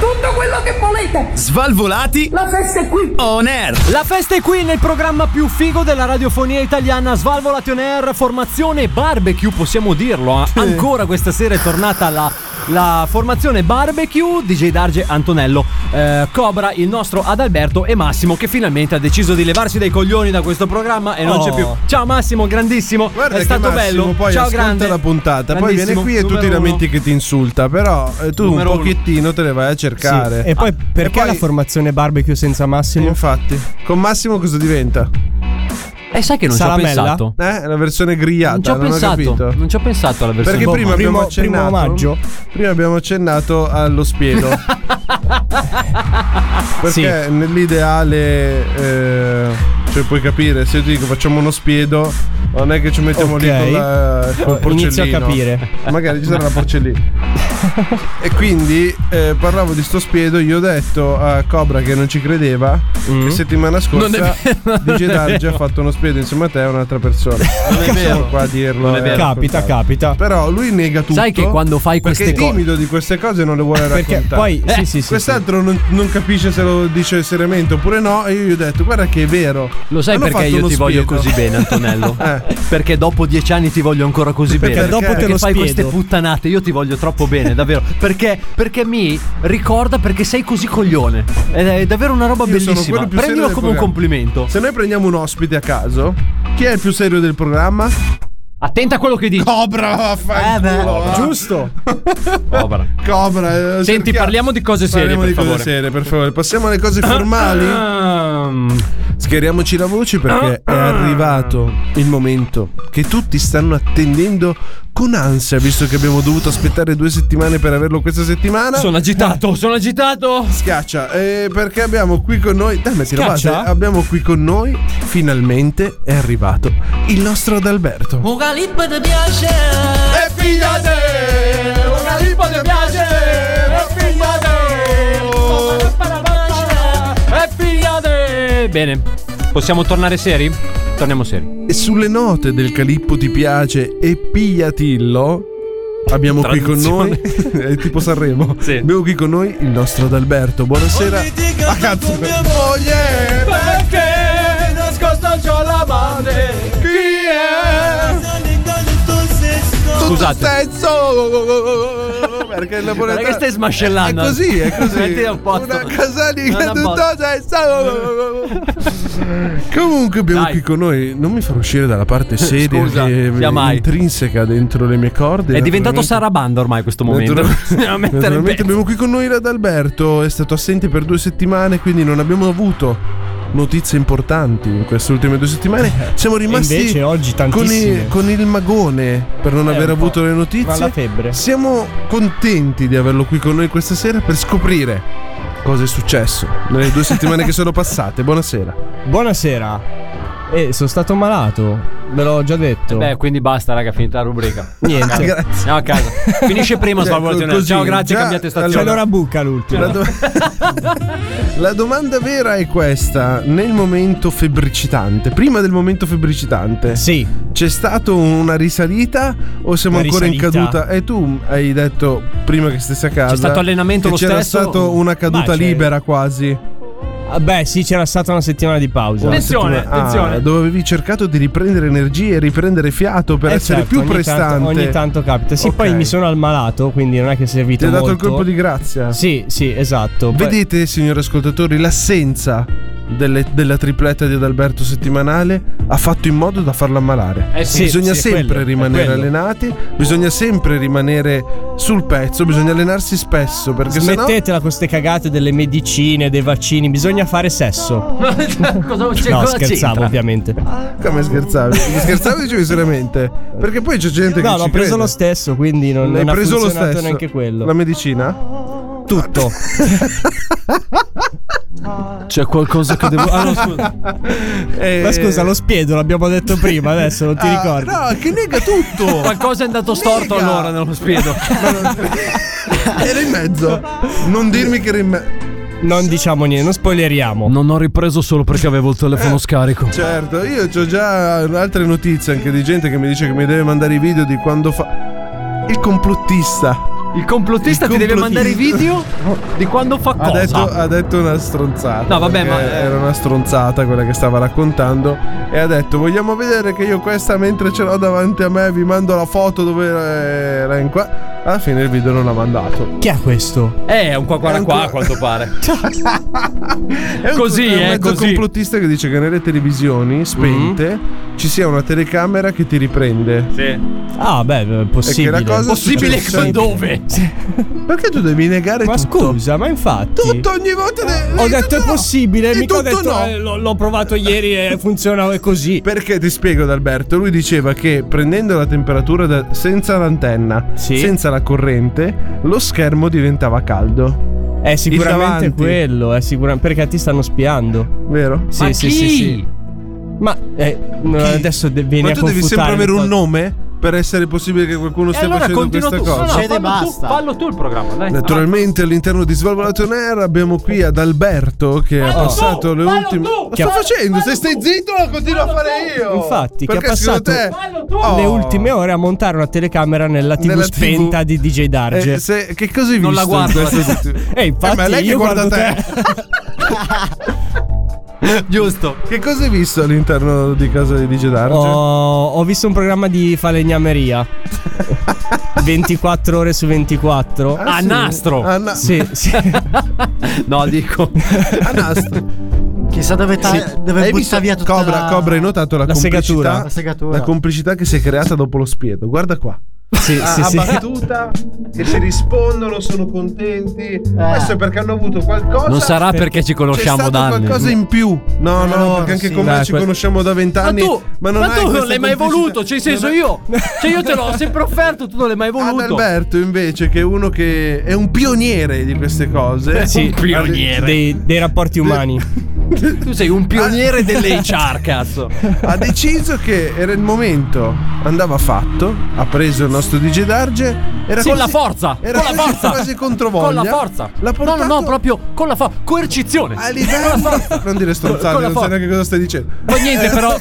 [SPEAKER 2] Tutto quello che volete!
[SPEAKER 9] Svalvolati.
[SPEAKER 2] La festa è qui!
[SPEAKER 9] On air.
[SPEAKER 11] La festa è qui nel programma più figo della radiofonia italiana Svalvolati on air, formazione barbecue, possiamo dirlo. eh. Ancora questa sera è tornata la, la formazione barbecue, DJ Darge Antonello, eh, Cobra, il nostro Adalberto e Massimo che finalmente ha deciso di levarsi dai coglioni da questo programma e non
[SPEAKER 10] Oh.
[SPEAKER 11] c'è più. Ciao Massimo, grandissimo,
[SPEAKER 10] Guarda
[SPEAKER 11] è
[SPEAKER 10] che
[SPEAKER 11] stato
[SPEAKER 10] Massimo
[SPEAKER 11] bello.
[SPEAKER 10] Poi
[SPEAKER 11] Ciao
[SPEAKER 10] ascolta
[SPEAKER 11] grande.
[SPEAKER 10] la puntata, poi viene
[SPEAKER 11] Grandissimo,
[SPEAKER 10] qui e tu ti
[SPEAKER 11] numero uno.
[SPEAKER 10] lamenti che ti insulta, però eh, tu
[SPEAKER 11] Numero
[SPEAKER 10] un
[SPEAKER 11] uno.
[SPEAKER 10] pochettino te le vai a cercare. Eh,
[SPEAKER 13] Sì. E poi perché la formazione barbecue senza Massimo?
[SPEAKER 10] Infatti, con Massimo cosa diventa?
[SPEAKER 11] E sai che non ci ho
[SPEAKER 10] Salamella?
[SPEAKER 11] pensato.
[SPEAKER 10] Eh, la versione grigliata,
[SPEAKER 11] Non ci ho
[SPEAKER 10] non ho
[SPEAKER 11] pensato.
[SPEAKER 10] capito.
[SPEAKER 11] Non ci ho pensato alla versione
[SPEAKER 10] Perché prima
[SPEAKER 11] Primo-
[SPEAKER 10] abbiamo accennato
[SPEAKER 11] primo omaggio.
[SPEAKER 10] Prima abbiamo accennato allo
[SPEAKER 11] [laughs]
[SPEAKER 10] spiedo. Perché nell'ideale eh, cioè puoi capire, se io ti dico facciamo uno spiedo, non è che ci mettiamo
[SPEAKER 13] Ok.
[SPEAKER 10] lì con la, col
[SPEAKER 13] Oh,
[SPEAKER 10] porcellino.
[SPEAKER 13] inizio a capire.
[SPEAKER 10] Magari ci sarà la
[SPEAKER 11] [laughs]
[SPEAKER 10] porcellina. e quindi eh, parlavo di sto spiedo, io ho detto a Cobra che non ci credeva che settimana
[SPEAKER 11] Mm. Non è
[SPEAKER 10] scorsa
[SPEAKER 11] vero, non
[SPEAKER 10] DJ
[SPEAKER 11] è
[SPEAKER 10] Darge ha
[SPEAKER 11] vero.
[SPEAKER 10] fatto uno spiedo insieme a te e un'altra persona. Non
[SPEAKER 11] è vero.
[SPEAKER 10] qua a dirlo.
[SPEAKER 11] Non è
[SPEAKER 10] eh,
[SPEAKER 11] vero. Capita,
[SPEAKER 10] raccontare.
[SPEAKER 13] capita.
[SPEAKER 10] Però lui nega tutto.
[SPEAKER 11] Sai che quando fai queste
[SPEAKER 10] Perché è
[SPEAKER 11] cose-
[SPEAKER 10] timido di queste cose e non le vuole
[SPEAKER 13] Perché
[SPEAKER 10] raccontare.
[SPEAKER 13] poi- sì, sì, sì,
[SPEAKER 10] Quest'altro Non, non capisce se lo dice seriamente oppure no. E io gli ho detto, guarda che è vero.
[SPEAKER 11] Lo sai
[SPEAKER 10] Hanno
[SPEAKER 11] perché
[SPEAKER 10] fatto
[SPEAKER 11] io
[SPEAKER 10] uno
[SPEAKER 11] ti voglio
[SPEAKER 10] spiedo. Eh.
[SPEAKER 11] così
[SPEAKER 10] [laughs]
[SPEAKER 11] bene, Antonello? Perché dopo dieci anni ti voglio ancora così
[SPEAKER 10] Perché
[SPEAKER 11] bene.
[SPEAKER 10] dopo te
[SPEAKER 11] perché
[SPEAKER 10] lo
[SPEAKER 11] fai
[SPEAKER 10] spiedo.
[SPEAKER 11] queste puttanate, io ti voglio troppo bene, davvero. Perché, perché mi ricorda perché sei così coglione. Ed è davvero una roba
[SPEAKER 10] Io sono
[SPEAKER 11] bellissima.
[SPEAKER 10] quello più serio
[SPEAKER 11] Prendilo
[SPEAKER 10] del
[SPEAKER 11] come un
[SPEAKER 10] programma.
[SPEAKER 11] complimento.
[SPEAKER 10] Se noi prendiamo un ospite a caso, chi è il più serio del programma?
[SPEAKER 11] Attenta a quello che dici. Eh,
[SPEAKER 10] Cobra, vaffanculo. Giusto. Oh,
[SPEAKER 11] Cobra.
[SPEAKER 10] Cobra. eh,
[SPEAKER 11] Senti, parliamo di cose serie,
[SPEAKER 10] Parliamo
[SPEAKER 11] per
[SPEAKER 10] di cose
[SPEAKER 11] favore.
[SPEAKER 10] serie, per favore. Passiamo alle cose
[SPEAKER 11] [laughs]
[SPEAKER 10] formali.
[SPEAKER 11] Ehm,
[SPEAKER 10] Schieriamoci la voce perché
[SPEAKER 11] Ah,
[SPEAKER 10] è arrivato il momento che tutti stanno attendendo con ansia, visto che abbiamo dovuto aspettare due settimane per averlo questa settimana.
[SPEAKER 11] Sono agitato, sono agitato.
[SPEAKER 10] Schiaccia, eh, perché abbiamo qui con noi. Dai, metti la base.
[SPEAKER 11] Schiaccia?
[SPEAKER 10] Abbiamo qui con noi, finalmente è arrivato il nostro Adalberto.
[SPEAKER 11] Oh.
[SPEAKER 2] Una lippa ti piace e figliate! Una lippa ti piace e oh. figliate!
[SPEAKER 11] E figliate! Bene, possiamo tornare seri? Torniamo seri.
[SPEAKER 10] E sulle note del Calippo ti piace e pigliatillo. Abbiamo qui con noi, [laughs] è tipo Sanremo. Abbiamo qui con noi il nostro Adalberto. Buonasera.
[SPEAKER 2] A cazzo! Mia moglie perché nascosto c'ho l'amante chi è?
[SPEAKER 11] Scusate.
[SPEAKER 10] Senso! Perché il napoletano.
[SPEAKER 11] Perché stai smascellando?
[SPEAKER 10] È così,
[SPEAKER 11] [laughs]
[SPEAKER 10] è così.
[SPEAKER 11] Mettila a posto.
[SPEAKER 10] Una casalinga
[SPEAKER 11] Non a
[SPEAKER 10] tutto
[SPEAKER 11] posto.
[SPEAKER 10] senso. Comunque abbiamo qui con noi, non mi far uscire dalla parte seria
[SPEAKER 11] Scusa,
[SPEAKER 10] che
[SPEAKER 11] sia mai.
[SPEAKER 10] intrinseca dentro le mie corde.
[SPEAKER 11] È diventato
[SPEAKER 10] Naturalmente-
[SPEAKER 11] Sarabanda ormai questo momento.
[SPEAKER 10] Natural-
[SPEAKER 11] [laughs] Bisogna mettere in
[SPEAKER 10] Naturalmente abbiamo qui con noi l'Adalberto, è stato assente per due settimane, quindi non abbiamo avuto notizie importanti in queste ultime due settimane.
[SPEAKER 11] Eh.
[SPEAKER 10] Siamo rimasti
[SPEAKER 13] invece oggi
[SPEAKER 10] con,
[SPEAKER 13] tantissime.
[SPEAKER 10] i- con il magone per non
[SPEAKER 13] Eh,
[SPEAKER 10] aver
[SPEAKER 13] un po'.
[SPEAKER 10] avuto le
[SPEAKER 13] Ma
[SPEAKER 10] notizie.
[SPEAKER 13] la febbre.
[SPEAKER 10] Siamo contenti di averlo qui con noi questa sera per scoprire cosa è successo nelle due settimane
[SPEAKER 13] [laughs]
[SPEAKER 10] che sono passate. Buonasera.
[SPEAKER 13] Buonasera. Eh, sono stato malato, ve l'ho già detto.
[SPEAKER 11] Eh Beh, cioè, quindi basta, raga, finita la rubrica.
[SPEAKER 13] Niente.
[SPEAKER 11] Ciao. Andiamo a casa. Finisce prima
[SPEAKER 10] Ah, Cioè,
[SPEAKER 11] Svalvolation Air.
[SPEAKER 10] così,
[SPEAKER 11] Ciao, grazie,
[SPEAKER 10] già-
[SPEAKER 11] cambiate
[SPEAKER 10] allora-
[SPEAKER 11] stazione.
[SPEAKER 10] allora
[SPEAKER 13] buca l'ultimo.
[SPEAKER 10] La, do-
[SPEAKER 13] [laughs]
[SPEAKER 10] La domanda vera è questa: nel momento febbricitante, prima del momento febbricitante,
[SPEAKER 13] sì.
[SPEAKER 10] c'è stata una risalita o siamo
[SPEAKER 11] Una
[SPEAKER 10] ancora
[SPEAKER 11] risalita.
[SPEAKER 10] in caduta? E tu hai detto prima che stessi a casa:
[SPEAKER 11] C'è stato allenamento
[SPEAKER 10] che
[SPEAKER 11] lo
[SPEAKER 10] c'era
[SPEAKER 11] stesso?
[SPEAKER 10] stata una caduta
[SPEAKER 13] Ma c'è-
[SPEAKER 10] libera quasi.
[SPEAKER 13] Ah, Beh, sì, c'era stata una settimana di pausa.
[SPEAKER 10] Una settimana- ah, dove avevi cercato di riprendere energie, riprendere fiato per
[SPEAKER 13] Eh,
[SPEAKER 10] essere
[SPEAKER 13] certo,
[SPEAKER 10] più
[SPEAKER 13] ogni
[SPEAKER 10] prestante.
[SPEAKER 13] Tanto, ogni tanto capita. Sì,
[SPEAKER 10] Ok.
[SPEAKER 13] poi mi sono ammalato, quindi non è che è
[SPEAKER 10] Ti
[SPEAKER 13] servito
[SPEAKER 10] ha dato
[SPEAKER 13] molto.
[SPEAKER 10] il colpo di grazia.
[SPEAKER 13] Sì, sì, esatto. Poi-
[SPEAKER 10] Vedete, signori ascoltatori, l'assenza delle- della tripletta di Adalberto settimanale ha fatto in modo da farla ammalare.
[SPEAKER 18] Eh sì,
[SPEAKER 10] bisogna
[SPEAKER 18] sì,
[SPEAKER 10] sempre
[SPEAKER 18] quello, è
[SPEAKER 10] rimanere
[SPEAKER 18] quello.
[SPEAKER 10] allenati, bisogna sempre rimanere sul pezzo, bisogna allenarsi spesso perché sennò
[SPEAKER 13] Smettetela con queste cagate delle medicine, dei vaccini, bisogna fare sesso.
[SPEAKER 11] [laughs] cosa c'è? cosa
[SPEAKER 13] No, scherzavo
[SPEAKER 11] c'entra?
[SPEAKER 13] ovviamente.
[SPEAKER 10] Ah, Come scherzavi? Mi scherzavi o dicevi seriamente? Perché poi c'è gente che
[SPEAKER 13] No,
[SPEAKER 10] ci
[SPEAKER 13] l'ho preso
[SPEAKER 10] crede.
[SPEAKER 13] lo stesso, quindi non,
[SPEAKER 10] L'hai
[SPEAKER 13] non ha
[SPEAKER 10] preso lo
[SPEAKER 13] funzionato
[SPEAKER 10] stesso.
[SPEAKER 13] neanche quello.
[SPEAKER 10] La medicina?
[SPEAKER 13] Tutto.
[SPEAKER 11] C'è qualcosa che devo. Ah, no, scusa.
[SPEAKER 10] Eh,
[SPEAKER 13] Ma scusa, lo spiedo, l'abbiamo detto prima, adesso non ti
[SPEAKER 10] Ah,
[SPEAKER 13] ricordi.
[SPEAKER 10] No, che nega tutto.
[SPEAKER 13] [laughs]
[SPEAKER 11] Qualcosa è andato storto
[SPEAKER 10] Nega.
[SPEAKER 11] allora nello spiedo.
[SPEAKER 10] Era in mezzo. Non dirmi che era in mezzo.
[SPEAKER 13] Non diciamo niente, [laughs] non spoileriamo.
[SPEAKER 11] Non ho ripreso solo perché avevo il telefono scarico.
[SPEAKER 10] Certo, io ho già altre notizie anche di gente che mi dice che mi deve mandare i video di quando fa. Il complottista.
[SPEAKER 11] Il complottista ti deve mandare i video di quando fa
[SPEAKER 10] Ha
[SPEAKER 11] cosa? Ah.
[SPEAKER 10] detto, ha detto una stronzata.
[SPEAKER 11] No, vabbè,
[SPEAKER 10] perché
[SPEAKER 11] ma- eh.
[SPEAKER 10] Era una stronzata quella che stava raccontando. E ha detto: Vogliamo vedere che io questa mentre ce l'ho davanti a me, vi mando la foto dove era in qua. Alla fine il video non l'ha mandato.
[SPEAKER 13] Chi è questo?
[SPEAKER 11] Eh, è un qua qua qua a quanto pare.
[SPEAKER 13] [laughs] Cioè,
[SPEAKER 10] È un-
[SPEAKER 11] Così,
[SPEAKER 10] è un
[SPEAKER 11] eh,
[SPEAKER 10] mezzo
[SPEAKER 11] così.
[SPEAKER 10] complottista che dice che nelle televisioni spente ci sia una telecamera che ti riprende.
[SPEAKER 11] Mm-hmm. Sì.
[SPEAKER 13] Ah, beh, è possibile.
[SPEAKER 10] E che la cosa
[SPEAKER 11] Possibile
[SPEAKER 10] succede sempre.
[SPEAKER 11] ma dove?
[SPEAKER 10] Perché tu devi negare
[SPEAKER 13] Ma
[SPEAKER 10] tutto?
[SPEAKER 13] scusa, ma infatti.
[SPEAKER 10] Tutto ogni volta de-
[SPEAKER 13] Ho detto è possibile,
[SPEAKER 10] Di
[SPEAKER 13] mica ho
[SPEAKER 10] tutto
[SPEAKER 13] detto
[SPEAKER 10] no.
[SPEAKER 13] eh, l'ho, l'ho provato ieri e funziona così.
[SPEAKER 10] Perché ti spiego ad Alberto, lui diceva che prendendo la temperatura da- senza l'antenna, senza la corrente, lo schermo diventava caldo.
[SPEAKER 13] È sicuramente
[SPEAKER 10] Il davanti.
[SPEAKER 13] quello, è sicuramente perché ti stanno spiando.
[SPEAKER 10] Vero?
[SPEAKER 13] Sì,
[SPEAKER 10] Ma
[SPEAKER 13] sì,
[SPEAKER 10] chi?
[SPEAKER 13] sì, sì. Ma eh, no,
[SPEAKER 10] Chi?
[SPEAKER 13] adesso de- vieni
[SPEAKER 10] Ma
[SPEAKER 13] a
[SPEAKER 10] tu devi
[SPEAKER 13] confutare
[SPEAKER 10] sempre avere
[SPEAKER 13] le
[SPEAKER 10] un
[SPEAKER 13] cose.
[SPEAKER 10] nome per essere possibile che qualcuno
[SPEAKER 11] E
[SPEAKER 10] stia
[SPEAKER 11] allora
[SPEAKER 10] facendo
[SPEAKER 11] continua
[SPEAKER 10] questa
[SPEAKER 11] tu.
[SPEAKER 10] cosa.
[SPEAKER 11] No, no,
[SPEAKER 12] Succede e
[SPEAKER 11] fallo, tu,
[SPEAKER 12] basta.
[SPEAKER 11] fallo tu il programma. Dai.
[SPEAKER 10] Naturalmente all'interno di Svalvolato on Air abbiamo qui ad Alberto che ha
[SPEAKER 11] Fallo
[SPEAKER 10] passato
[SPEAKER 11] tu,
[SPEAKER 10] le
[SPEAKER 11] fallo
[SPEAKER 10] ultime...
[SPEAKER 11] tu,
[SPEAKER 10] Lo sto
[SPEAKER 11] fallo-
[SPEAKER 10] facendo, se
[SPEAKER 11] fallo
[SPEAKER 10] stai
[SPEAKER 11] tu.
[SPEAKER 10] zitto lo continuo a fare io.
[SPEAKER 13] Infatti, che ha
[SPEAKER 10] Perché secondo
[SPEAKER 13] passato
[SPEAKER 10] te...
[SPEAKER 13] le
[SPEAKER 10] Oh.
[SPEAKER 13] ultime ore a montare una telecamera nella TV
[SPEAKER 10] Nella TV.
[SPEAKER 13] spenta di DJ Darge.
[SPEAKER 10] Eh, se- che cosa hai visto?
[SPEAKER 13] Non la guardo
[SPEAKER 10] in
[SPEAKER 13] la
[SPEAKER 10] questo-
[SPEAKER 13] Eh, infatti,
[SPEAKER 10] Eh, ma è lei che
[SPEAKER 13] io
[SPEAKER 10] guarda
[SPEAKER 13] guardo
[SPEAKER 10] te. [laughs]
[SPEAKER 11] Giusto.
[SPEAKER 10] Che cosa hai visto all'interno di casa di DJ Darge?
[SPEAKER 13] Ho, ho visto un programma
[SPEAKER 10] [laughs]
[SPEAKER 13] di falegnameria 24 ore su 24
[SPEAKER 11] Ah, A sì? nastro. A na-
[SPEAKER 13] Sì, sì.
[SPEAKER 10] [laughs]
[SPEAKER 11] No, dico.
[SPEAKER 13] [laughs]
[SPEAKER 12] Chissà dove, ta- dove
[SPEAKER 10] Hai
[SPEAKER 12] butta
[SPEAKER 10] visto
[SPEAKER 12] via tutta
[SPEAKER 10] Cobra,
[SPEAKER 12] la...
[SPEAKER 10] Cobra, hai notato la,
[SPEAKER 13] la
[SPEAKER 10] complicità?
[SPEAKER 13] segatura.
[SPEAKER 12] La segatura.
[SPEAKER 10] la complicità che si è creata dopo lo spiedo. Guarda qua.
[SPEAKER 13] Sì,
[SPEAKER 10] Ah,
[SPEAKER 13] sì,
[SPEAKER 10] a
[SPEAKER 13] sì.
[SPEAKER 10] battuta che si rispondono, sono contenti.
[SPEAKER 11] Eh.
[SPEAKER 10] Questo è perché hanno avuto qualcosa.
[SPEAKER 11] Non sarà perché ci conosciamo
[SPEAKER 10] C'è stato
[SPEAKER 11] da anni.
[SPEAKER 10] qualcosa in più. No, no,
[SPEAKER 11] no,
[SPEAKER 10] perché anche
[SPEAKER 11] Eh, sì.
[SPEAKER 10] con
[SPEAKER 11] Dai,
[SPEAKER 10] me ci
[SPEAKER 11] que-
[SPEAKER 10] conosciamo da vent'anni.
[SPEAKER 11] Ma tu,
[SPEAKER 10] ma non,
[SPEAKER 11] ma
[SPEAKER 10] hai
[SPEAKER 11] tu non
[SPEAKER 10] questa
[SPEAKER 11] l'hai mai
[SPEAKER 10] complicità.
[SPEAKER 11] voluto, cioè in senso io. Cioè io
[SPEAKER 10] [laughs]
[SPEAKER 11] te l'ho sempre offerto, tu non l'hai
[SPEAKER 10] Ah,
[SPEAKER 11] mai voluto.
[SPEAKER 10] Adalberto invece che è uno che è un pioniere di queste
[SPEAKER 11] [laughs]
[SPEAKER 10] cose
[SPEAKER 13] Sì,
[SPEAKER 10] Un pioniere.
[SPEAKER 13] dei, dei rapporti umani.
[SPEAKER 11] Tu sei
[SPEAKER 10] Ah.
[SPEAKER 11] un pioniere delle HR, cazzo.
[SPEAKER 10] ha deciso che era il momento, andava fatto, ha preso il nostro DJ Darge, era
[SPEAKER 11] Sì, con la
[SPEAKER 10] quasi-
[SPEAKER 11] forza,
[SPEAKER 10] era
[SPEAKER 11] con la
[SPEAKER 10] quasi-
[SPEAKER 11] forza.
[SPEAKER 10] quasi controvoglia.
[SPEAKER 11] Con la forza.
[SPEAKER 10] L'ha
[SPEAKER 11] no, no,
[SPEAKER 10] portato
[SPEAKER 11] no, proprio con la forza. Coercizione.
[SPEAKER 10] a livello non dire
[SPEAKER 11] Con
[SPEAKER 10] stronzate,
[SPEAKER 11] la
[SPEAKER 10] non so
[SPEAKER 11] forza.
[SPEAKER 10] neanche cosa stai dicendo.
[SPEAKER 11] Poi niente, però.
[SPEAKER 10] [laughs]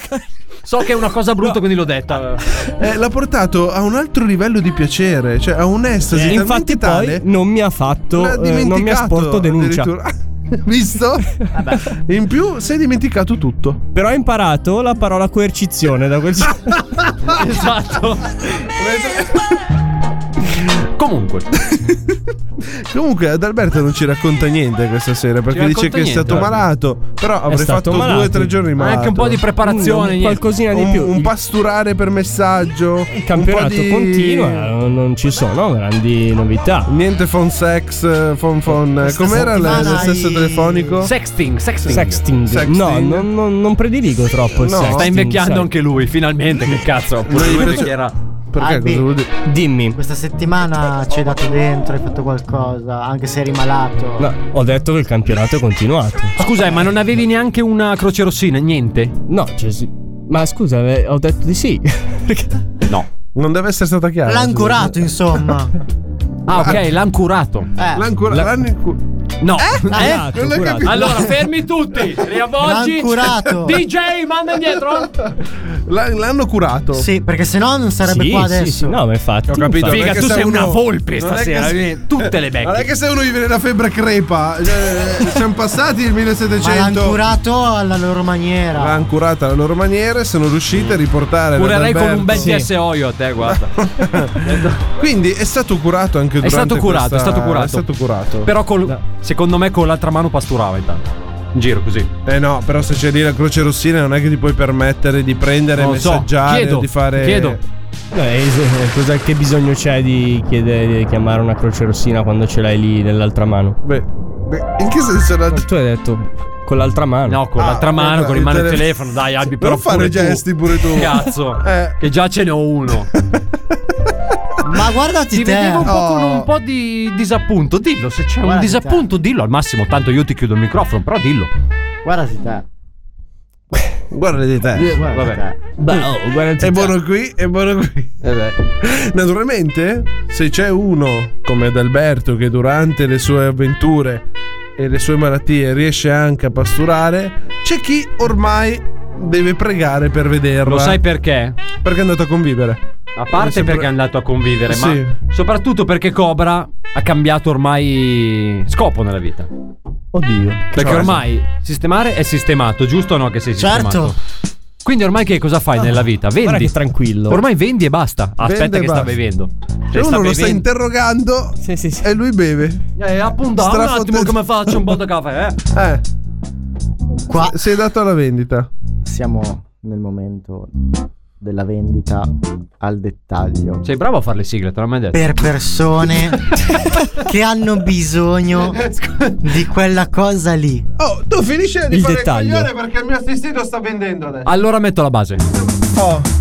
[SPEAKER 11] So che è una cosa brutta, quindi l'ho detta.
[SPEAKER 10] Eh, l'ha portato a un altro livello di piacere, cioè a un'estasi
[SPEAKER 13] Eh,
[SPEAKER 10] talmente
[SPEAKER 13] infatti
[SPEAKER 10] tale
[SPEAKER 13] poi non mi ha fatto
[SPEAKER 10] l'ha
[SPEAKER 13] eh, non mi ha
[SPEAKER 10] dimenticato
[SPEAKER 13] sporto denuncia.
[SPEAKER 10] addirittura. [laughs] Visto?
[SPEAKER 11] Ah,
[SPEAKER 10] In più si è dimenticato tutto.
[SPEAKER 13] Però ho imparato la parola coercizione
[SPEAKER 10] [laughs]
[SPEAKER 13] da quel
[SPEAKER 11] esatto. Comunque,
[SPEAKER 10] Comunque Adalberto non ci racconta niente questa sera perché
[SPEAKER 11] racconta
[SPEAKER 10] dice che
[SPEAKER 11] niente,
[SPEAKER 10] è stato
[SPEAKER 11] guarda.
[SPEAKER 10] malato, però avrei
[SPEAKER 13] stato
[SPEAKER 10] fatto
[SPEAKER 13] malato.
[SPEAKER 10] due o tre giorni
[SPEAKER 11] Ma
[SPEAKER 10] malato.
[SPEAKER 11] anche un po' di preparazione.
[SPEAKER 13] Mm,
[SPEAKER 11] niente.
[SPEAKER 13] qualcosina di
[SPEAKER 10] un,
[SPEAKER 13] più.
[SPEAKER 10] un pasturare per messaggio.
[SPEAKER 13] Il campionato continua, non, non ci sono grandi novità.
[SPEAKER 10] Niente phone sex, eh, phone phone. eh, Com'era il
[SPEAKER 12] settimana
[SPEAKER 10] il sesso
[SPEAKER 12] i-
[SPEAKER 10] telefonico?
[SPEAKER 11] Sexting, sexting.
[SPEAKER 13] Sexting.
[SPEAKER 10] Sexting.
[SPEAKER 13] No, non, non- non prediligo troppo il
[SPEAKER 10] No.
[SPEAKER 13] sexting.
[SPEAKER 11] Sta invecchiando
[SPEAKER 13] sai.
[SPEAKER 11] anche lui, finalmente. Che cazzo. Pure
[SPEAKER 10] Non gli
[SPEAKER 11] lui
[SPEAKER 10] piace-
[SPEAKER 11] invecchierà.
[SPEAKER 10] Perché
[SPEAKER 12] Albi.
[SPEAKER 10] cosa vuol dire?
[SPEAKER 13] Dimmi.
[SPEAKER 12] Questa settimana ci hai dato dentro, hai fatto qualcosa, anche se eri malato.
[SPEAKER 13] No, ho detto che il campionato è continuato.
[SPEAKER 11] Scusa, eh, ma non avevi neanche una croce rossina? Niente?
[SPEAKER 13] No, cioè sì. Ma scusa, eh, ho detto di sì. Perché-
[SPEAKER 11] No.
[SPEAKER 10] Non deve essere stata chiara.
[SPEAKER 12] L'ha ancurato,
[SPEAKER 13] [laughs]
[SPEAKER 12] insomma.
[SPEAKER 11] Ah, ok, l'hanno curato.
[SPEAKER 12] Eh,
[SPEAKER 10] L'ha ancura-
[SPEAKER 13] La-
[SPEAKER 10] l'hanno incu-
[SPEAKER 11] No.
[SPEAKER 10] Eh?
[SPEAKER 13] Curato,
[SPEAKER 10] non l'hai
[SPEAKER 13] curato.
[SPEAKER 10] capito.
[SPEAKER 11] Allora, fermi tutti. Riavvolgi.
[SPEAKER 12] L'han curato.
[SPEAKER 11] DJ, manda indietro.
[SPEAKER 10] l'ha- l'hanno curato.
[SPEAKER 12] Sì, perché sennò non sarebbe
[SPEAKER 13] Sì,
[SPEAKER 12] qua
[SPEAKER 13] sì,
[SPEAKER 12] adesso.
[SPEAKER 13] sì, no, ma infatti.
[SPEAKER 10] Ho capito.
[SPEAKER 13] infatti.
[SPEAKER 10] non è
[SPEAKER 11] Figa,
[SPEAKER 10] che
[SPEAKER 11] tu
[SPEAKER 10] se
[SPEAKER 11] sei
[SPEAKER 10] uno-
[SPEAKER 11] una volpe
[SPEAKER 10] non è che
[SPEAKER 11] stasera.
[SPEAKER 10] se-
[SPEAKER 13] eh.
[SPEAKER 11] vieni, Tutte le
[SPEAKER 10] Non è
[SPEAKER 11] becche.
[SPEAKER 10] che se uno gli viene la febbre crepa. cioè, siamo passati il
[SPEAKER 12] Ma l'hanno
[SPEAKER 10] 1700.
[SPEAKER 12] curato alla loro maniera.
[SPEAKER 10] L'hanno curata alla loro maniera e sono riuscite a riportare.
[SPEAKER 11] Ah. Curerei con un bel
[SPEAKER 10] Adalberto-
[SPEAKER 11] DSO io a
[SPEAKER 10] [laughs]
[SPEAKER 11] te, guarda.
[SPEAKER 10] Quindi è stato curato anche
[SPEAKER 11] È
[SPEAKER 10] durante
[SPEAKER 11] stato curato,
[SPEAKER 10] questa-
[SPEAKER 11] è stato curato.
[SPEAKER 10] È stato curato.
[SPEAKER 11] Però col- secondo me con l'altra mano pasturava intanto. in giro così.
[SPEAKER 10] Eh no, però se c'è lì la Croce Rossina non è che ti puoi permettere di prendere,
[SPEAKER 11] Non so,
[SPEAKER 10] messaggiare
[SPEAKER 11] chiedo,
[SPEAKER 10] o di fare...
[SPEAKER 11] chiedo.
[SPEAKER 13] Eh, es- cosa, che bisogno c'è di, chiedere, di chiamare una croce rossina quando ce l'hai lì nell'altra mano?
[SPEAKER 10] Beh, in che senso?
[SPEAKER 13] Tu hai detto con l'altra mano.
[SPEAKER 11] No,
[SPEAKER 10] Ah,
[SPEAKER 11] con l'altra mano, con in mano
[SPEAKER 10] [laughs]
[SPEAKER 11] il telefono, dai, Albi, però.
[SPEAKER 10] non fare
[SPEAKER 11] pure tu.
[SPEAKER 10] gesti pure tu.
[SPEAKER 11] Cazzo,
[SPEAKER 10] [laughs] Eh.
[SPEAKER 11] che già ce ne ho uno.
[SPEAKER 10] [laughs]
[SPEAKER 12] Ma guardati
[SPEAKER 11] Ti
[SPEAKER 12] te.
[SPEAKER 11] vedevo un po' con
[SPEAKER 12] Oh.
[SPEAKER 11] un po' di disappunto. Dillo, se c'è un
[SPEAKER 12] Guarda,
[SPEAKER 11] disappunto, dillo. Al massimo, tanto io ti chiudo il microfono, però dillo.
[SPEAKER 12] Guardati te.
[SPEAKER 10] Guarda di te.
[SPEAKER 11] Vabbè.
[SPEAKER 13] oh,
[SPEAKER 10] è buono qui, è buono qui.
[SPEAKER 11] Eh
[SPEAKER 10] Naturalmente, se c'è uno come Adalberto che durante le sue avventure e le sue malattie riesce anche a pasturare, c'è chi ormai deve pregare per vederla.
[SPEAKER 11] Lo sai perché?
[SPEAKER 10] Perché è andato a convivere.
[SPEAKER 11] A parte perché è andato a convivere,
[SPEAKER 10] Eh, Sì.
[SPEAKER 11] ma soprattutto perché Cobra ha cambiato ormai scopo nella vita.
[SPEAKER 13] Oddio.
[SPEAKER 11] Perché ormai sistemare è sistemato, giusto o no che sei
[SPEAKER 12] Certo.
[SPEAKER 11] sistemato? Quindi ormai che cosa fai nella vita? Vendi.
[SPEAKER 13] Guarda che tranquillo.
[SPEAKER 11] Ormai vendi e basta. Aspetta
[SPEAKER 10] Vende e
[SPEAKER 11] che sta
[SPEAKER 10] basta.
[SPEAKER 11] bevendo.
[SPEAKER 10] Cioè, uno lo sta interrogando e lui beve.
[SPEAKER 11] Eh, appunto, un
[SPEAKER 10] Strafotte-
[SPEAKER 11] attimo come faccio un po' di caffè, eh.
[SPEAKER 10] Eh. Qua. Sei dato alla vendita.
[SPEAKER 17] Siamo nel momento della vendita al dettaglio.
[SPEAKER 11] Sei bravo a fare le sigle, te l'ho mai detto.
[SPEAKER 12] Per
[SPEAKER 11] [laughs]
[SPEAKER 12] persone che hanno bisogno di quella cosa lì.
[SPEAKER 10] Oh, tu finisci di
[SPEAKER 11] Il
[SPEAKER 10] fare
[SPEAKER 11] dettaglio.
[SPEAKER 10] il coglione perché il mio assistito sta vendendo adesso.
[SPEAKER 11] Allora metto la base.
[SPEAKER 10] Oh.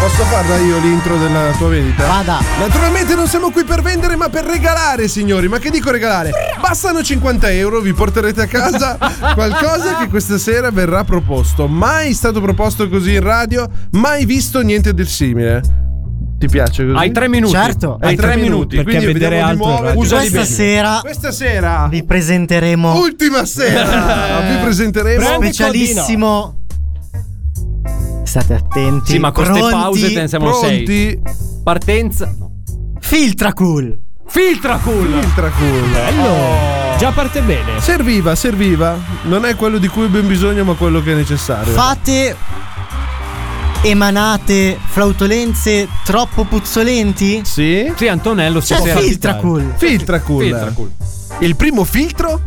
[SPEAKER 10] Posso farla io l'intro della tua vendita?
[SPEAKER 12] Vada.
[SPEAKER 10] Naturalmente non siamo qui per vendere, ma per regalare, signori. Ma che dico regalare? Bastano 50 euro, vi porterete a casa qualcosa che questa sera verrà proposto. Mai stato proposto così in radio, mai visto niente del simile. Ti piace così?
[SPEAKER 11] Hai tre minuti.
[SPEAKER 12] Certo.
[SPEAKER 10] Hai tre minuti,
[SPEAKER 13] perché
[SPEAKER 10] quindi
[SPEAKER 13] vedere
[SPEAKER 10] vediamo
[SPEAKER 13] altro
[SPEAKER 10] di muoverti.
[SPEAKER 13] è radio.
[SPEAKER 10] Usali
[SPEAKER 12] Questa
[SPEAKER 10] bene.
[SPEAKER 12] sera
[SPEAKER 10] Questa sera,
[SPEAKER 12] vi presenteremo
[SPEAKER 10] ultima sera, vi presenteremo
[SPEAKER 13] Bravo.
[SPEAKER 12] specialissimo. State attenti.
[SPEAKER 11] Sì, ma con queste
[SPEAKER 12] pronti,
[SPEAKER 11] pause te ne siamo sei.
[SPEAKER 10] pronti.
[SPEAKER 11] Partenza. no.
[SPEAKER 12] Filtra cool.
[SPEAKER 11] Filtra cool.
[SPEAKER 10] Ultracool.
[SPEAKER 13] Bello. Già parte bene.
[SPEAKER 10] Serviva, serviva. Non è quello di cui ho ben bisogno, ma quello che è necessario.
[SPEAKER 12] Fate emanate flautolenze troppo puzzolenti?
[SPEAKER 10] sì.
[SPEAKER 11] Sì, Antonello
[SPEAKER 12] C'è
[SPEAKER 11] stasera.
[SPEAKER 12] Cioè, filtra cool.
[SPEAKER 10] Filtra cool.
[SPEAKER 11] Filtra cool.
[SPEAKER 10] Il primo filtro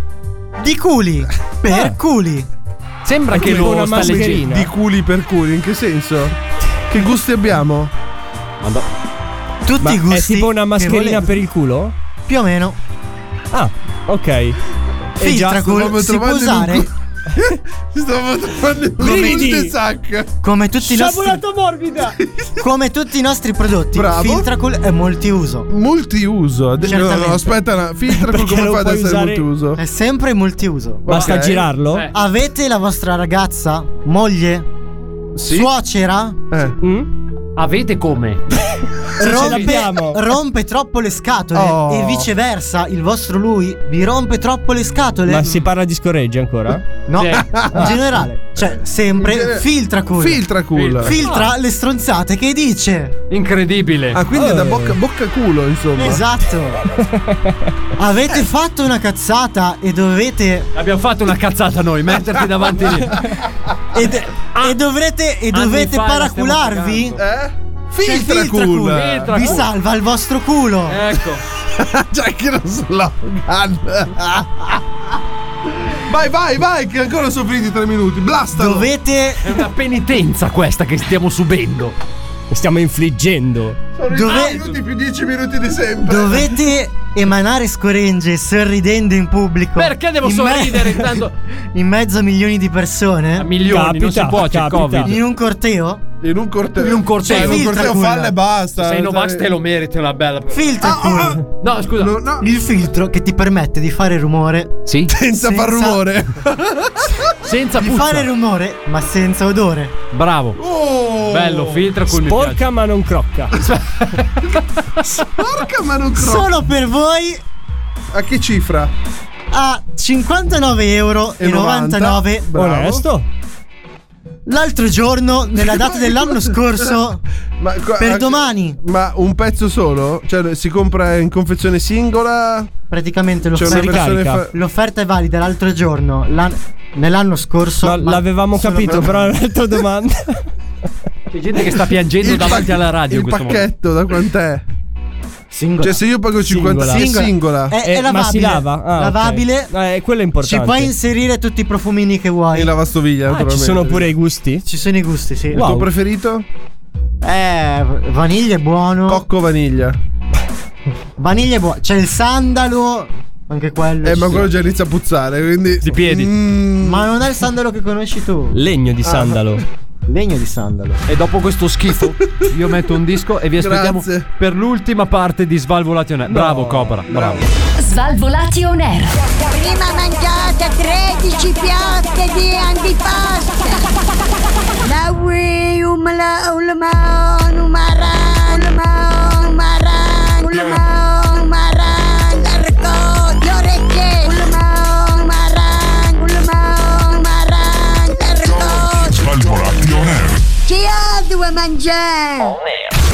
[SPEAKER 12] Di culi. Per culi.
[SPEAKER 11] Sembra che lo
[SPEAKER 13] come una
[SPEAKER 11] sta
[SPEAKER 13] mascherina.
[SPEAKER 11] leggendo.
[SPEAKER 10] di culi per culi. In che senso? Che gusti abbiamo?
[SPEAKER 12] Tutti i
[SPEAKER 13] È
[SPEAKER 12] gusti.
[SPEAKER 13] tipo una
[SPEAKER 12] che
[SPEAKER 13] mascherina
[SPEAKER 12] volete.
[SPEAKER 13] per il culo?
[SPEAKER 12] Più o meno.
[SPEAKER 13] Ah, ok.
[SPEAKER 12] Filtra cool. Si può
[SPEAKER 10] trovando in un
[SPEAKER 12] usare
[SPEAKER 10] Stavo trovando il
[SPEAKER 13] Brividi.
[SPEAKER 10] sac.
[SPEAKER 12] come tutti i nostri.
[SPEAKER 13] morbida.
[SPEAKER 12] Come tutti i nostri prodotti,
[SPEAKER 10] Bravo.
[SPEAKER 12] Filtracool è multiuso.
[SPEAKER 10] Multiuso. Ad- No,
[SPEAKER 12] Certamente.
[SPEAKER 10] no, aspetta, no. filtra
[SPEAKER 13] Perché
[SPEAKER 10] come
[SPEAKER 13] lo
[SPEAKER 10] fa ad
[SPEAKER 13] puoi
[SPEAKER 10] essere
[SPEAKER 13] usare-
[SPEAKER 10] multiuso.
[SPEAKER 12] È sempre multiuso.
[SPEAKER 13] Basta
[SPEAKER 10] Ok.
[SPEAKER 13] girarlo?
[SPEAKER 11] Eh.
[SPEAKER 12] Avete la vostra ragazza, moglie,
[SPEAKER 10] Sì.
[SPEAKER 12] suocera?
[SPEAKER 10] Eh.
[SPEAKER 13] Mm?
[SPEAKER 11] Avete come?
[SPEAKER 12] Rompe,
[SPEAKER 13] l'abbiamo.
[SPEAKER 12] rompe troppo le scatole
[SPEAKER 10] Oh.
[SPEAKER 12] e viceversa il vostro lui vi rompe troppo le scatole?
[SPEAKER 13] Ma si parla di scoreggi ancora?
[SPEAKER 12] No,
[SPEAKER 11] Sì.
[SPEAKER 12] in generale, cioè sempre
[SPEAKER 10] In genere-
[SPEAKER 12] filtra cool.
[SPEAKER 10] Filtra cool.
[SPEAKER 12] Filtra le stronzate che dice.
[SPEAKER 11] Incredibile.
[SPEAKER 10] Ah, quindi è
[SPEAKER 13] Eh.
[SPEAKER 10] da bocca, bocca culo, insomma.
[SPEAKER 12] Esatto. Avete fatto una cazzata e dovete
[SPEAKER 11] Abbiamo fatto una cazzata noi, metterti davanti
[SPEAKER 13] [laughs]
[SPEAKER 11] lì.
[SPEAKER 12] ed- e dovrete e
[SPEAKER 11] Anni
[SPEAKER 12] dovete
[SPEAKER 11] fa la
[SPEAKER 12] paracularvi?
[SPEAKER 11] stiamo
[SPEAKER 10] Eh?
[SPEAKER 12] Cioè,
[SPEAKER 10] Filtra cool.
[SPEAKER 11] Filtra
[SPEAKER 12] Vi
[SPEAKER 11] cool.
[SPEAKER 12] salva il vostro culo.
[SPEAKER 11] Ecco.
[SPEAKER 10] C'è chi lo slogan. vai, vai, vai, che ancora sono finiti tre minuti. Blastalo.
[SPEAKER 12] Dovete
[SPEAKER 11] È una penitenza questa che stiamo subendo.
[SPEAKER 13] Stiamo infliggendo.
[SPEAKER 10] Sono i
[SPEAKER 12] dove-
[SPEAKER 10] tre minuti più dieci minuti di sempre.
[SPEAKER 12] Dovete emanare scorenze sorridendo in pubblico.
[SPEAKER 11] Perché devo
[SPEAKER 12] In me-
[SPEAKER 11] sorridere intanto?
[SPEAKER 12] [laughs] in mezzo a milioni di
[SPEAKER 11] A
[SPEAKER 12] persone?
[SPEAKER 11] milioni, non
[SPEAKER 13] Capita,
[SPEAKER 11] si può, c'è il
[SPEAKER 13] capita.
[SPEAKER 11] Covid.
[SPEAKER 12] In un corteo?
[SPEAKER 10] In un corteo.
[SPEAKER 11] In un corteo.
[SPEAKER 10] Cioè, in un
[SPEAKER 12] Filtra
[SPEAKER 10] corteo
[SPEAKER 12] quella.
[SPEAKER 10] falla e basta.
[SPEAKER 11] Sei Novax
[SPEAKER 10] Cioè,
[SPEAKER 11] te lo meriti una bella.
[SPEAKER 12] Filtra cool.
[SPEAKER 11] No, scusa.
[SPEAKER 10] no, no,
[SPEAKER 12] Il filtro che ti permette di fare rumore.
[SPEAKER 11] Sì?
[SPEAKER 10] senza,
[SPEAKER 12] senza-
[SPEAKER 10] far rumore.
[SPEAKER 11] Senza
[SPEAKER 12] Di
[SPEAKER 11] puzza.
[SPEAKER 12] fare rumore, ma senza odore.
[SPEAKER 11] Bravo.
[SPEAKER 10] Oh,
[SPEAKER 11] Bello, filtra cool mi piace.
[SPEAKER 13] Porca ma
[SPEAKER 11] [laughs]
[SPEAKER 13] non crocca.
[SPEAKER 10] Porca ma non troppo.
[SPEAKER 12] Solo per voi
[SPEAKER 10] A che cifra?
[SPEAKER 12] a 59,99 euro.
[SPEAKER 10] E 90. Bravo.
[SPEAKER 13] Onesto.
[SPEAKER 12] L'altro giorno, nella data dell'anno scorso,
[SPEAKER 10] Ma qua-
[SPEAKER 12] per
[SPEAKER 10] anche-
[SPEAKER 12] domani,
[SPEAKER 10] Ma un pezzo solo? Cioè, si compra in confezione singola?
[SPEAKER 12] praticamente
[SPEAKER 10] C'è una
[SPEAKER 12] l'offerta,
[SPEAKER 10] versione
[SPEAKER 13] ricarica.
[SPEAKER 10] fa-
[SPEAKER 12] l'offerta è valida l'altro giorno. l'an- nell'anno scorso.
[SPEAKER 13] No,
[SPEAKER 12] ma-
[SPEAKER 13] l'avevamo
[SPEAKER 12] solo
[SPEAKER 13] capito,
[SPEAKER 12] per-
[SPEAKER 13] però è un'altra domanda.
[SPEAKER 11] [laughs] C'è gente che sta piangendo
[SPEAKER 10] Il
[SPEAKER 11] davanti
[SPEAKER 10] pac-
[SPEAKER 11] alla radio
[SPEAKER 10] Il
[SPEAKER 11] in questo
[SPEAKER 10] pacchetto da quant'è?
[SPEAKER 12] Singola.
[SPEAKER 19] Cioè, se io pago 50
[SPEAKER 12] Singola.
[SPEAKER 19] Sì, singola.
[SPEAKER 12] È, è
[SPEAKER 19] Eh,
[SPEAKER 12] lavabile.
[SPEAKER 19] ma si lava? Ah, ok.
[SPEAKER 12] lavabile.
[SPEAKER 13] Eh, quello è
[SPEAKER 12] Ci
[SPEAKER 13] importante.
[SPEAKER 12] puoi inserire tutti i profumini che vuoi.
[SPEAKER 19] E lavastoviglie,
[SPEAKER 13] Ah, ci sono pure i gusti?
[SPEAKER 12] Ci sono i gusti, sì.
[SPEAKER 13] Il tuo Wow.
[SPEAKER 19] preferito?
[SPEAKER 12] Eh, vaniglia è buono.
[SPEAKER 19] Cocco vaniglia.
[SPEAKER 13] Eh,
[SPEAKER 12] Vaniglia è buono. C'è il sandalo. Anche quello.
[SPEAKER 19] Eh,
[SPEAKER 12] ci
[SPEAKER 19] ma
[SPEAKER 12] sta.
[SPEAKER 19] quello già inizia a puzzare, quindi. Mm. Di
[SPEAKER 13] piedi.
[SPEAKER 12] Ma non è il sandalo che conosci tu.
[SPEAKER 13] Legno di
[SPEAKER 12] Ah.
[SPEAKER 13] sandalo.
[SPEAKER 12] Legno di sandalo.
[SPEAKER 11] E dopo questo schifo, io metto un disco e vi aspettiamo
[SPEAKER 19] Grazie.
[SPEAKER 11] per l'ultima parte di Svalvolati On Air. Bravo, Cobra. Bravo.
[SPEAKER 20] Svalvolati on air.
[SPEAKER 18] Prima mangiate 13 piatte di antipasto. La ui umla ulma numara ulma numara ulma numara l'arco le orecchie ulma numara ulma numara l'arco
[SPEAKER 16] Svalvolati on air.
[SPEAKER 18] chi ha due mangiare?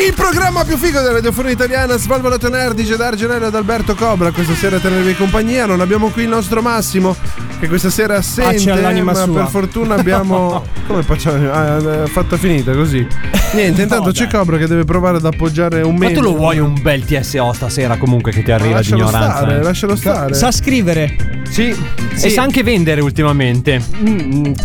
[SPEAKER 19] Il programma più figo della radiofonia italiana Svalvolato Nerdice da Argenello ad Alberto Cobra Questa sera a tenervi compagnia Non abbiamo qui il nostro Massimo Che questa sera assente
[SPEAKER 13] Faccia l'anima
[SPEAKER 19] Ma
[SPEAKER 13] Ah, sua.
[SPEAKER 19] per fortuna
[SPEAKER 13] [laughs]
[SPEAKER 19] abbiamo Come faccia l'anima? Ah, eh, fatta finita così Niente intanto c'è Cobra che deve provare ad appoggiare un
[SPEAKER 11] Ma tu
[SPEAKER 19] membro
[SPEAKER 11] lo vuoi un bel TSO stasera comunque che ti arriva di
[SPEAKER 19] lascialo
[SPEAKER 11] ignoranza?
[SPEAKER 19] stare,
[SPEAKER 11] eh?
[SPEAKER 19] lascialo stare. Sa
[SPEAKER 13] scrivere.
[SPEAKER 11] Sì, e sa anche vendere ultimamente.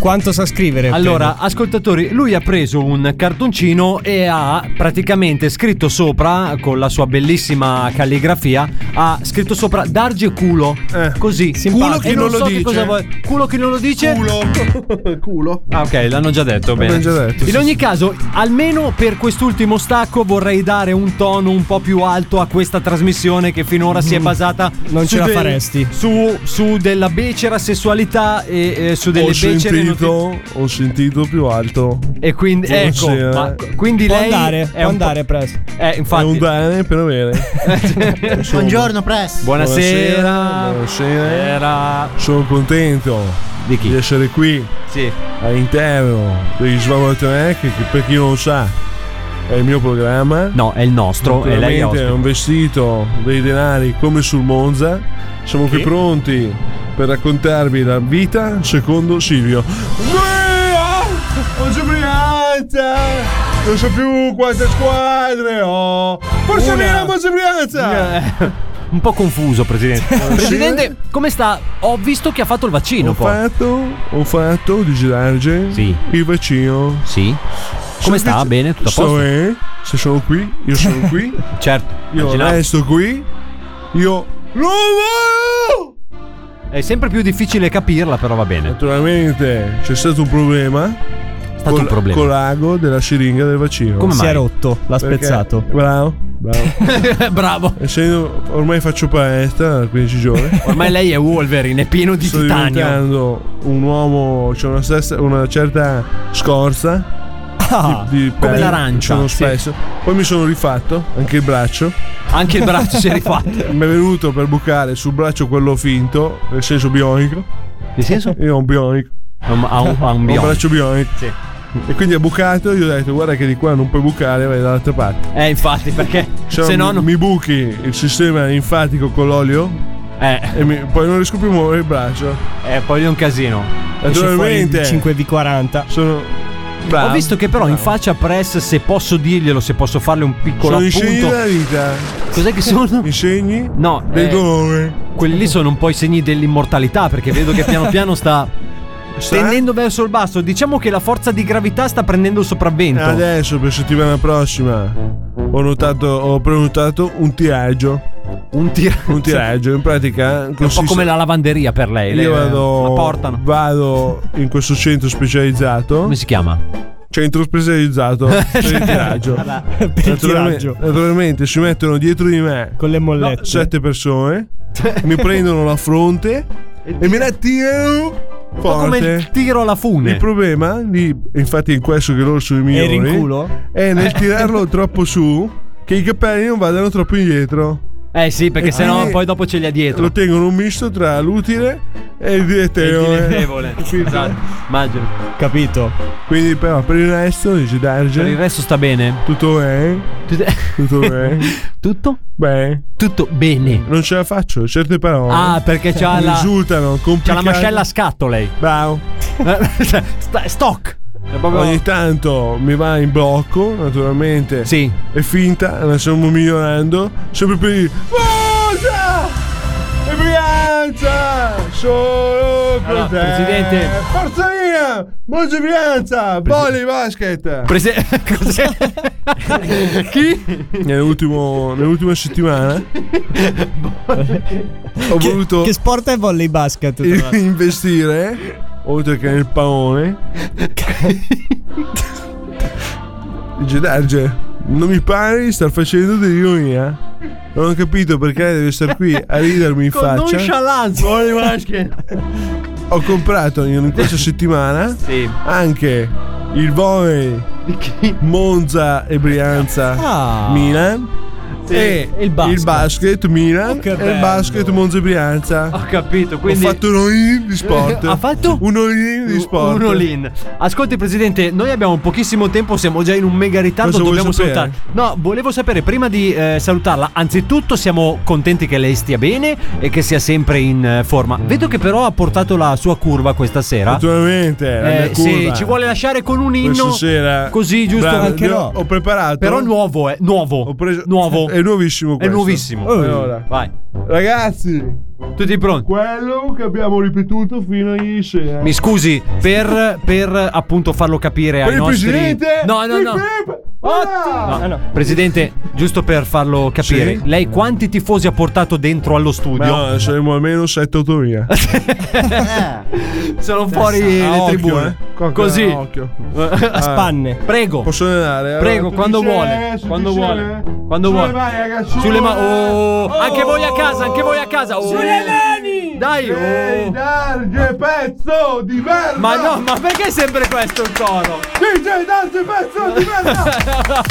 [SPEAKER 13] quanto sa scrivere?
[SPEAKER 11] Allora, ascoltatori, lui ha preso un cartoncino e ha praticamente scritto sopra, con la sua bellissima calligrafia, ha scritto sopra Darge culo. Così.
[SPEAKER 19] Culo chi
[SPEAKER 11] E
[SPEAKER 19] Eh, non lo
[SPEAKER 11] so che
[SPEAKER 19] dice.
[SPEAKER 11] cosa vuoi- Culo chi non lo dice. [laughs]
[SPEAKER 19] Culo. Culo.
[SPEAKER 11] Ah, ok, l'hanno già detto. Bene.
[SPEAKER 19] L'abbiamo già detto,
[SPEAKER 11] In
[SPEAKER 19] sì,
[SPEAKER 11] ogni caso, almeno per quest'ultimo stacco vorrei dare un tono un po' più alto a questa trasmissione che finora si è
[SPEAKER 19] Mm-hmm.
[SPEAKER 11] basata.
[SPEAKER 13] Non
[SPEAKER 11] su
[SPEAKER 13] ce la faresti.
[SPEAKER 11] Su, su della becera sessualità e eh, su delle
[SPEAKER 19] ho
[SPEAKER 11] becere. noti-
[SPEAKER 19] sentito, ho sentito più alto.
[SPEAKER 11] E quindi,
[SPEAKER 19] Non
[SPEAKER 11] ecco,
[SPEAKER 19] c'era.
[SPEAKER 11] ma quindi
[SPEAKER 13] Può
[SPEAKER 11] lei
[SPEAKER 13] andare,
[SPEAKER 11] è
[SPEAKER 13] può
[SPEAKER 11] un po'-
[SPEAKER 13] andare presto.
[SPEAKER 11] Eh, infatti.
[SPEAKER 19] È un bene per bene. Insomma.
[SPEAKER 12] Buongiorno, Press.
[SPEAKER 11] [laughs] Buonasera. Eh.
[SPEAKER 19] Buonasera. Sono contento
[SPEAKER 11] di,
[SPEAKER 19] essere qui
[SPEAKER 11] Sì.
[SPEAKER 19] all'interno degli Svalvolatonec che per chi non lo sa è il mio programma.
[SPEAKER 11] No, è il nostro e lei è
[SPEAKER 19] Naturalmente è
[SPEAKER 11] ospite.
[SPEAKER 19] un vestito dei denari come sul Monza. Siamo qui pronti per raccontarvi la vita secondo Silvio. Oggi Brianza! Non so più quante squadre ho! Forse
[SPEAKER 11] Una.
[SPEAKER 19] Milano, forse Brianza!
[SPEAKER 11] [laughs] Un po' confuso, presidente. presidente,
[SPEAKER 19] Sì.
[SPEAKER 11] come sta? Ho visto che ha fatto il vaccino
[SPEAKER 19] Ho
[SPEAKER 11] poi.
[SPEAKER 19] fatto, ho fatto di girarge il vaccino.
[SPEAKER 11] Sì. Come sta? Bene? Tutto a
[SPEAKER 19] sto
[SPEAKER 11] posto?
[SPEAKER 19] bene. eh, Se sono qui, io sono
[SPEAKER 11] [laughs]
[SPEAKER 19] qui.
[SPEAKER 11] Certo.
[SPEAKER 19] Io
[SPEAKER 11] immaginavo.
[SPEAKER 19] resto qui. Io non voglio!
[SPEAKER 11] È sempre più difficile capirla, però va bene.
[SPEAKER 19] Naturalmente c'è stato un problema.
[SPEAKER 11] stato un problema.
[SPEAKER 19] Con l'ago della siringa del vaccino.
[SPEAKER 13] Come Si mai? è rotto, l'ha spezzato.
[SPEAKER 19] Bravo, bravo.
[SPEAKER 11] [laughs] Bravo.
[SPEAKER 19] Essendo ormai faccio palestra da 15 giorni.
[SPEAKER 11] [laughs] Ormai lei è Wolverine, è pieno di
[SPEAKER 19] Sto
[SPEAKER 11] titanio.
[SPEAKER 19] diventando un uomo, c'è una, stessa- una certa scorza.
[SPEAKER 11] Ah, come l'arancia.
[SPEAKER 19] Sono
[SPEAKER 11] sì.
[SPEAKER 19] spesso. Poi mi sono rifatto anche il braccio.
[SPEAKER 11] Anche il braccio si è [laughs] rifatto.
[SPEAKER 19] Mi è venuto per bucare sul braccio quello finto, nel senso bionico.
[SPEAKER 11] Nel senso?
[SPEAKER 19] Io ho un bionico.
[SPEAKER 11] Ha un, ha un- ha un
[SPEAKER 19] Ho
[SPEAKER 11] biombo.
[SPEAKER 19] Un braccio bionico. E quindi ha bucato, io ho detto guarda che di qua non puoi bucare, vai dall'altra parte.
[SPEAKER 11] Eh, infatti, perché se, no
[SPEAKER 19] Cioè, mi,
[SPEAKER 11] non.
[SPEAKER 19] mi buchi il sistema linfatico con l'olio
[SPEAKER 11] Eh,
[SPEAKER 19] e mi- poi non riesco più a muovere il braccio.
[SPEAKER 11] eh, poi è un casino.
[SPEAKER 19] Naturalmente
[SPEAKER 13] 5v40.
[SPEAKER 19] sono bravo.
[SPEAKER 11] Ho visto che però in faccia press, se posso dirglielo, se posso farle un piccolo
[SPEAKER 19] sono i segni
[SPEAKER 11] appunto.
[SPEAKER 19] della vita.
[SPEAKER 11] Cos'è che sono?
[SPEAKER 19] I segni
[SPEAKER 11] No,
[SPEAKER 19] del
[SPEAKER 11] eh,
[SPEAKER 19] dolore.
[SPEAKER 11] quelli lì sono un po' i segni dell'immortalità, perché vedo che piano piano sta.
[SPEAKER 19] Sta-
[SPEAKER 11] Tendendo verso il basso, diciamo che la forza di gravità sta prendendo il sopravvento.
[SPEAKER 19] Eh, Adesso per settimana prossima ho, notato, ho prenotato un tiraggio.
[SPEAKER 11] Un, tiraggio.
[SPEAKER 19] Un tiraggio, in pratica
[SPEAKER 11] È un po'
[SPEAKER 19] consiste-
[SPEAKER 11] come la lavanderia per lei. le-
[SPEAKER 19] Io vado,
[SPEAKER 11] La portano.
[SPEAKER 19] vado in questo centro specializzato.
[SPEAKER 11] Come si chiama?
[SPEAKER 19] Centro
[SPEAKER 13] [laughs]
[SPEAKER 19] specializzato Cioè, per il tiraggio.
[SPEAKER 13] Per il
[SPEAKER 19] Naturalmente,
[SPEAKER 13] tiraggio.
[SPEAKER 19] naturalmente si mettono dietro di me
[SPEAKER 13] Con le mollette.
[SPEAKER 19] sette
[SPEAKER 13] [laughs]
[SPEAKER 19] persone, mi prendono la fronte e me la tirano
[SPEAKER 11] Un po' come il
[SPEAKER 19] forte.
[SPEAKER 11] tiro alla fune.
[SPEAKER 19] Il problema, di, infatti, è in questo che loro sono i migliori.
[SPEAKER 13] Eri in culo?
[SPEAKER 19] È
[SPEAKER 13] [laughs]
[SPEAKER 19] nel tirarlo troppo su che i capelli non vadano troppo indietro.
[SPEAKER 11] eh sì, perché
[SPEAKER 19] E
[SPEAKER 11] sennò
[SPEAKER 19] quindi-
[SPEAKER 11] poi dopo ce li ha dietro.
[SPEAKER 19] Lo tengono un misto tra l'utile e il
[SPEAKER 11] È
[SPEAKER 19] direttevole.
[SPEAKER 11] [laughs] dilettevole. Esatto. Immagino.
[SPEAKER 13] Capito?
[SPEAKER 19] Quindi, però, per il resto, dice
[SPEAKER 11] Per il
[SPEAKER 19] Darge,
[SPEAKER 11] resto sta bene.
[SPEAKER 19] tutto è. Tutto
[SPEAKER 13] [laughs]
[SPEAKER 19] è.
[SPEAKER 11] Tutto?
[SPEAKER 19] Beh,
[SPEAKER 11] Tutto bene.
[SPEAKER 19] non ce la faccio. Certe parole
[SPEAKER 11] Ah, perché c'ha
[SPEAKER 19] mi
[SPEAKER 11] la,
[SPEAKER 19] risultano complicate.
[SPEAKER 11] c'ha la mascella a scatto lei.
[SPEAKER 19] Bravo.
[SPEAKER 11] [laughs] Sta- Stock.
[SPEAKER 19] Ogni tanto mi va in blocco, naturalmente. Sì. È finta, la stiamo migliorando. Sempre più di. Forza! E Brianza! Solo con
[SPEAKER 10] Allora,
[SPEAKER 19] te!
[SPEAKER 10] Presidente.
[SPEAKER 19] Forza mia! Buongiorno Brianza! Volley basket!
[SPEAKER 11] [laughs]
[SPEAKER 19] Chi? Nell'ultimo, nell'ultima
[SPEAKER 11] [laughs]
[SPEAKER 19] settimana ho voluto
[SPEAKER 6] Che sport è volley basket? tra l'altro?
[SPEAKER 19] [laughs] investire oltre che nel paone [laughs] dice Darge non mi pare di star facendo dell'ironia non ho capito perché deve stare qui a ridermi in
[SPEAKER 11] [laughs] Con
[SPEAKER 19] faccia
[SPEAKER 11] nonchalance. Volley basket.
[SPEAKER 19] ho comprato in questa
[SPEAKER 11] [laughs]
[SPEAKER 19] settimana anche il volley Monza e Brianza
[SPEAKER 10] Ah.
[SPEAKER 19] Milan
[SPEAKER 11] Sì,
[SPEAKER 19] e
[SPEAKER 11] e il basket. Oh,
[SPEAKER 19] Milan
[SPEAKER 11] che
[SPEAKER 19] e il
[SPEAKER 11] bello.
[SPEAKER 19] basket Monza e Brianza
[SPEAKER 11] Ho capito, quindi
[SPEAKER 19] ho fatto un all-in di sport.
[SPEAKER 11] Ha fatto
[SPEAKER 19] un all-in di sport.
[SPEAKER 11] un all-in. Ascolti presidente, noi abbiamo pochissimo tempo, siamo già in un mega ritardo,
[SPEAKER 19] Cosa vuoi
[SPEAKER 11] dobbiamo
[SPEAKER 19] sapere?
[SPEAKER 11] salutare. No, volevo sapere prima di eh, salutarla, anzitutto siamo contenti che lei stia bene e che sia sempre in eh, forma. Vedo che però ha portato la sua curva questa sera.
[SPEAKER 19] Naturalmente, la mia
[SPEAKER 11] Eh, sì,
[SPEAKER 19] curva.
[SPEAKER 11] ci vuole lasciare con un inno.
[SPEAKER 19] Questa sera.
[SPEAKER 11] Così giusto
[SPEAKER 19] Bravo,
[SPEAKER 11] anche
[SPEAKER 19] io
[SPEAKER 11] no.
[SPEAKER 19] Ho preparato.
[SPEAKER 11] Però nuovo, eh, nuovo. nuovo.
[SPEAKER 19] [laughs] È nuovissimo questo.
[SPEAKER 11] È nuovissimo.
[SPEAKER 19] Allora.
[SPEAKER 11] Vai.
[SPEAKER 19] Ragazzi,
[SPEAKER 11] tutti pronti?
[SPEAKER 19] Quello che abbiamo ripetuto fino a ieri sera.
[SPEAKER 11] Mi scusi per, per appunto farlo capire
[SPEAKER 19] Per
[SPEAKER 11] ai
[SPEAKER 19] il
[SPEAKER 11] nostri
[SPEAKER 19] presidente?
[SPEAKER 11] No, no,
[SPEAKER 19] Il
[SPEAKER 11] no.
[SPEAKER 19] Pep- Ah.
[SPEAKER 11] No, Presidente, giusto per farlo capire,
[SPEAKER 19] Sì.
[SPEAKER 11] lei quanti tifosi ha portato dentro allo
[SPEAKER 19] Ma
[SPEAKER 11] studio?
[SPEAKER 19] no, saremo almeno 7-8
[SPEAKER 11] [laughs]
[SPEAKER 19] mila.
[SPEAKER 12] Eh.
[SPEAKER 11] Sono fuori
[SPEAKER 19] Eh, A
[SPEAKER 11] le
[SPEAKER 19] occhio,
[SPEAKER 11] tribune.
[SPEAKER 19] eh. Con-
[SPEAKER 11] Così.
[SPEAKER 19] a occhio.
[SPEAKER 11] [laughs]
[SPEAKER 19] Ah.
[SPEAKER 11] A spanne. Prego.
[SPEAKER 19] Posso andare?
[SPEAKER 11] Prego, quando vuole.
[SPEAKER 19] sulle
[SPEAKER 11] Quando vuole.
[SPEAKER 19] mani,
[SPEAKER 11] Quando
[SPEAKER 19] sulle
[SPEAKER 11] vuole.
[SPEAKER 19] mani, ragazzuoli.
[SPEAKER 11] Sulle ma- oh,
[SPEAKER 19] Oh.
[SPEAKER 11] Anche voi a casa, anche voi a casa. Oh.
[SPEAKER 19] Sulle
[SPEAKER 11] mani. Dai. oh.
[SPEAKER 19] Ehi, Darge, pezzo di merda!
[SPEAKER 11] Ma no, ma perché è sempre questo il coro?
[SPEAKER 19] DJ Darge, pezzo di
[SPEAKER 11] merda!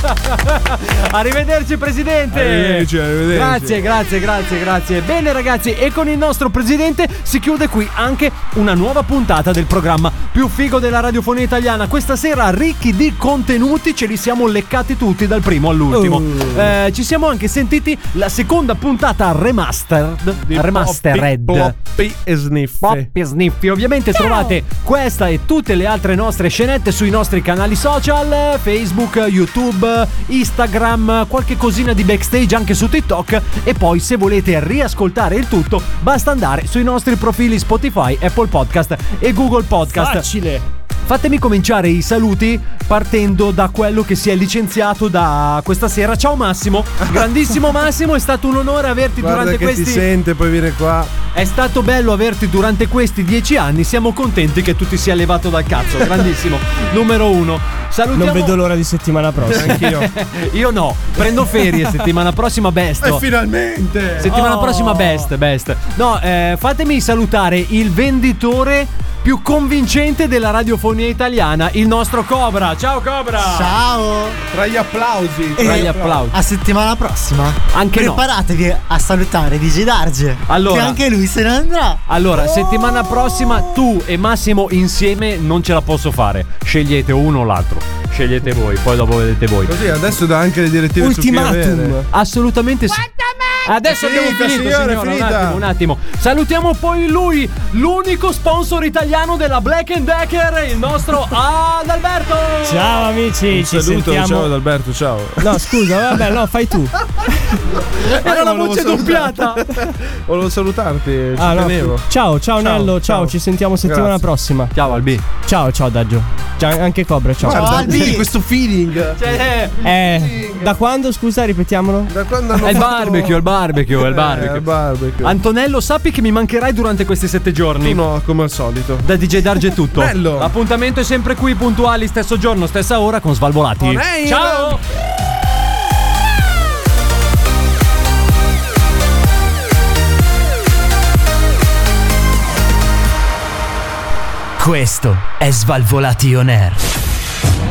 [SPEAKER 11] Arrivederci presidente.
[SPEAKER 19] Arrivederci, arrivederci.
[SPEAKER 11] Grazie, grazie, grazie, grazie. Bene ragazzi, e con il nostro presidente si chiude qui anche una nuova puntata del programma più figo della radiofonia italiana. Questa sera ricchi di contenuti, ce li siamo leccati tutti dal primo all'ultimo. Eh, ci siamo anche sentiti la seconda puntata remastered, remastered.
[SPEAKER 19] Poppy e Sniff.
[SPEAKER 11] Poppy e Sniffi. Ovviamente trovate questa e tutte le altre nostre scenette sui nostri canali social, eh, Facebook, YouTube, eh, Instagram, eh, qualche cosina di backstage anche su TikTok e poi se volete riascoltare il tutto basta andare sui nostri profili Spotify, Apple Podcast e Google Podcast.
[SPEAKER 6] Facile.
[SPEAKER 11] Fatemi cominciare i saluti partendo da quello che si è licenziato da questa sera. Ciao
[SPEAKER 19] [laughs]
[SPEAKER 11] Massimo, grandissimo Massimo, è stato un onore averti
[SPEAKER 19] Guarda
[SPEAKER 11] durante
[SPEAKER 19] che
[SPEAKER 11] questi
[SPEAKER 19] ti sente, poi viene qua.
[SPEAKER 11] è stato bello averti durante questi dieci anni. Siamo contenti che tu ti sia levato dal cazzo.
[SPEAKER 13] [laughs]
[SPEAKER 11] Grandissimo. Numero uno. Salutiamo.
[SPEAKER 13] Non vedo l'ora di settimana prossima.
[SPEAKER 11] Io no. Prendo ferie settimana prossima,
[SPEAKER 13] [laughs]
[SPEAKER 11] besto.
[SPEAKER 13] E finalmente!
[SPEAKER 11] Settimana
[SPEAKER 13] Oh.
[SPEAKER 11] prossima, best, best. No, eh, fatemi salutare il venditore più convincente della radiofonia italiana, il nostro Cobra. Ciao Cobra!
[SPEAKER 12] Ciao!
[SPEAKER 19] Tra gli applausi.
[SPEAKER 11] Tra gli applausi.
[SPEAKER 12] A settimana prossima.
[SPEAKER 11] Anche no.
[SPEAKER 12] Preparatevi a salutare DJ Darge.
[SPEAKER 11] Allora.
[SPEAKER 12] Che anche lui se ne andrà.
[SPEAKER 11] Allora, settimana prossima tu e Massimo insieme non ce la posso fare. Scegliete uno o l'altro. Scegliete voi, poi dopo vedete voi.
[SPEAKER 19] Così adesso dà anche le direttive su chi avere.
[SPEAKER 11] Assolutamente sì. Adesso
[SPEAKER 19] È
[SPEAKER 11] abbiamo
[SPEAKER 19] finita,
[SPEAKER 11] finito,
[SPEAKER 19] signora, è
[SPEAKER 11] signora, un
[SPEAKER 19] finita.
[SPEAKER 11] attimo, un attimo. Salutiamo poi lui, l'unico sponsor italiano della Black Decker, il nostro Adalberto.
[SPEAKER 13] Ciao amici,
[SPEAKER 19] Un
[SPEAKER 13] ci
[SPEAKER 19] saluto,
[SPEAKER 13] sentiamo.
[SPEAKER 19] ciao Adalberto, ciao.
[SPEAKER 13] No, scusa, vabbè, no, fai tu.
[SPEAKER 19] [laughs]
[SPEAKER 11] Era la
[SPEAKER 19] volevo
[SPEAKER 11] voce
[SPEAKER 19] salutare.
[SPEAKER 11] doppiata.
[SPEAKER 19] Volevo salutarti, ci
[SPEAKER 13] Ah, no,
[SPEAKER 19] tenevo.
[SPEAKER 13] Ciao, ciao, Nello, ciao, ci sentiamo settimana
[SPEAKER 19] Grazie.
[SPEAKER 13] prossima.
[SPEAKER 11] Ciao Albi.
[SPEAKER 13] Ciao, ciao Daggio. Ciao, anche Cobra, ciao.
[SPEAKER 19] Guarda, vedi questo feeling.
[SPEAKER 11] Cioè,
[SPEAKER 13] eh, da quando, scusa, ripetiamolo? Eh,
[SPEAKER 19] Da quando Eh,
[SPEAKER 11] È il barbecue, è il barbecue, è il barbecue. Antonello, sappi che mi mancherai durante questi sette giorni.
[SPEAKER 19] no, come al solito.
[SPEAKER 11] Da DJ Darge è tutto.
[SPEAKER 19] Bello.
[SPEAKER 11] L'appuntamento è sempre qui, puntuali, stesso giorno, stessa ora con Svalvolati.
[SPEAKER 10] air.
[SPEAKER 11] Ciao!
[SPEAKER 21] Questo è Svalvolation Air.